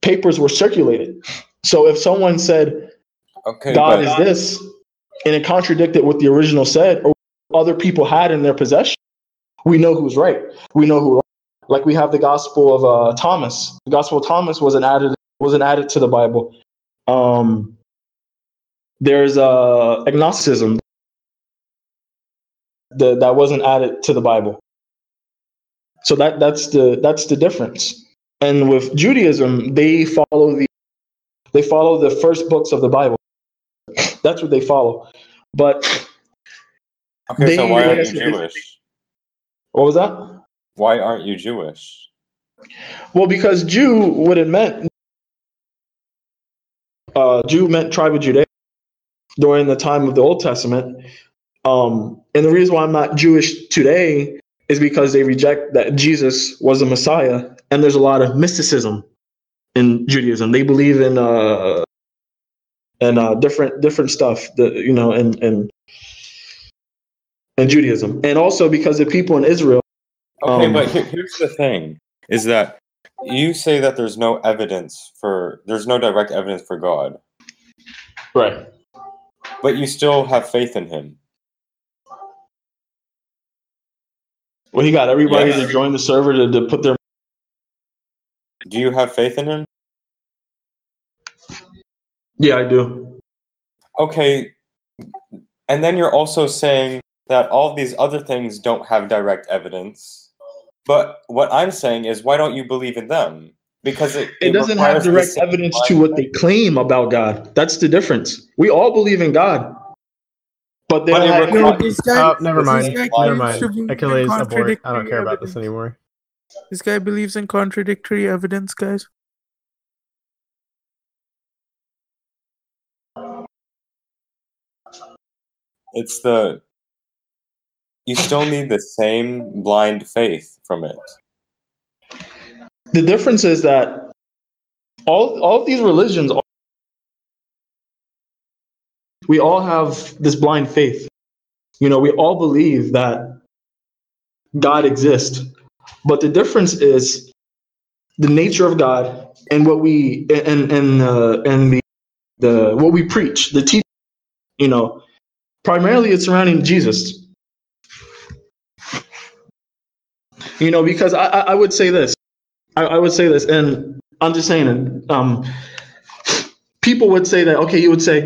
Speaker 3: papers were circulated. So if someone said
Speaker 5: Okay,
Speaker 3: God
Speaker 5: but
Speaker 3: is this, and it contradicted what the original said or other people had in their possession, we know who's right. We know who. Like we have the Gospel of uh, Thomas. The Gospel of Thomas wasn't added wasn't added to the Bible. Um, there's uh, agnosticism that that wasn't added to the Bible. So that that's the that's the difference. And with Judaism, they follow the they follow the first books of the Bible. That's what they follow. But
Speaker 5: okay, so
Speaker 3: they-
Speaker 5: why
Speaker 3: they
Speaker 5: aren't
Speaker 3: asked
Speaker 5: you
Speaker 3: me this-
Speaker 5: Jewish?
Speaker 3: what was that?
Speaker 5: Why aren't you Jewish?
Speaker 3: Well, because Jew, what it meant, uh, Jew meant tribe of Judea during the time of the Old Testament. Um, and the reason why I'm not Jewish today is because they reject that Jesus was the Messiah. And there's a lot of mysticism in Judaism. They believe in uh, and uh, different different stuff. That, you know, and and and Judaism, and also because the people in Israel.
Speaker 5: Okay,
Speaker 3: Um,
Speaker 5: but here, here's the thing: is that you say that there's no evidence for there's no direct evidence for God,
Speaker 3: Right.
Speaker 5: but you still have faith in Him.
Speaker 3: Well, he got everybody
Speaker 5: Yeah.
Speaker 3: to join the server to, to put their.
Speaker 5: Do you have faith in Him?
Speaker 3: Yeah, I do.
Speaker 5: Okay, And then you're also saying that all these other things don't have direct evidence. But what I'm saying is, why don't you believe in them? Because it,
Speaker 3: It doesn't have
Speaker 5: requires the
Speaker 3: direct
Speaker 5: same
Speaker 3: evidence
Speaker 5: line
Speaker 3: to
Speaker 5: of
Speaker 3: what they claim about God. That's the difference. We all believe in God, but they
Speaker 5: But
Speaker 3: don't
Speaker 5: it
Speaker 3: have
Speaker 5: requires-
Speaker 4: No, this guy,
Speaker 7: Oh, never
Speaker 5: this
Speaker 7: mind.
Speaker 5: is like
Speaker 7: Never
Speaker 4: shooting
Speaker 7: mind. Achilles,
Speaker 4: and
Speaker 7: abort. I don't
Speaker 4: contradicting
Speaker 7: care about this
Speaker 4: evidence.
Speaker 7: anymore.
Speaker 4: this guy believes in contradictory evidence, guys.
Speaker 5: It's the you still need the same blind faith from it.
Speaker 3: the difference is that all all of these religions all- we all have this blind faith you know we all believe that god exists but the difference is the nature of god and what we and and uh, and the the what we preach the teach you know primarily it's surrounding jesus you know because i i, I would say this I, I would say this, and I'm just saying it. Um, people would say that, okay, you would say,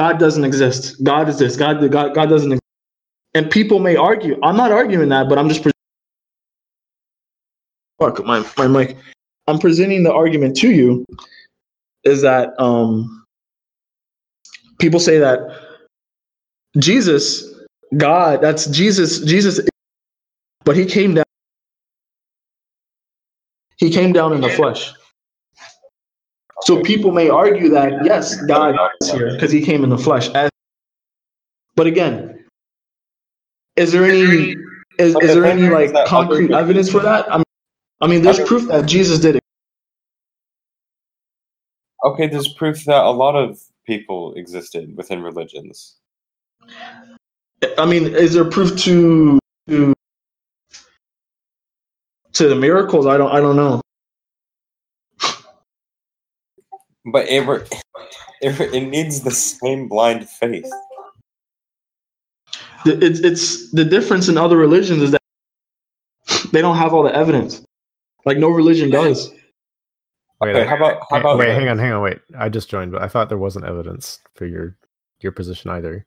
Speaker 3: God doesn't exist. God is this. God, God, God doesn't exist. And people may argue. I'm not arguing that, but I'm just. Pre- Fuck my, my mic. I'm presenting the argument to you is that um, people say that Jesus, God, that's Jesus, Jesus, but he came down. He came down in the flesh. So people may argue that yes, God is here because he came in the flesh. As, but again, is there any is,
Speaker 5: But
Speaker 3: is
Speaker 5: the
Speaker 3: there any
Speaker 5: thing is
Speaker 3: like
Speaker 5: that other
Speaker 3: concrete
Speaker 5: religions-
Speaker 3: evidence for that? I mean, I mean, there's
Speaker 5: Other-
Speaker 3: proof that Jesus did it.
Speaker 5: Okay, there's proof that a lot of people existed within religions.
Speaker 3: I mean, is there proof to to to the miracles? I don't I don't know.
Speaker 5: But it, re- it, re- it needs the same blind faith.
Speaker 3: The- It's it's the difference in other religions is that they don't have all the evidence. Like no religion does.
Speaker 7: Wait,
Speaker 5: Okay,
Speaker 7: I-
Speaker 5: how about how
Speaker 7: Hey,
Speaker 5: about
Speaker 7: wait,
Speaker 5: this?
Speaker 7: hang on, hang on, wait. I just joined, but I thought there wasn't evidence for your your position either.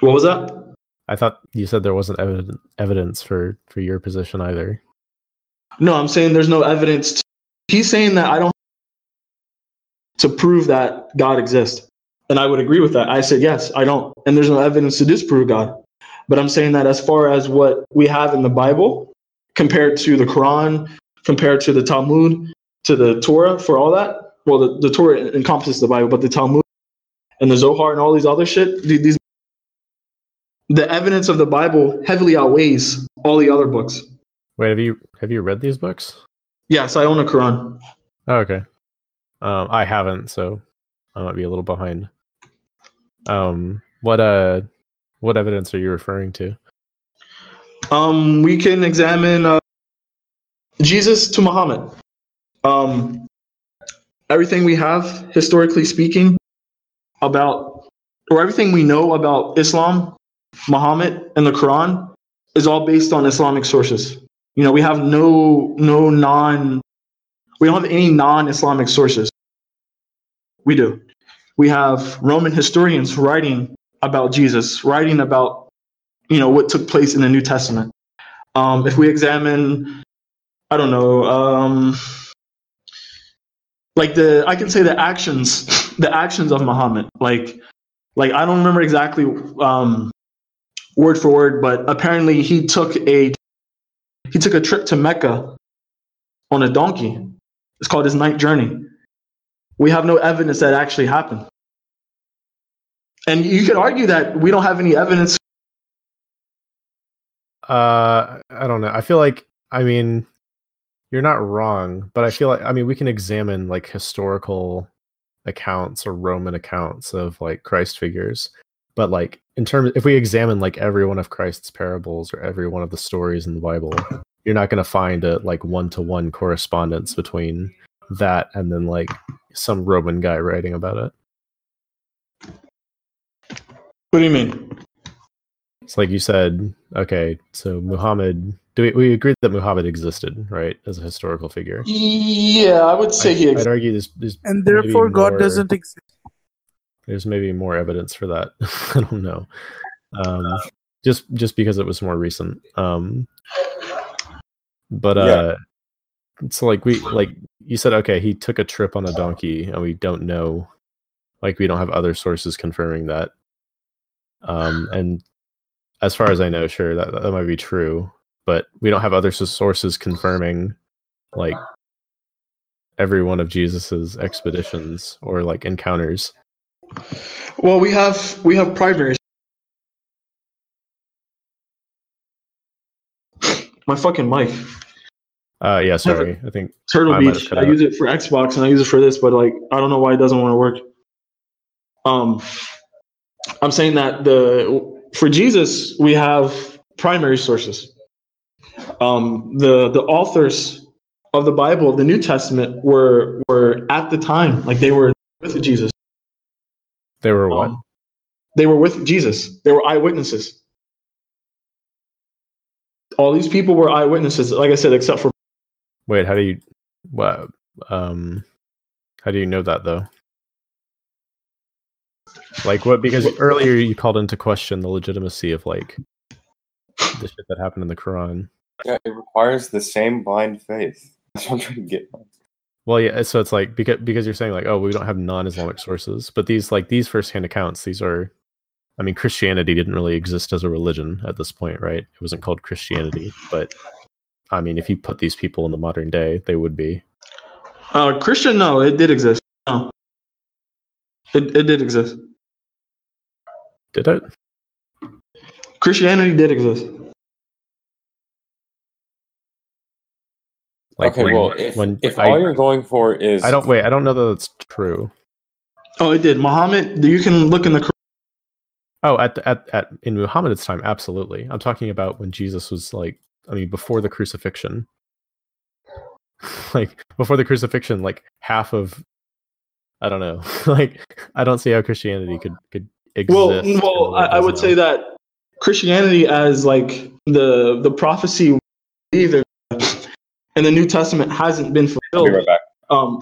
Speaker 3: What was that?
Speaker 7: I thought you said there wasn't evidence evidence for for your position either.
Speaker 3: No, I'm saying there's no evidence. To, he's saying that I don't to prove that God exists, and I would agree with that. I said yes, I don't, and there's no evidence to disprove God. But I'm saying that as far as what we have in the Bible, compared to the Quran, compared to the Talmud, to the Torah, for all that, well, the, the Torah encompasses the Bible, but the Talmud and the Zohar and all these other shit, the- these the evidence of the Bible heavily outweighs all the other books.
Speaker 7: Wait, have you have you read these books?
Speaker 3: Yes, I own a Quran.
Speaker 7: Oh, okay. Um, I haven't, so I might be a little behind. Um, what uh, what evidence are you referring to?
Speaker 3: Um, we can examine uh, Jesus to Muhammad. Um, everything we have, historically speaking, about or everything we know about Islam, Muhammad, and the Quran is all based on Islamic sources. You know, we have no no non, we don't have any non-Islamic sources. We do. We have Roman historians writing about Jesus, writing about you know what took place in the New Testament. Um, if we examine, I don't know, um, like the I can say the actions, the actions of Muhammad. Like, like I don't remember exactly um, word for word, but apparently he took a he took a trip to Mecca on a donkey. It's called his night journey. We have no evidence that actually happened. And you could argue that we don't have any evidence
Speaker 7: Uh, I don't know. I feel like I mean, you're not wrong, but I feel like I mean we can examine like historical accounts or Roman accounts of like Christ figures, but like in terms if we examine like every one of Christ's parables or every one of the stories in the Bible, you're not going to find a like one to one correspondence between that and then like some Roman guy writing about it.
Speaker 3: What do you mean?
Speaker 7: It's like you said, okay, so Muhammad, do we, we agree that Muhammad existed, right, as a historical figure?
Speaker 3: Yeah, I would say
Speaker 7: I,
Speaker 3: he.
Speaker 7: would argue this, this
Speaker 4: And
Speaker 7: Maybe
Speaker 4: therefore, God
Speaker 7: more-
Speaker 4: doesn't exist.
Speaker 7: There's maybe more evidence for that. I don't know. Um, just just because it was more recent. Um, but uh, it's like we like you said. Okay, he took a trip on a donkey, and we don't know. Like we don't have other sources confirming that. Um, and as far as I know, sure that that might be true, but we don't have other s- sources confirming like every one of Jesus's expeditions or like encounters.
Speaker 3: Well, we have we have primary. My fucking mic.
Speaker 7: Uh, yeah, sorry. I think
Speaker 3: Turtle
Speaker 7: I might have
Speaker 3: Beach.
Speaker 7: cut
Speaker 3: I
Speaker 7: out.
Speaker 3: use it for Xbox and I use it for this, but like I don't know why it doesn't want to work. Um, I'm saying that the for Jesus we have primary sources. Um, the the authors of the Bible, the New Testament, were were at the time like they were with Jesus.
Speaker 7: they were what?
Speaker 3: Um, they were with Jesus. They were eyewitnesses. All these people were eyewitnesses, like I said, except for
Speaker 7: Wait, how do you what um how do you know that though? Like what because earlier you called into question the legitimacy of like the shit that happened in the Quran.
Speaker 5: Yeah, it requires the same blind faith. That's what I'm trying to get. at.
Speaker 7: Well, yeah, so it's like because because you're saying like, oh, we don't have non-Islamic sources, but these like these firsthand accounts, these are I mean, Christianity didn't really exist as a religion at this point, right? It wasn't called Christianity, but I mean, if you put these people in the modern day, they would be.
Speaker 3: uh, Christian. No, it did exist. No, it, it did exist.
Speaker 7: Did it?
Speaker 3: Christianity did exist.
Speaker 5: okay,
Speaker 7: when-
Speaker 5: well, if,
Speaker 7: when
Speaker 5: if
Speaker 7: I-
Speaker 5: all you're going for is
Speaker 7: I don't wait. I don't know that it's true.
Speaker 3: Oh, it did. Muhammad. You can look in the. Quran.
Speaker 7: Oh, at the, at at in Muhammad's time, absolutely. I'm talking about when Jesus was like, I mean, before the crucifixion. like before the crucifixion, like half of, I don't know. like I don't see how Christianity could could exist.
Speaker 3: Well,
Speaker 7: in the
Speaker 3: well,
Speaker 7: way
Speaker 3: I,
Speaker 7: it
Speaker 3: I
Speaker 7: does
Speaker 3: would
Speaker 7: now.
Speaker 3: say that Christianity as like the the prophecy either in the New Testament hasn't been
Speaker 5: I'll
Speaker 3: fulfilled.
Speaker 5: be right back.
Speaker 3: um,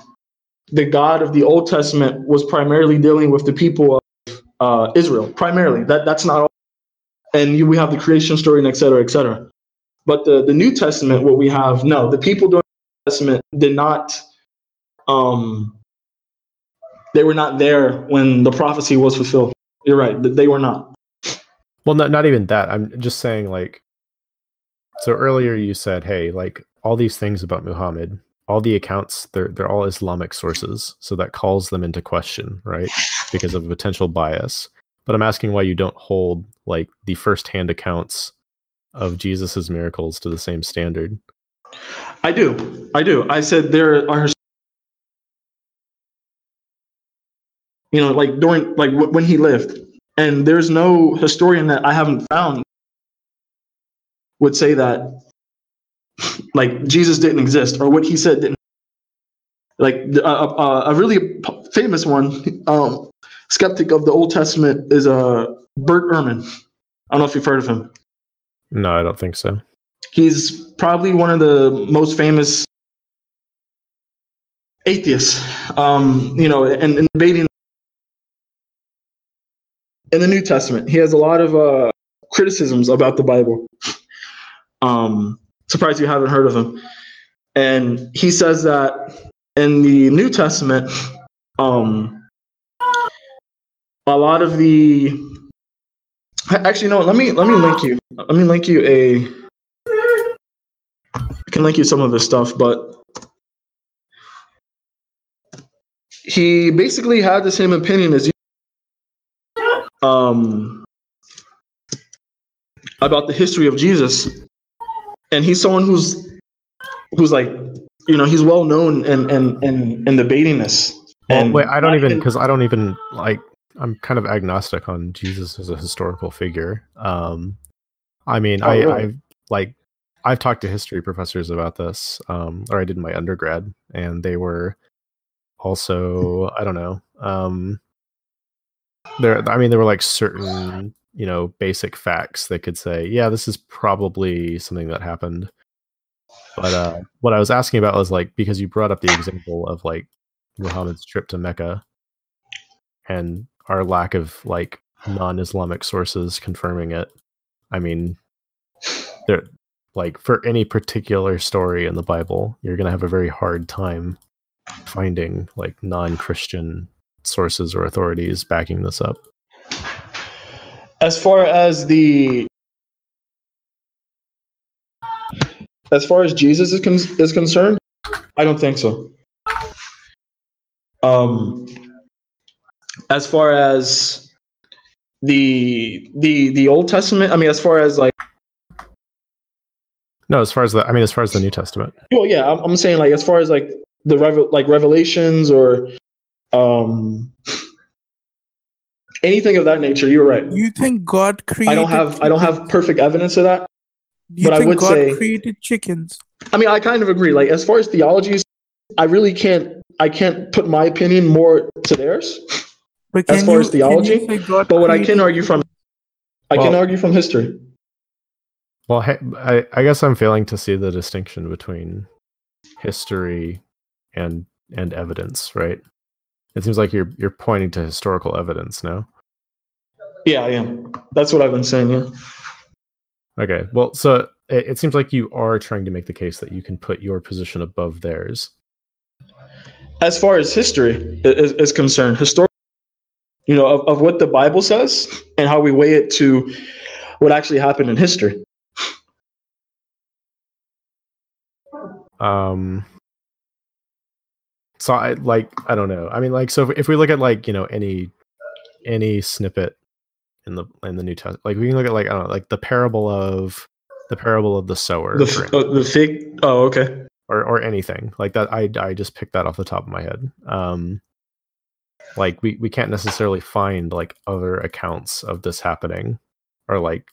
Speaker 3: the God of the Old Testament was primarily dealing with the people of uh, Israel, primarily. That that's not all. And you, we have the creation story and et cetera, et cetera. But the, the New Testament, what we have, no, the people during the New Testament did not, um, they were not there when the prophecy was fulfilled. You're right, th- they were not.
Speaker 7: Well, not not even that. I'm just saying like so earlier you said, hey, like all these things about Muhammad, all the accounts, they're they're all Islamic sources. So that calls them into question, right? Because of a potential bias. But I'm asking why you don't hold like the firsthand accounts of Jesus's miracles to the same standard.
Speaker 3: I do, I do. I said there are, you know, like during, like w- when he lived, and there's no historian that I haven't found would say that, like Jesus didn't exist or what he said didn't. Like the- a, a, a really p- famous one, um, skeptic of the Old Testament is uh, Bert Ehrman. I don't know if you've heard of him
Speaker 7: No, I don't think so.
Speaker 3: he's probably one of the most famous atheists um you know and, and debating in the new testament he has a lot of uh criticisms about the bible um surprised you haven't heard of him and he says that in the new testament um a lot of the actually no let me let me link you let me link you a I can link you some of his stuff, but he basically had the same opinion as you um, about the history of Jesus, and he's someone who's who's like you know he's well known and and and and debating this.
Speaker 7: Well,
Speaker 3: And
Speaker 7: wait, I don't
Speaker 3: not
Speaker 7: even because I don't even like I'm kind of agnostic on Jesus as a historical figure. Um, I mean,
Speaker 3: Oh,
Speaker 7: I,
Speaker 3: really?
Speaker 7: I've like I've talked to history professors about this, um, or I did in my undergrad, and they were also I don't know. Um, there, I mean, there were like certain you know basic facts they could say, yeah, this is probably something that happened. But uh, what I was asking about was like because you brought up the example of like Muhammad's trip to Mecca, and our lack of like non-Islamic sources confirming it. I mean, there like for any particular story in the Bible, you're going to have a very hard time finding like non-Christian sources or authorities backing this up.
Speaker 3: As far as the as far as Jesus is, con- is concerned, I don't think so. Um, as far as the the the Old Testament, I mean, as far as like,
Speaker 7: No, as far as the I mean, as far as the New Testament,
Speaker 3: well, yeah, I'm, I'm saying like as far as like the revel- like revelations or um anything of that nature. You're right.
Speaker 4: You think God created?
Speaker 3: I don't have I don't have perfect evidence of that.
Speaker 4: You
Speaker 3: but I
Speaker 4: think
Speaker 3: would
Speaker 4: God
Speaker 3: say-
Speaker 4: created chickens?
Speaker 3: I mean, I kind of agree. Like as far as theologies, I really can't. I can't put my opinion more to theirs.
Speaker 4: But
Speaker 3: As
Speaker 4: can
Speaker 3: far
Speaker 4: you-
Speaker 3: as
Speaker 4: can you
Speaker 3: theology,
Speaker 4: say God
Speaker 3: But what I
Speaker 4: created-
Speaker 3: can argue from, I can
Speaker 7: Well-
Speaker 3: argue from history.
Speaker 7: Well, he- I, I guess I'm failing to see the distinction between history and and evidence, right? It seems like you're you're pointing to historical evidence now.
Speaker 3: Yeah, I am. That's what I've been saying. Yeah.
Speaker 7: Okay, well, so it, it seems like you are trying to make the case that you can put your position above theirs.
Speaker 3: As far as history i- is, is concerned, historical, you know, of, of what the Bible says and how we weigh it to what actually happened in history.
Speaker 7: um so i like i don't know i mean like so if, if we look at like you know any any snippet in the in the new test like we can look at like i don't know like the parable of the parable of the sower
Speaker 3: The
Speaker 7: for
Speaker 3: f- uh, the fig. Oh, okay.
Speaker 7: or or anything like that i i just picked that off the top of my head um like we we can't necessarily find like other accounts of this happening or like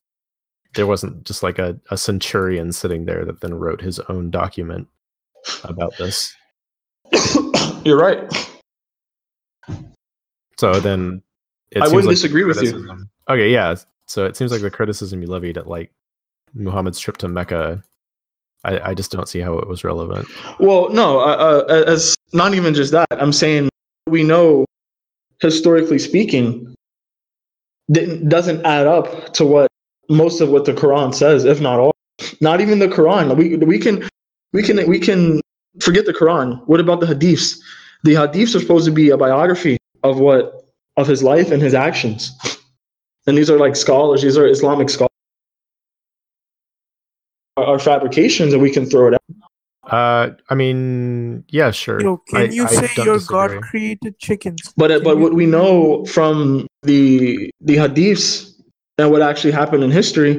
Speaker 7: there wasn't just like a, a centurion sitting there that then wrote his own document about this
Speaker 3: You're right.
Speaker 7: so then it
Speaker 3: I
Speaker 7: seems
Speaker 3: wouldn't
Speaker 7: like
Speaker 3: disagree with you.
Speaker 7: criticism- okay yeah so it seems like the criticism you levied at like muhammad's trip to mecca i i just don't see how it was relevant
Speaker 3: Well, no, uh, uh, as not even just that. I'm saying we know, historically speaking, didn't, doesn't add up to what most of what the Quran says, if not all. Not even the Quran. We we can we can we can forget the Quran. What about the Hadiths? The Hadiths are supposed to be a biography of what of his life and his actions. And these are like scholars. These are Islamic scholars. Are are fabrications, and we can throw it out.
Speaker 7: Uh, I mean, yeah, sure.
Speaker 4: Yo, can
Speaker 7: I-
Speaker 4: you
Speaker 7: I
Speaker 4: say
Speaker 7: don't
Speaker 4: your
Speaker 7: disagree.
Speaker 4: God created chickens?
Speaker 3: But uh,
Speaker 4: Can
Speaker 3: but
Speaker 4: you-
Speaker 3: what we know from the the hadiths and what actually happened in history,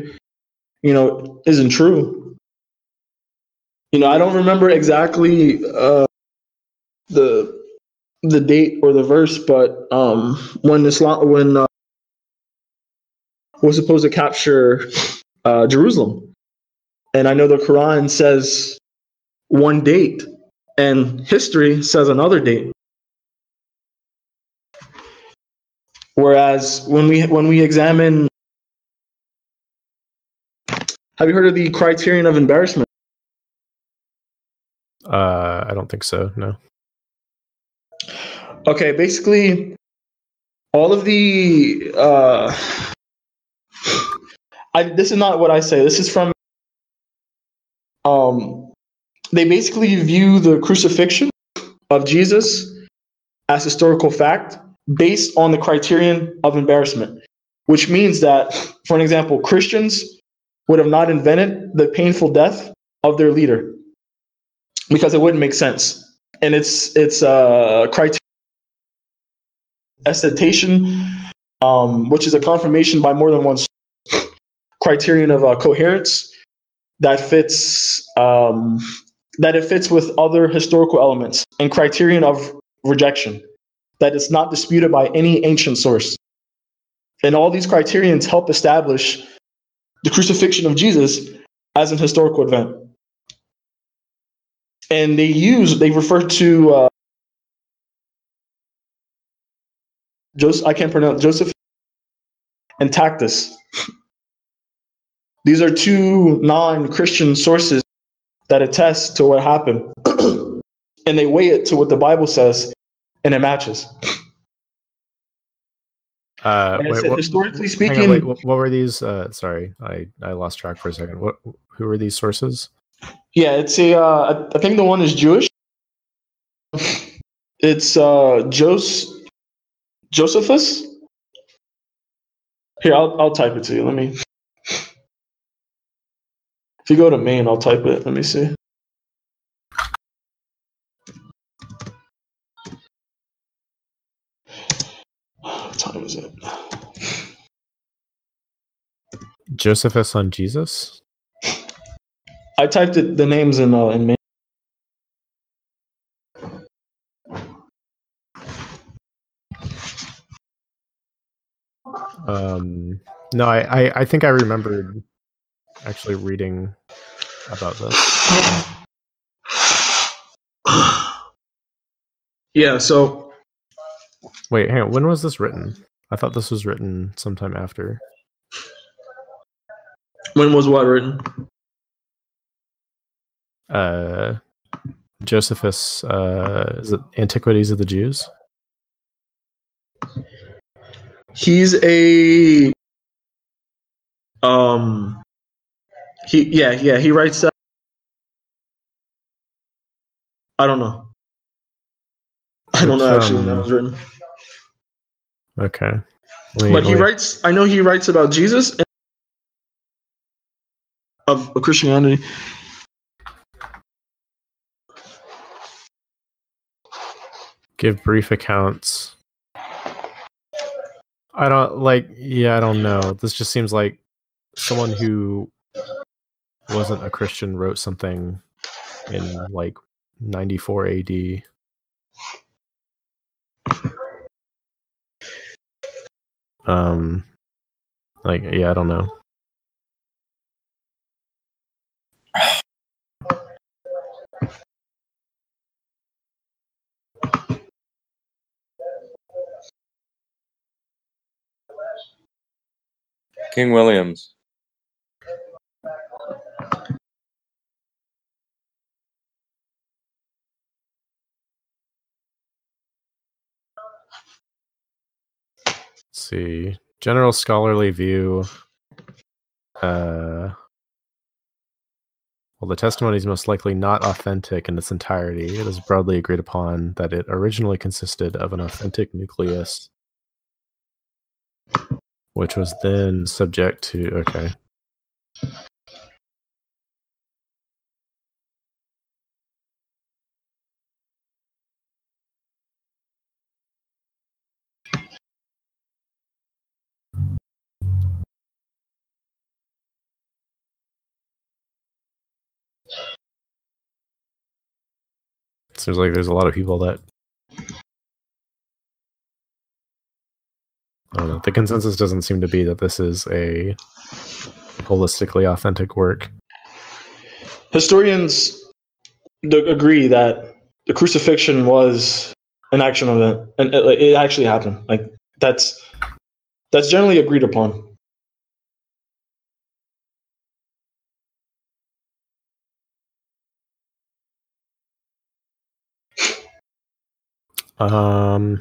Speaker 3: you know, isn't true. You know, I don't remember exactly uh, the the date or the verse, but um, when Islam when uh, was supposed to capture uh, Jerusalem, and I know the Quran says one date, and history says another date. Whereas when we when we examine, have you heard of the criterion of embarrassment?
Speaker 7: Uh, I don't think so. No.
Speaker 3: Okay, basically, all of the. Uh, I, this is not what I say. This is from. Um, they basically view the crucifixion of Jesus as historical fact based on the criterion of embarrassment, which means that, for an example, Christians would have not invented the painful death of their leader because it wouldn't make sense. And it's it's uh, criteria ascetation, um, which is a confirmation by more than one source, criterion of uh, coherence that fits um, that it fits with other historical elements and criterion of rejection that it's not disputed by any ancient source. And all these criterions help establish the crucifixion of Jesus as an historical event. And they use, they refer to uh, Joseph, I can't pronounce Joseph and Tacitus. These are two non Christian sources that attest to what happened. and they weigh it to what the Bible says, and it matches.
Speaker 7: Uh,
Speaker 3: And it
Speaker 7: wait,
Speaker 3: said,
Speaker 7: what-
Speaker 3: historically
Speaker 7: hang on,
Speaker 3: speaking,
Speaker 7: wait, what, what were these? Uh, sorry, I, I lost track for a second. What who were these sources?
Speaker 3: yeah, it's a. Uh, I- I think the one is Jewish. It's uh, Jos Josephus. Here, I'll I'll type it to you. Let me. If you go to Maine, I'll type it. Let me see. What time is it?
Speaker 7: Josephus on Jesus.
Speaker 3: I typed it, the names in uh, in Maine.
Speaker 7: Um, no, I, I, I think I remembered actually reading about this.
Speaker 3: Yeah, so
Speaker 7: Wait, hang on. When was this written? I thought this was written sometime after.
Speaker 3: when was what written?
Speaker 7: Uh, Josephus. Uh, is it Antiquities of the Jews?
Speaker 3: He's a um he yeah, yeah, he writes uh, that I don't know. I don't know
Speaker 7: It's,
Speaker 3: actually when
Speaker 7: um,
Speaker 3: that was written.
Speaker 7: Okay. Wait,
Speaker 3: But he
Speaker 7: wait.
Speaker 3: writes I know he writes about Jesus and of Christianity.
Speaker 7: give brief accounts. I don't like, yeah, I don't know. This just seems like someone who wasn't a Christian wrote something in like 94 AD. Um, like, yeah, I don't know.
Speaker 5: King Williams.
Speaker 7: Let's see general scholarly view uh well the testimony is most likely not authentic in its entirety it is broadly agreed upon that it originally consisted of an authentic nucleus which was then subject to okay seems like there's a lot of people that I don't know. The consensus doesn't seem to be that this is a holistically authentic work.
Speaker 3: Historians d- agree that the crucifixion was an action event, and it, like, it actually happened. Like that's that's generally agreed upon.
Speaker 7: Um,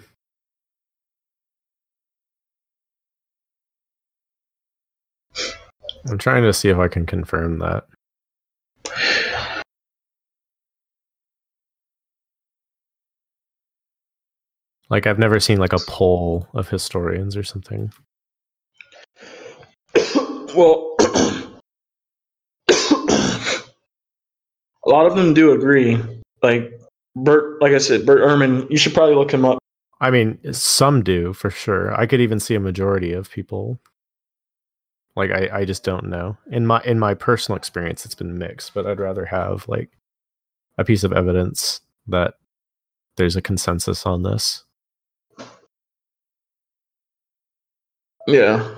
Speaker 7: I'm trying to see if I can confirm that. Like I've never seen like a poll of historians or something.
Speaker 3: well, a lot of them do agree. Like Bert, like I said, Bert Ehrman. You should probably look him up.
Speaker 7: I mean, some do for sure. I could even see a majority of people. Like I, I just don't know. In my in my personal experience, it's been mixed, but I'd rather have like a piece of evidence that there's a consensus on this.
Speaker 3: Yeah.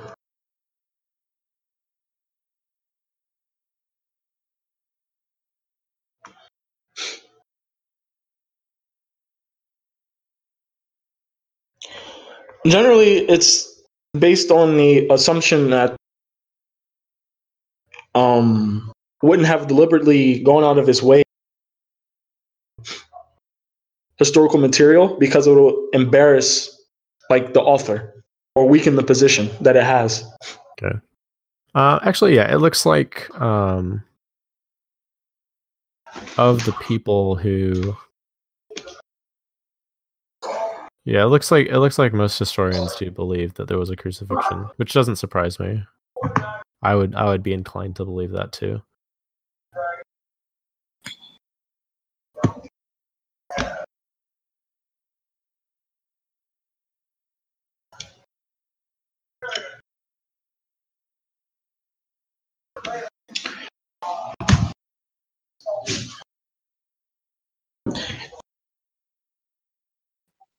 Speaker 3: Generally, it's based on the assumption that um, wouldn't have deliberately gone out of his way historical material because it will embarrass like the author or weaken the position that it has.
Speaker 7: Uh, actually, yeah, it looks like um, of the people who, yeah, it looks like it looks like most historians do believe that there was a crucifixion, which doesn't surprise me. I would I would be inclined to believe that too.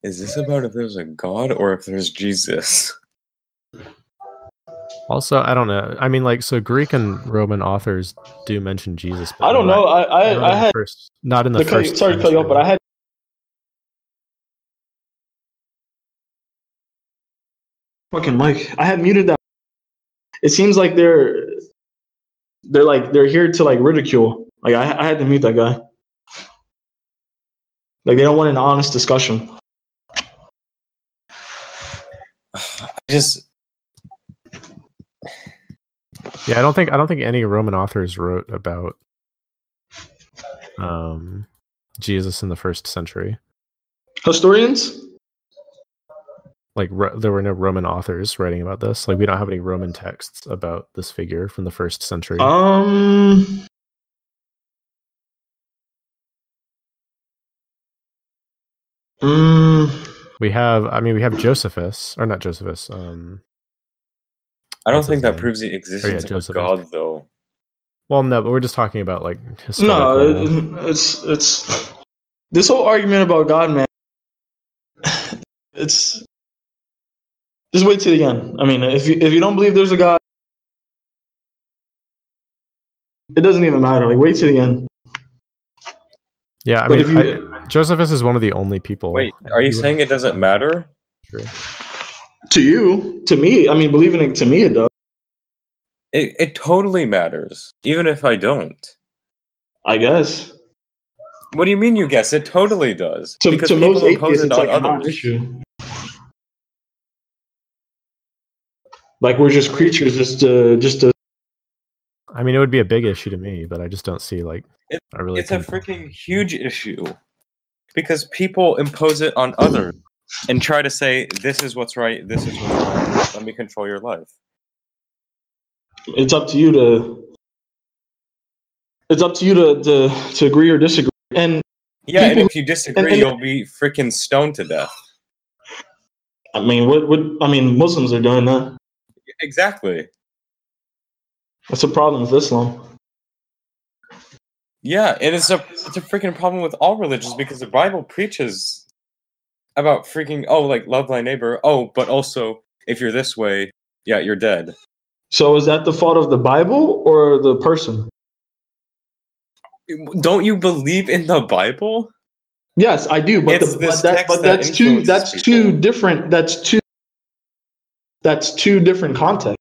Speaker 5: Is this about if there's a God or if there's Jesus?
Speaker 7: Also, I don't know. I mean, like, so Greek and Roman authors do mention Jesus. but
Speaker 3: I don't know.
Speaker 7: not-
Speaker 3: I
Speaker 7: not in
Speaker 3: I, I
Speaker 7: the
Speaker 3: had
Speaker 7: first, not in the
Speaker 3: the cut-
Speaker 7: first.
Speaker 3: sorry to cut you off, but I
Speaker 7: century.
Speaker 3: had fucking Mike. I had muted that. It seems like they're they're like they're here to like ridicule. Like I, I had to mute that guy. Like they don't want an honest discussion.
Speaker 5: I just
Speaker 7: Yeah, I don't think I don't think any Roman authors wrote about um, Jesus in the first century.
Speaker 3: Historians,
Speaker 7: Like ro- there were no Roman authors writing about this. Like we don't have any Roman texts about this figure from the first century.
Speaker 3: Oh. um, mm,
Speaker 7: we have, I mean, we have Josephus or not Josephus. Um,
Speaker 5: I don't
Speaker 7: What's
Speaker 5: think
Speaker 7: his
Speaker 5: that
Speaker 7: name?
Speaker 5: proves the existence of a
Speaker 7: Oh, Joseph.
Speaker 5: God though.
Speaker 7: well, no, but we're just talking about like
Speaker 3: no,
Speaker 7: historical.
Speaker 3: it- it's it's this whole argument about God, man. It's just wait till the end. I mean, if you if you don't believe there's a God, it doesn't even matter. Like wait till the end.
Speaker 7: yeah, I
Speaker 3: but
Speaker 7: mean,
Speaker 3: if you-
Speaker 7: I- Josephus is one of the only people.
Speaker 5: Wait, are you saying it doesn't matter?
Speaker 3: To you, to me, I mean, believing it to me, it does.
Speaker 5: It it totally matters, even if I don't.
Speaker 3: I guess
Speaker 5: What do you mean you guess? It totally does.
Speaker 3: to
Speaker 5: Because
Speaker 3: to
Speaker 5: people
Speaker 3: most
Speaker 5: impose
Speaker 3: atheists,
Speaker 5: it
Speaker 3: it's
Speaker 5: on
Speaker 3: like a non
Speaker 5: others.
Speaker 3: issue. Like we're just creatures, just to just to
Speaker 7: I mean, it would be a big issue to me, but I just don't see like
Speaker 5: It-
Speaker 7: I really.
Speaker 5: It's a
Speaker 7: can-
Speaker 5: freaking huge issue because people impose it on others and try to say this is what's right, this is what's wrong. Let me control your life.
Speaker 3: it's up to you to it's up to you to to, to agree or disagree and
Speaker 5: Yeah, and
Speaker 3: People-
Speaker 5: if you disagree,
Speaker 3: and-
Speaker 5: you'll be freaking stoned to death.
Speaker 3: i mean what what i mean muslims are doing that
Speaker 5: Exactly.
Speaker 3: that's a problem with islam
Speaker 5: Yeah, and it's a it's a freaking problem with all religions because the Bible preaches about freaking oh like love thy neighbor oh but also if you're this way yeah you're dead.
Speaker 3: so is that the fault of the bible or the person
Speaker 5: Don't you believe in the Bible?
Speaker 3: yes i do but,
Speaker 5: It's
Speaker 3: the, but,
Speaker 5: this
Speaker 3: that,
Speaker 5: text
Speaker 3: but
Speaker 5: that
Speaker 3: that's two
Speaker 5: influences
Speaker 3: that's
Speaker 5: people.
Speaker 3: two different that's two that's two different contexts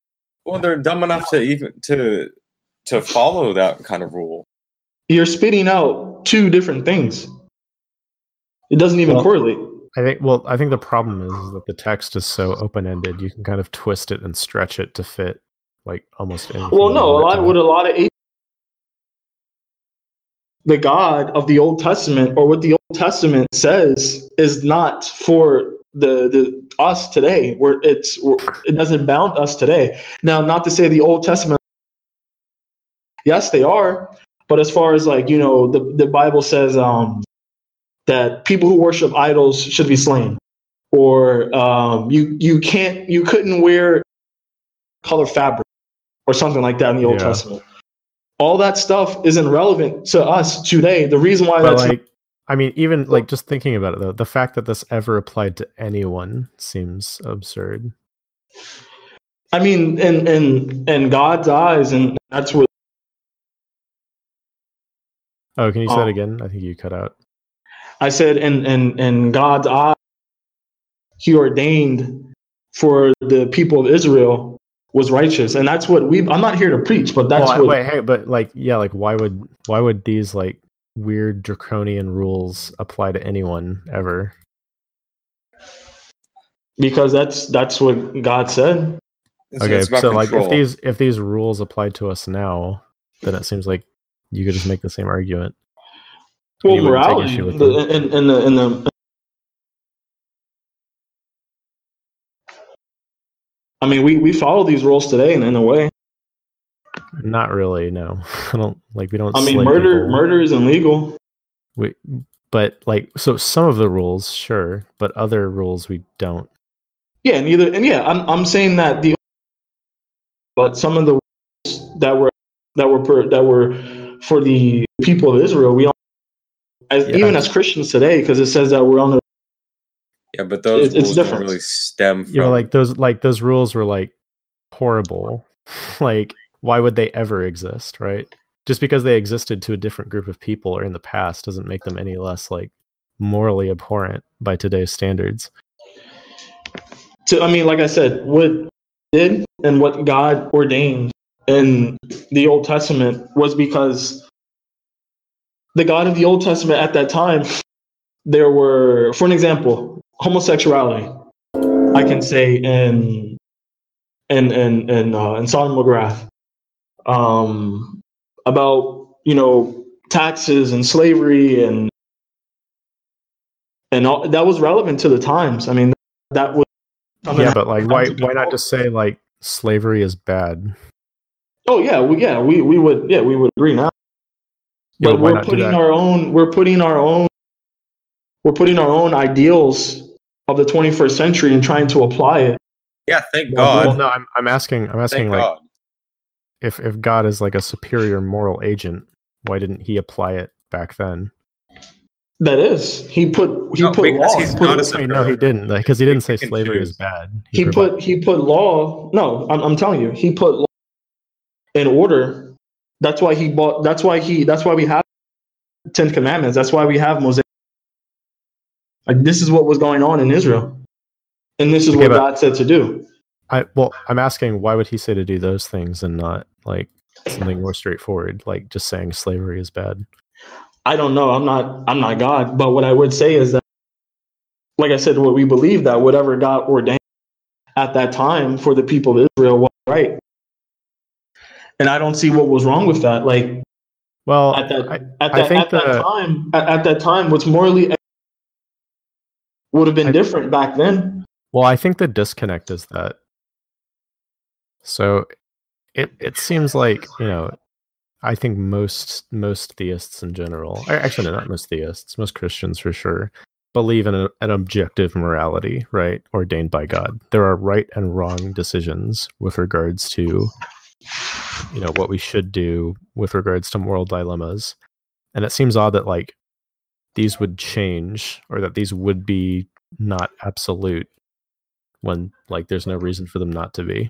Speaker 5: Well, they're dumb enough to even to to follow that kind of rule.
Speaker 3: you're spitting out two different things it doesn't even
Speaker 7: Well-
Speaker 3: correlate
Speaker 7: I think well, I think the problem is, is that the text is so open ended. You can kind of twist it and stretch it to fit like almost anything.
Speaker 3: Well,
Speaker 7: you
Speaker 3: no, a
Speaker 7: want
Speaker 3: lot
Speaker 7: to.
Speaker 3: with a lot of a- the God of the Old Testament or what the Old Testament says is not for the the us today. Where it's we're, it doesn't bound us today. Now, not to say the Old Testament. Yes, they are, but as far as like you know, the the Bible says um, that people who worship idols should be slain, or um, you you can't you couldn't wear color fabric or something like that in the Old
Speaker 7: Yeah.
Speaker 3: Testament. All that stuff isn't relevant to us today. The reason why
Speaker 7: but
Speaker 3: that's
Speaker 7: like, I mean, even like just thinking about it though, the fact that this ever applied to anyone seems absurd.
Speaker 3: I mean, in in in God's eyes, and that's what
Speaker 7: Oh, can you say
Speaker 3: Oh.
Speaker 7: that again? I think you cut out.
Speaker 3: I said. In in in God's eyes, He ordained for the people of Israel was righteous, and that's what we. I'm not here to preach, but that's
Speaker 7: Well, I-
Speaker 3: what.
Speaker 7: wait, hey, but like, yeah, like why would why would these like weird draconian rules apply to anyone ever?
Speaker 3: because that's that's what God said.
Speaker 5: It's-
Speaker 7: Okay,
Speaker 5: it's about
Speaker 7: so like if
Speaker 5: control.
Speaker 7: these if these rules applied to us now, then it seems like you could just make the same argument.
Speaker 3: Well,
Speaker 7: You wouldn't take
Speaker 3: morality
Speaker 7: issue with
Speaker 3: the,
Speaker 7: them.
Speaker 3: and, and the and the. I mean, we, we follow these rules today, in, in a way.
Speaker 7: Not really. No, I don't like we don't.
Speaker 3: I mean,
Speaker 7: slay
Speaker 3: murder
Speaker 7: people.
Speaker 3: murder is illegal.
Speaker 7: We, but like so some of the rules, sure, but other rules we don't.
Speaker 3: Yeah, and either and yeah, I'm I'm saying that the but some of the rules that were that were per, that were for the people of Israel, we all as
Speaker 7: Yeah.
Speaker 3: even as Christians today, because it says that we're on the
Speaker 5: yeah, but
Speaker 3: it's-
Speaker 5: those
Speaker 3: it's
Speaker 5: rules don't
Speaker 3: different.
Speaker 5: really stem from.
Speaker 7: You know, like those like those rules were like horrible. like why would they ever exist, right? Just because they existed to a different group of people or in the past doesn't make them any less like morally abhorrent by today's standards.
Speaker 3: to i mean like i said what did and what god ordained in the old testament was because the god of the old testament at that time there were for an example homosexuality i can say in in in in, uh, in sodom mcgrath um about you know taxes and slavery and and all, that was relevant to the times i mean that was
Speaker 7: yeah, but like why why not just say like slavery is bad?
Speaker 3: Oh yeah, we, yeah, we, we would yeah we would agree now.
Speaker 7: Yeah,
Speaker 3: but
Speaker 7: why
Speaker 3: we're
Speaker 7: not do
Speaker 3: putting
Speaker 7: that?
Speaker 3: our own we're putting our own we're putting our own ideals of the 21st century and trying to apply it.
Speaker 5: yeah, thank
Speaker 7: Well,
Speaker 5: God.
Speaker 7: no, I'm I'm asking I'm
Speaker 5: thank
Speaker 7: asking like
Speaker 5: God.
Speaker 7: if if God is like a superior moral agent, why didn't he apply it back then?
Speaker 3: That is, he put he
Speaker 5: No,
Speaker 3: put
Speaker 5: because
Speaker 3: law.
Speaker 5: he's
Speaker 3: he
Speaker 5: not
Speaker 3: put,
Speaker 5: a-
Speaker 7: Wait, no, he didn't, because he didn't say
Speaker 5: He can
Speaker 7: slavery is
Speaker 5: choose.
Speaker 7: bad.
Speaker 3: he
Speaker 7: provi-
Speaker 3: put he put law. No, I'm, I'm telling you, he put law in order. That's why he bought. That's why he. That's why we have Ten Commandments. That's why we have Mosaic. Like this is what was going on in Israel, and this is
Speaker 7: Okay,
Speaker 3: what
Speaker 7: but-
Speaker 3: God said to do.
Speaker 7: I well, I'm asking why would he say to do those things and not like something more straightforward, like just saying slavery is bad?
Speaker 3: I don't know. I'm not. I'm not God. But what I would say is that, like I said, what we believe that whatever God ordained at that time for the people of Israel was right. And I don't see what was wrong with that. Like
Speaker 7: Well,
Speaker 3: at that,
Speaker 7: I,
Speaker 3: at that,
Speaker 7: think
Speaker 3: at that
Speaker 7: the-
Speaker 3: time, at, at that time, what's morally would have been
Speaker 7: I-
Speaker 3: different back then.
Speaker 7: well, I think the disconnect is that. So, it it seems like you know, I think most most theists in general, or actually no, not most theists, most Christians for sure, believe in a, an objective morality, right, ordained by God. There are right and wrong decisions with regards to you know what we should do with regards to moral dilemmas and it seems odd that like these would change or that these would be not absolute when like there's no reason for them not to be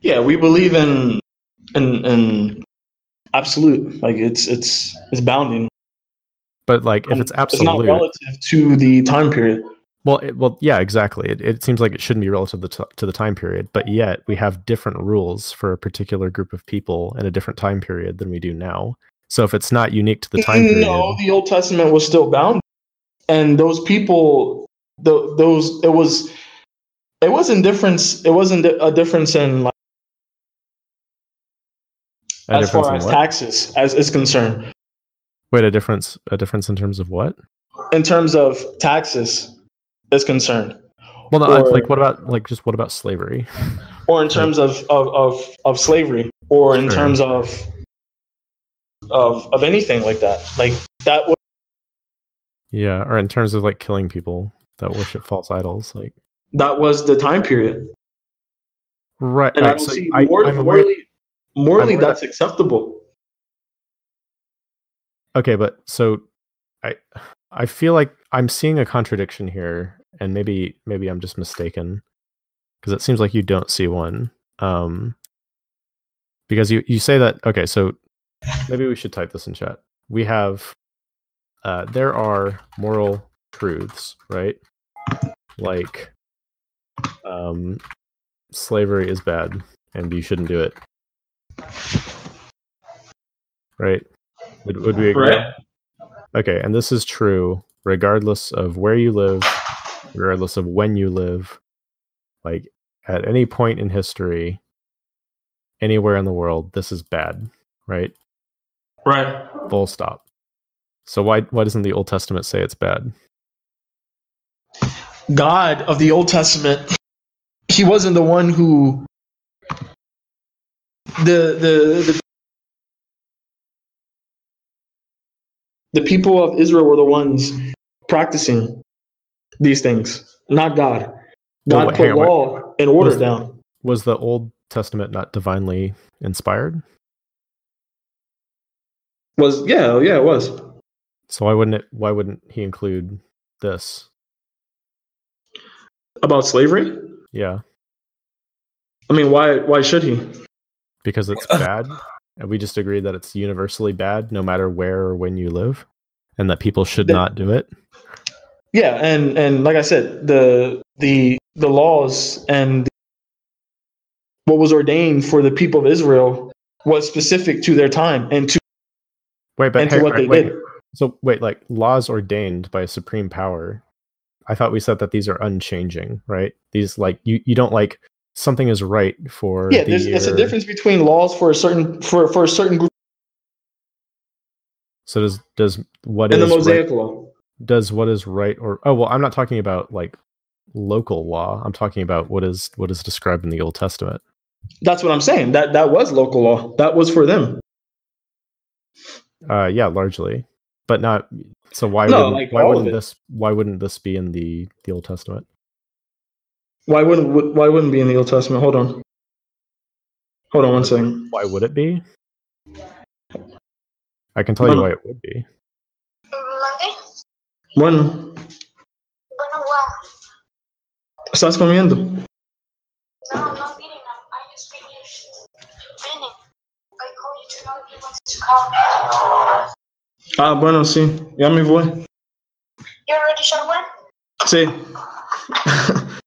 Speaker 3: Yeah, we believe in in in absolute. Like it's it's it's bounding.
Speaker 7: but like if it's
Speaker 3: Um, it's not
Speaker 7: absolute
Speaker 3: relative to the time period.
Speaker 7: well it, well yeah exactly it, it seems like it shouldn't be relative to, t- to the time period but yet we have different rules for a particular group of people in a different time period than we do now so if it's not unique to the time period
Speaker 3: No, the Old Testament was still bound, and those people, tho- those it was, it wasn't difference. It wasn't a difference in like,
Speaker 7: a
Speaker 3: as
Speaker 7: difference
Speaker 3: far
Speaker 7: in
Speaker 3: as
Speaker 7: what?
Speaker 3: taxes as is concerned.
Speaker 7: wait a difference a difference in terms of what
Speaker 3: In terms of taxes, is concerned,
Speaker 7: Well, no, I-
Speaker 3: Or-
Speaker 7: like what about like just what about slavery?
Speaker 3: or in terms of of of, of slavery, or in
Speaker 7: Sure.
Speaker 3: terms of of of anything like that. Like that was
Speaker 7: Yeah, or in terms of like killing people that worship false idols, like
Speaker 3: that was the time period,
Speaker 7: right.
Speaker 3: and I
Speaker 7: right,
Speaker 3: don't
Speaker 7: so
Speaker 3: see
Speaker 7: I,
Speaker 3: mor-
Speaker 7: I'm aware-
Speaker 3: morally, morally
Speaker 7: aware
Speaker 3: that's acceptable.
Speaker 7: okay, but so I I feel like I'm seeing a contradiction here, and maybe maybe I'm just mistaken because it seems like you don't see one. Um, because you you say that okay, so maybe we should type this in chat. We have uh, there are moral truths, right? Like, um, slavery is bad and you shouldn't do it, right? Would, would we agree?
Speaker 3: Correct.
Speaker 7: Okay, and this is true regardless of where you live, regardless of when you live. Like at any point in history, anywhere in the world, this is bad, right?
Speaker 3: Right.
Speaker 7: Full stop. So why why doesn't the Old Testament say it's bad?
Speaker 3: God of the Old Testament, he wasn't the one who the the the, the people of Israel were the ones practicing these things, not God. God
Speaker 7: Well, wait,
Speaker 3: put
Speaker 7: hang on, wait.
Speaker 3: law and order
Speaker 7: Was-
Speaker 3: down.
Speaker 7: Was the Old Testament not divinely inspired?
Speaker 3: Was yeah, yeah, it was.
Speaker 7: So why wouldn't it why wouldn't he include this?
Speaker 3: About slavery?
Speaker 7: Yeah,
Speaker 3: I mean, why why should he?
Speaker 7: because it's bad. And we just agree that it's universally bad no matter where or when you live and that people should
Speaker 3: That-
Speaker 7: not do it.
Speaker 3: Yeah, and and like I said, the the the laws and what was ordained for the people of Israel was specific to their time and to
Speaker 7: Wait, but
Speaker 3: and to
Speaker 7: hang-
Speaker 3: what
Speaker 7: wait,
Speaker 3: they
Speaker 7: wait.
Speaker 3: did.
Speaker 7: So wait, like laws ordained by a supreme power. I thought we said that these are unchanging, right? These like you you don't like something is right for
Speaker 3: Yeah,
Speaker 7: the
Speaker 3: there's, there's a
Speaker 7: year.
Speaker 3: difference between laws for a certain for for a certain group
Speaker 7: So does does what is
Speaker 3: and the
Speaker 7: right-
Speaker 3: Mosaic law.
Speaker 7: does what is right or oh well i'm not talking about like local law i'm talking about what is what is described in the old testament
Speaker 3: That's what I'm saying. That that was local law. That was for them.
Speaker 7: uh yeah largely but not so why
Speaker 3: No,
Speaker 7: wouldn't,
Speaker 3: like,
Speaker 7: why
Speaker 3: all of
Speaker 7: wouldn't
Speaker 3: it.
Speaker 7: this why wouldn't this be in the the old testament
Speaker 3: Why wouldn't would- why wouldn't be in the Old Testament? Hold on. Hold on one second.
Speaker 7: why would it be i can tell you
Speaker 3: No.
Speaker 7: why it would be
Speaker 3: One.
Speaker 8: uh,
Speaker 3: Estás comiendo?
Speaker 8: No, I'm not eating. I'm, I just finished training. I called you to know you wanted to come.
Speaker 3: Ah, bueno, sí. Ya me voy.
Speaker 8: You're ready, Sharwan?
Speaker 3: Sí.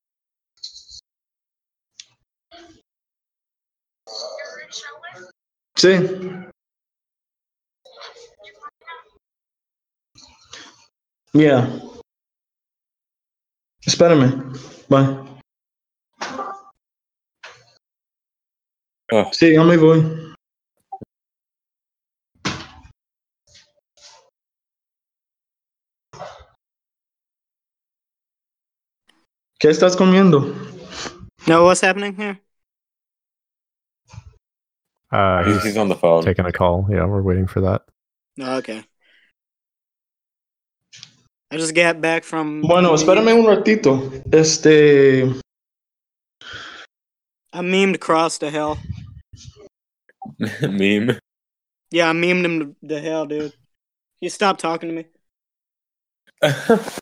Speaker 8: You're ready,
Speaker 3: sí.
Speaker 8: Sharwan?
Speaker 3: Yeah. Espérame. Bye.
Speaker 5: Ah.
Speaker 3: Sí, ya me voy. ¿Qué estás comiendo?
Speaker 9: No, what's happening here?
Speaker 7: uh
Speaker 5: He's,
Speaker 7: he's
Speaker 5: he's on the phone.
Speaker 7: taking a call yeah we're waiting for that
Speaker 9: Oh, okay. I just got back from.
Speaker 3: Bueno, espérame un ratito. Este.
Speaker 9: I memed across to hell.
Speaker 5: Meme.
Speaker 9: Yeah, I memed him to, to hell, dude. You stop talking to me.
Speaker 5: Mm-hmm.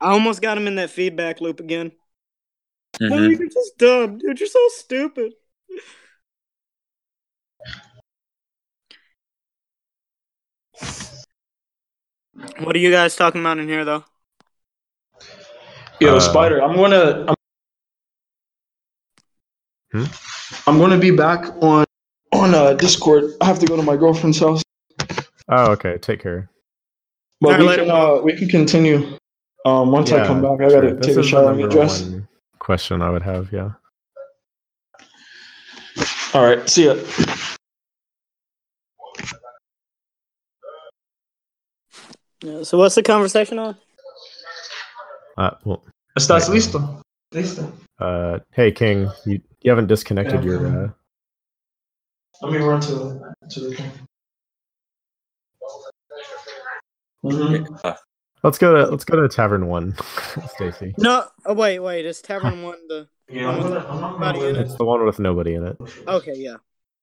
Speaker 9: I almost got him in that feedback loop again.
Speaker 7: Mm-hmm.
Speaker 9: No,
Speaker 3: Mm-hmm.
Speaker 5: Mhm.
Speaker 9: you're just dumb, dude. You're so stupid. What are you guys talking about in here, though?
Speaker 3: Yo,
Speaker 7: Uh,
Speaker 3: Spider, I'm gonna. I'm,
Speaker 7: Hmm?
Speaker 3: I'm gonna be back on on uh, Discord. I have to go to my girlfriend's house,
Speaker 7: oh okay take care
Speaker 9: Alright,
Speaker 3: but we
Speaker 9: later.
Speaker 3: can uh, we can continue. Um, once I
Speaker 7: Yeah,
Speaker 3: come back, I
Speaker 7: sure.
Speaker 3: gotta
Speaker 7: This
Speaker 3: take a
Speaker 7: is the
Speaker 3: shower and get
Speaker 7: number
Speaker 3: dressed.
Speaker 7: one question i would have yeah
Speaker 3: All right, see ya.
Speaker 9: Yeah, so, what's the conversation on?
Speaker 7: uh well
Speaker 3: Estás
Speaker 7: Yeah.
Speaker 3: listo? Listo.
Speaker 7: uh hey king you, you haven't disconnected your uh
Speaker 3: Let me run to the to the thing. Mhm.
Speaker 5: Ah,
Speaker 7: Let's go to let's go to Tavern One, Stacy.
Speaker 9: No, oh, wait, wait. Is Tavern 1 the.
Speaker 3: Yeah, I'm gonna. I'm not
Speaker 9: Not
Speaker 3: gonna
Speaker 9: even.
Speaker 7: It's the one with nobody in it.
Speaker 9: Okay, yeah.